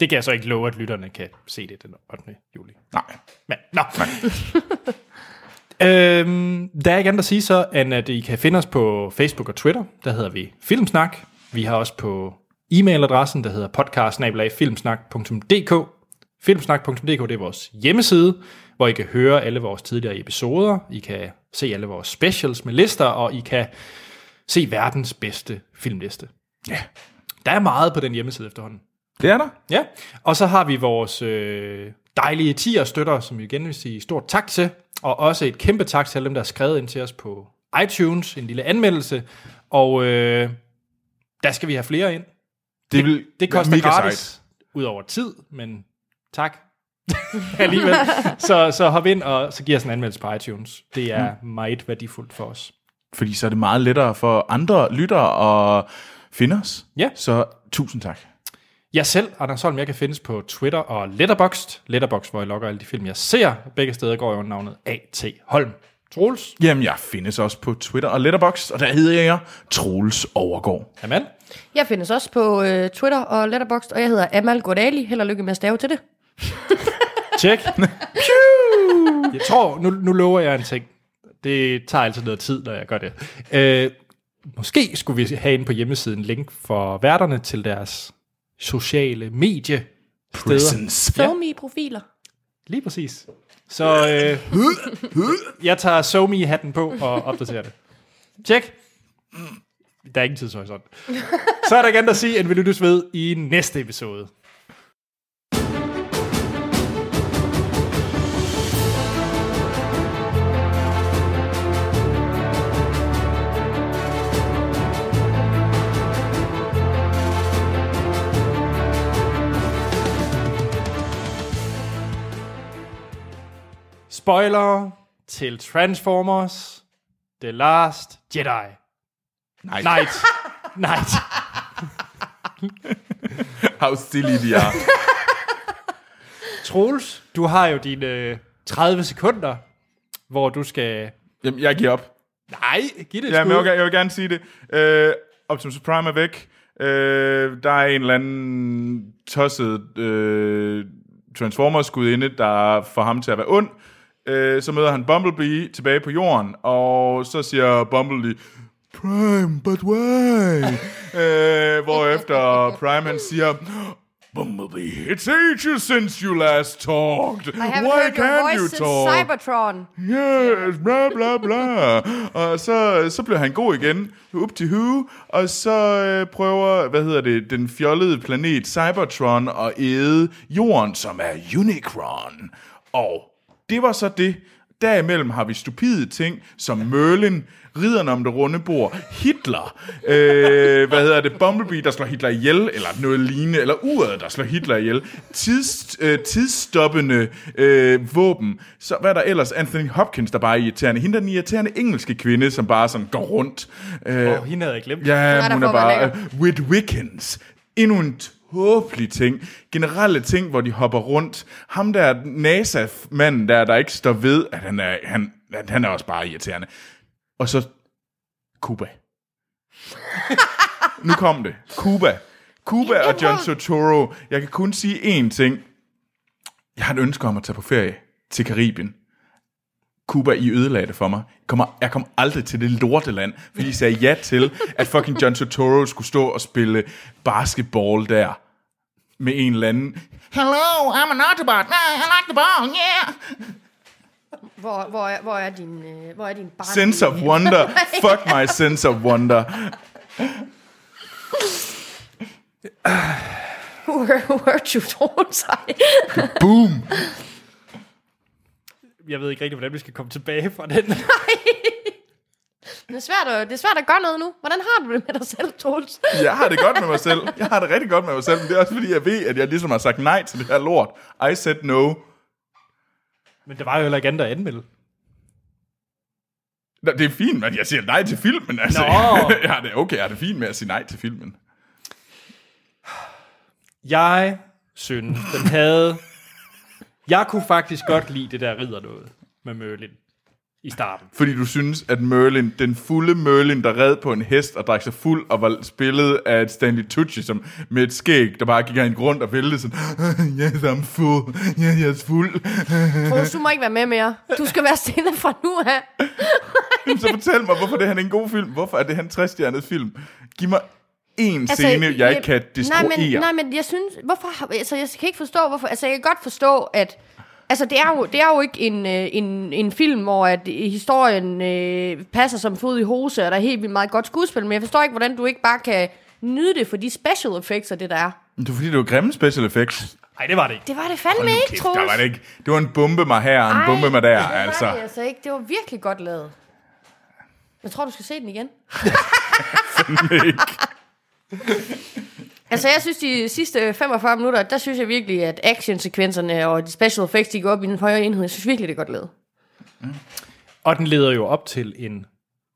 Speaker 1: Det kan jeg så ikke love, at lytterne kan se det den 8. juli.
Speaker 3: Nej,
Speaker 1: Men, nå. *laughs* øhm, der er ikke andet at sige så, end at I kan finde os på Facebook og Twitter. Der hedder vi Filmsnak. Vi har også på e-mailadressen, der hedder podcast-filmsnak.dk. Filmsnak.dk, det er vores hjemmeside, hvor I kan høre alle vores tidligere episoder. I kan se alle vores specials med lister, og I kan se verdens bedste filmliste.
Speaker 3: Ja.
Speaker 1: Der er meget på den hjemmeside efterhånden.
Speaker 3: det er der.
Speaker 1: Ja, og så har vi vores øh, dejlige tier støtter, som vi igen vil sige stort tak til, og også et kæmpe tak til alle dem, der har skrevet ind til os på iTunes, en lille anmeldelse, og øh, der skal vi have flere ind.
Speaker 3: Det, vil
Speaker 1: Det
Speaker 3: være
Speaker 1: koster
Speaker 3: mega
Speaker 1: gratis,
Speaker 3: Sejt.
Speaker 1: ud over tid, men tak *laughs* alligevel. Så, så hop ind, og så giv os en anmeldelse på iTunes. Det er
Speaker 3: Mm.
Speaker 1: meget værdifuldt for os.
Speaker 3: fordi så er det meget lettere for andre lyttere at finde os.
Speaker 1: Ja.
Speaker 3: Så tusind tak.
Speaker 1: Jeg selv, Anders Holm, jeg kan findes på Twitter og Letterboxd. Letterboxd, hvor jeg logger alle de film, jeg ser. Begge steder går jeg under navnet A.T. Holm. Troels,
Speaker 3: Jamen, jeg findes også på Twitter og Letterboxd, og der hedder jeg Troels Overgaard.
Speaker 1: Amal,
Speaker 2: Jeg findes også på øh, Twitter og Letterboxd, og jeg hedder Amal Godali. Held og lykke med at stave til det.
Speaker 1: tjek. jeg tror, nu, nu lover jeg en ting. Det tager altid noget tid, når jeg gør det. Øh, måske skulle vi have inde på hjemmesiden link for værterne til deres sociale medie. Steder.
Speaker 3: Presence.
Speaker 2: Show me profiler.
Speaker 1: Lige præcis. Så øh, jeg tager SoMe-hatten på og opdaterer det. Tjek. Der er ingen tidshorisont. Så er der ikke andet at sige, end vi lyttes ved i næste episode. Spoiler til Transformers The Last Jedi.
Speaker 3: Nej,
Speaker 1: Night. Night.
Speaker 3: how silly de er.
Speaker 1: Troels, du har jo dine øh, 30 sekunder, hvor du skal...
Speaker 3: Jamen, jeg giver op.
Speaker 1: Nej, giv det et
Speaker 3: Jamen,
Speaker 1: skud.
Speaker 3: okay, jeg vil gerne sige det. Øh, Optimus Prime er væk. Øh, der er en eller anden tosset øh, Transformers-gudinde, der får ham til at være ond. Øh, så møder han Bumblebee tilbage på jorden, og så siger Bumblebee, Prime, but
Speaker 2: *laughs*
Speaker 3: why? øh, hvorefter Prime han siger, Bumblebee, it's ages since you last talked.
Speaker 2: I haven't
Speaker 3: Why
Speaker 2: heard your
Speaker 3: can't you
Speaker 2: voice since
Speaker 3: talk?
Speaker 2: Cybertron.
Speaker 3: Yes, bla bla bla. og så, så bliver han god igen, up til hu, og så øh, prøver, hvad hedder det, den fjollede planet Cybertron at æde jorden, som er Unicron. Og det var så det. Derimellem har vi stupide ting som Merlin, ridderne om det runde bord, Hitler, øh, hvad hedder det, Bumblebee, der slår Hitler ihjel, eller noget lignende, eller uret, der slår Hitler ihjel, tids, øh, tidsstoppende øh, våben, så hvad er der ellers, Anthony Hopkins, der bare er irriterende, hende der er den irriterende engelske kvinde, som bare sådan går rundt, øh,
Speaker 1: Åh, hende havde jeg glemt.
Speaker 3: Ja,
Speaker 2: Nej, der
Speaker 3: hun er
Speaker 2: får man
Speaker 3: bare...
Speaker 2: lækker.
Speaker 3: Uh, with Wiccans. Endnu en tåbelig ting. Generelle ting, hvor de hopper rundt. Ham der NASA-manden der, der ikke står ved, at han er, han, at han er også bare irriterende. Og så Cuba. nu kom det. Cuba. Cuba og John Turturro. Jeg kan kun sige én ting. Jeg har et ønske om at tage på ferie til Karibien. Cuba, I ødelagde det for mig. Jeg kommer, jeg kom aldrig til det lorteland, fordi I sagde ja til, at fucking John Turturro skulle stå og spille basketball der med en eller anden. Hello, I'm an Autobot. Nah, I like the ball, yeah.
Speaker 2: Hvor, hvor, er, hvor er din, øh, hvor er din barn? *laughs*
Speaker 3: Sense of wonder. Fuck my sense of wonder.
Speaker 2: Where, where you don't say.
Speaker 3: Boom.
Speaker 1: Jeg ved ikke rigtig, hvordan vi skal komme tilbage fra den.
Speaker 2: Det er, svært at, det er svært at gøre noget nu. Hvordan har du det med dig selv, Troels?
Speaker 3: Jeg har det godt med mig selv. Jeg har det rigtig godt med mig selv, men det er også fordi, jeg ved, at jeg ligesom har sagt nej til det her lort. I said no.
Speaker 1: Men det var jo heller ikke andet at anmelde.
Speaker 3: Nå, det er fint, men jeg siger nej til filmen. Altså. *laughs*
Speaker 1: Nå.
Speaker 3: jeg har det okay, jeg har det fint med at sige nej til filmen.
Speaker 1: Jeg synes, den havde... Jeg kunne faktisk godt lide det der ridder noget med Merlin i starten.
Speaker 3: Fordi du synes, at Merlin, den fulde Merlin, der red på en hest og drak sig fuld og var spillet af et Stanley Tucci, som med et skæg, der bare gik han rundt og væltede sådan, "Øh, yes, I'm full, yes, jeg er fuld.
Speaker 2: Troels, du må ikke være med mere. Du skal være stille fra nu af.
Speaker 3: Så fortæl mig, hvorfor det her er en god film? Hvorfor er det her en træstjernet film? Giv mig én altså, scene, jeg, jeg kan destruere.
Speaker 2: øh, Nej men, nej, men jeg synes, hvorfor, har- altså, jeg kan ikke forstå, hvorfor, altså, jeg kan godt forstå, at, altså, det er jo, det er jo ikke en, øh, en, en film, hvor at historien øh, passer som fod i hose, og der er helt vildt meget godt skuespil, men jeg forstår ikke, hvordan du ikke bare kan nyde det for de special effects, og det der er.
Speaker 3: Det er fordi, det var grimme special effects.
Speaker 1: Nej, det var det ikke.
Speaker 2: Det var det fandme
Speaker 3: Hold nu
Speaker 2: ikke,
Speaker 3: kæft,
Speaker 2: Troels.
Speaker 3: Der var det ikke. Det var en bombe mig her, og en bombe mig der,
Speaker 2: det
Speaker 3: altså. *laughs*
Speaker 2: Var det altså ikke. Det var virkelig godt lavet. Jeg tror, du skal se den igen. altså, jeg synes, de sidste 45 minutter, der synes jeg virkelig, at actionsekvenserne og de special effects, de går op i den højere enhed. Jeg synes virkelig, det er godt lavet.
Speaker 1: Og den leder jo op til en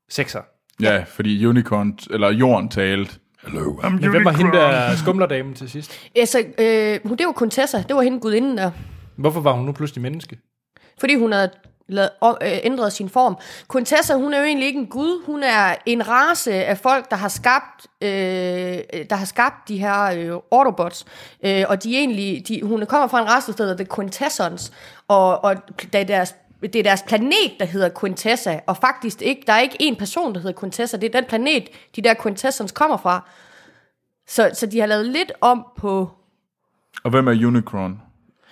Speaker 1: sekser.
Speaker 3: Ja, fordi unicorn, eller jorden talte. Hello, I'm
Speaker 1: Men hvem var hende der skumlerdamen til sidst?
Speaker 2: Altså, øh, hun- det var Contessa. Det var hende gudinden der.
Speaker 1: Hvorfor var hun nu pludselig menneske?
Speaker 2: Fordi hun havde lavet, om- øh, ændret sin form. Contessa, hun er jo egentlig ikke en gud. Hun er en race af folk, der har skabt, øh, der har skabt de her øh, Autobots. Øh, og de er egentlig, de, hun kommer fra en race, der hedder The Quintessons. Og, og det er deres det er deres planet, der hedder Quintessa, og faktisk ikke, der er ikke en person, der hedder Quintessa, det er den planet, de der Quintessons kommer fra. Så, så de har lavet lidt om på
Speaker 3: Og hvem er unicorn?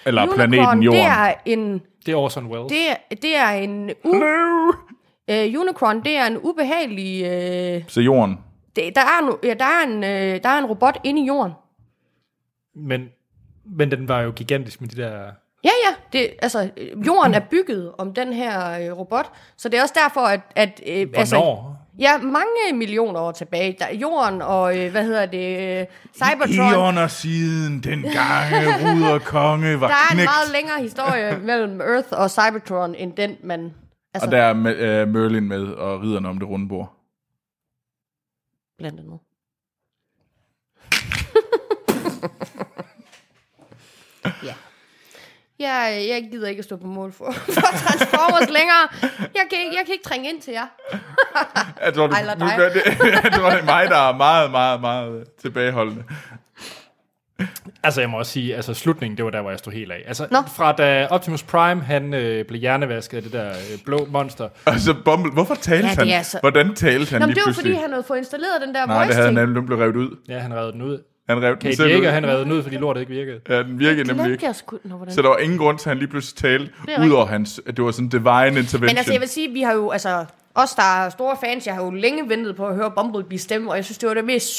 Speaker 3: Eller
Speaker 2: Unicorn.
Speaker 3: planeten Jorden?
Speaker 2: Det er en
Speaker 1: Det er Orson Welles.
Speaker 2: det, er- det er en u- øh, unicorn, det er en ubehagelig... Øh,
Speaker 3: Så Jorden.
Speaker 2: det, der, er en, ja, der, er en, øh, der er en robot inde i jorden.
Speaker 1: Men, men den var jo gigantisk med de der...
Speaker 2: Ja, ja. Det, altså, øh, jorden er bygget om den her øh, robot, så det er også derfor, at... at øh, altså,
Speaker 1: Hvornår?
Speaker 2: ja, mange millioner år tilbage. Der, jorden og, øh, hvad hedder det, øh, Cybertron.
Speaker 3: Eon og siden, den gang ruder konge var
Speaker 2: Der er en
Speaker 3: knægt.
Speaker 2: meget længere historie mellem Earth og Cybertron, end den, man... Altså,
Speaker 3: Og der er Me- øh, Merlin med, og ridderne om det runde bord.
Speaker 2: blandt andet. *laughs* ja. Jeg, jeg gider ikke at stå på mål for, for Transformers længere. Jeg kan, ikke, jeg kan ikke trænge ind til jer.
Speaker 3: Jeg tror, du,
Speaker 2: Eller
Speaker 3: nu *laughs*
Speaker 2: dig.
Speaker 3: gør det, jeg tror, det er mig, der er meget, meget, meget tilbageholdende.
Speaker 1: Altså, jeg må også sige, altså slutningen, det var der, hvor jeg stod helt af. Altså, Nå. fra da Optimus Prime, han øh, blev hjernevasket af det der øh, blå monster.
Speaker 3: Altså, Bumble, hvorfor talte
Speaker 2: Ja,
Speaker 3: han?
Speaker 2: det er så-
Speaker 3: Hvordan talte han
Speaker 2: Nå, men
Speaker 3: lige
Speaker 2: det var fordi,
Speaker 3: pludselig?
Speaker 2: han havde fået installeret den der
Speaker 3: Nej, det
Speaker 2: voice
Speaker 3: havde han
Speaker 2: ting.
Speaker 3: nemlig, den blev revet ud.
Speaker 1: Ja, han redde den ud.
Speaker 3: Han rev den
Speaker 1: Kate
Speaker 3: selv ud.
Speaker 1: Jæger, han redde den ud, fordi lortet ikke virkede.
Speaker 3: Ja, den virkede nemlig
Speaker 2: Glemte
Speaker 3: ikke.
Speaker 2: jeg sgu... Nå, hvordan?
Speaker 3: Så der var ingen grund til, at han lige pludselig
Speaker 2: Det
Speaker 3: talte,
Speaker 2: er
Speaker 3: udover hans, at det var sådan en divine intervention.
Speaker 2: Men altså, jeg vil sige, vi har jo, altså, os der er store fans, jeg har jo længe ventet på at høre Bumblebee stemme, og jeg synes, det var det mest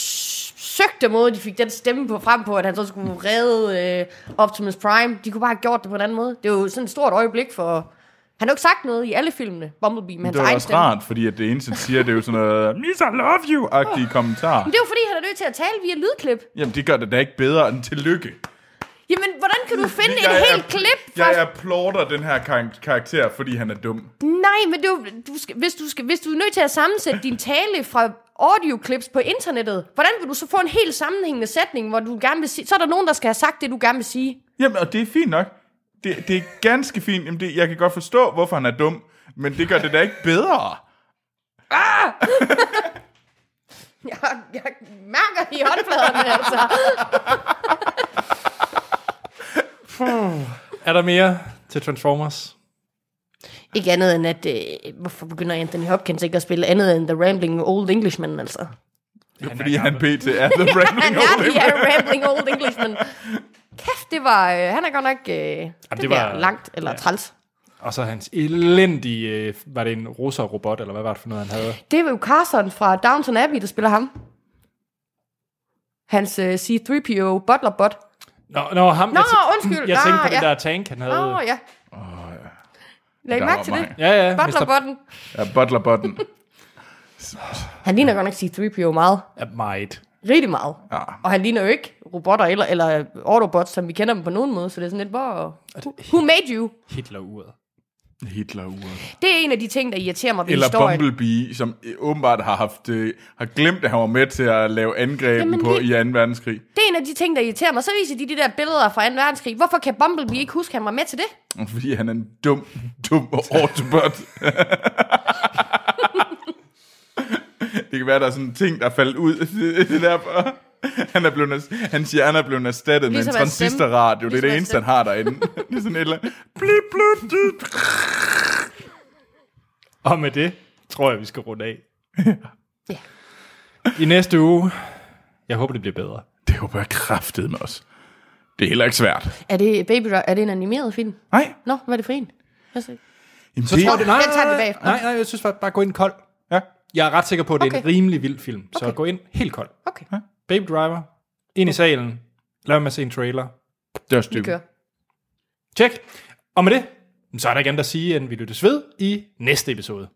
Speaker 2: søgte måde, de fik den stemme på, frem på, at han så skulle redde øh, Optimus Prime. De kunne bare have gjort det på en anden måde. Det er jo sådan et stort øjeblik for... Han har jo ikke sagt noget i alle filmene, Bumblebee, med hans
Speaker 3: det var
Speaker 2: egen
Speaker 3: også
Speaker 2: stemme.
Speaker 3: rart, fordi at det eneste, han siger, det er jo sådan noget, Miss, I love you-agtige kommentarer.
Speaker 2: Men det er jo fordi, han er nødt til at tale via lydklip.
Speaker 3: Jamen, det gør det da ikke bedre end tillykke.
Speaker 2: Jamen, hvordan kan du finde
Speaker 3: Jeg
Speaker 2: et
Speaker 3: er-
Speaker 2: helt klip fra...
Speaker 3: Jeg applauder den her kar- karakter, fordi han er dum.
Speaker 2: Nej, men det er jo, du skal, hvis, du skal, hvis du er nødt til at sammensætte din tale fra audioclips på internettet, hvordan vil du så få en helt sammenhængende sætning, hvor du gerne vil sige... Så er der nogen, der skal have sagt det, du gerne vil sige. *laughs*
Speaker 3: Jamen, og det er fint nok. Det, det er ganske fint. Jamen, det, jeg kan godt forstå, hvorfor han er dum, men det gør det da ikke bedre.
Speaker 2: Jeg, jeg mærker i *laughs* håndfladerne, altså.
Speaker 1: Er der mere til Transformers?
Speaker 2: Ikke andet end, at... Øh, hvorfor begynder Anthony Hopkins ikke at spille andet end The Rambling Old Englishman, *laughs* altså?
Speaker 3: Jo, fordi han pt. er
Speaker 2: *laughs*
Speaker 3: the
Speaker 2: Han
Speaker 3: rambling
Speaker 2: er
Speaker 3: old
Speaker 2: The
Speaker 3: man.
Speaker 2: Rambling Old Englishman. Kæft, det var... Øh, han er godt nok... Øh, det, det var
Speaker 1: var-
Speaker 2: langt eller ja. træls.
Speaker 1: Og så hans elendige, øh, var det en russer-robot, eller hvad var det for noget, han havde?
Speaker 2: Det var jo Carson fra Downton Abbey, der spiller ham. Hans uh, C-3PO butlerbot.
Speaker 1: Nå, nå, ham,
Speaker 2: Nå,
Speaker 1: jeg, tæ-
Speaker 2: undskyld.
Speaker 1: jeg tænkte
Speaker 2: Nå,
Speaker 1: på den
Speaker 2: ja.
Speaker 1: der tank, han havde.
Speaker 2: Åh, oh, ja. Lad I
Speaker 3: Der
Speaker 2: mærke
Speaker 3: var
Speaker 2: til det?
Speaker 3: mange.
Speaker 1: Ja, ja, Mr.
Speaker 2: Butlerbotten.
Speaker 3: Ja, butler button.
Speaker 2: Han ligner godt nok C-3PO meget.
Speaker 1: Ja, Meget.
Speaker 2: Rigtig meget. Ja. Og han ligner jo ikke robotter eller, eller autobots, som vi kender dem på nogen måde. Så det er sådan lidt, hvor... Who- Who made you?
Speaker 1: Hitler-uret.
Speaker 3: Hitler-uret.
Speaker 2: Det er en af de ting, der irriterer mig ved
Speaker 3: Eller
Speaker 2: historien.
Speaker 3: Bumblebee, som øh, åbenbart har, haft, øh, har glemt, at han var med til at lave angreb
Speaker 2: Jamen,
Speaker 3: på
Speaker 2: det-
Speaker 3: i 2. verdenskrig.
Speaker 2: Det er en af de ting, der irriterer mig. Så viser de de der billeder fra 2. verdenskrig. Hvorfor kan Bumblebee ikke huske, at han var med til det?
Speaker 3: *laughs* Fordi han er en dum, dum Autobot. *laughs* det kan være, der er sådan en ting, der er faldet ud. det er derfor. Han er blevet, ers- hans hjerne er blevet erstattet
Speaker 2: Ligesom
Speaker 3: med en
Speaker 2: hans stemme.
Speaker 3: transistorradio. Det
Speaker 2: Ligesom
Speaker 3: er det
Speaker 2: hans
Speaker 3: eneste, han har derinde. *laughs* det er sådan et eller andet. Blip, blip, blip.
Speaker 1: Og med det tror jeg, vi skal runde af.
Speaker 2: Ja.
Speaker 1: I næste uge, jeg håber, det bliver bedre.
Speaker 3: Det håber jeg kraftede med os. Det er heller ikke svært.
Speaker 2: Er det, Baby Driver, er det en animeret film?
Speaker 3: Nej.
Speaker 2: Nå, hvad er det for en? Hvad så?
Speaker 3: Jamen, det,
Speaker 2: tror du- Den tager vi bagefter.
Speaker 1: nej, nej, jeg synes bare, bare gå ind kold.
Speaker 3: Ja.
Speaker 1: Jeg er ret sikker på, at det er
Speaker 2: Okay.
Speaker 1: en rimelig vild film, så
Speaker 2: Okay.
Speaker 1: gå ind helt kold.
Speaker 2: Okay,
Speaker 1: Baby Driver, ind i salen, lad mig se en trailer.
Speaker 2: vi
Speaker 3: det er
Speaker 2: kører.
Speaker 3: stykke.
Speaker 1: Tjek. Og med det, så er der ikke andet at sige, end vi lyttes ved i næste episode.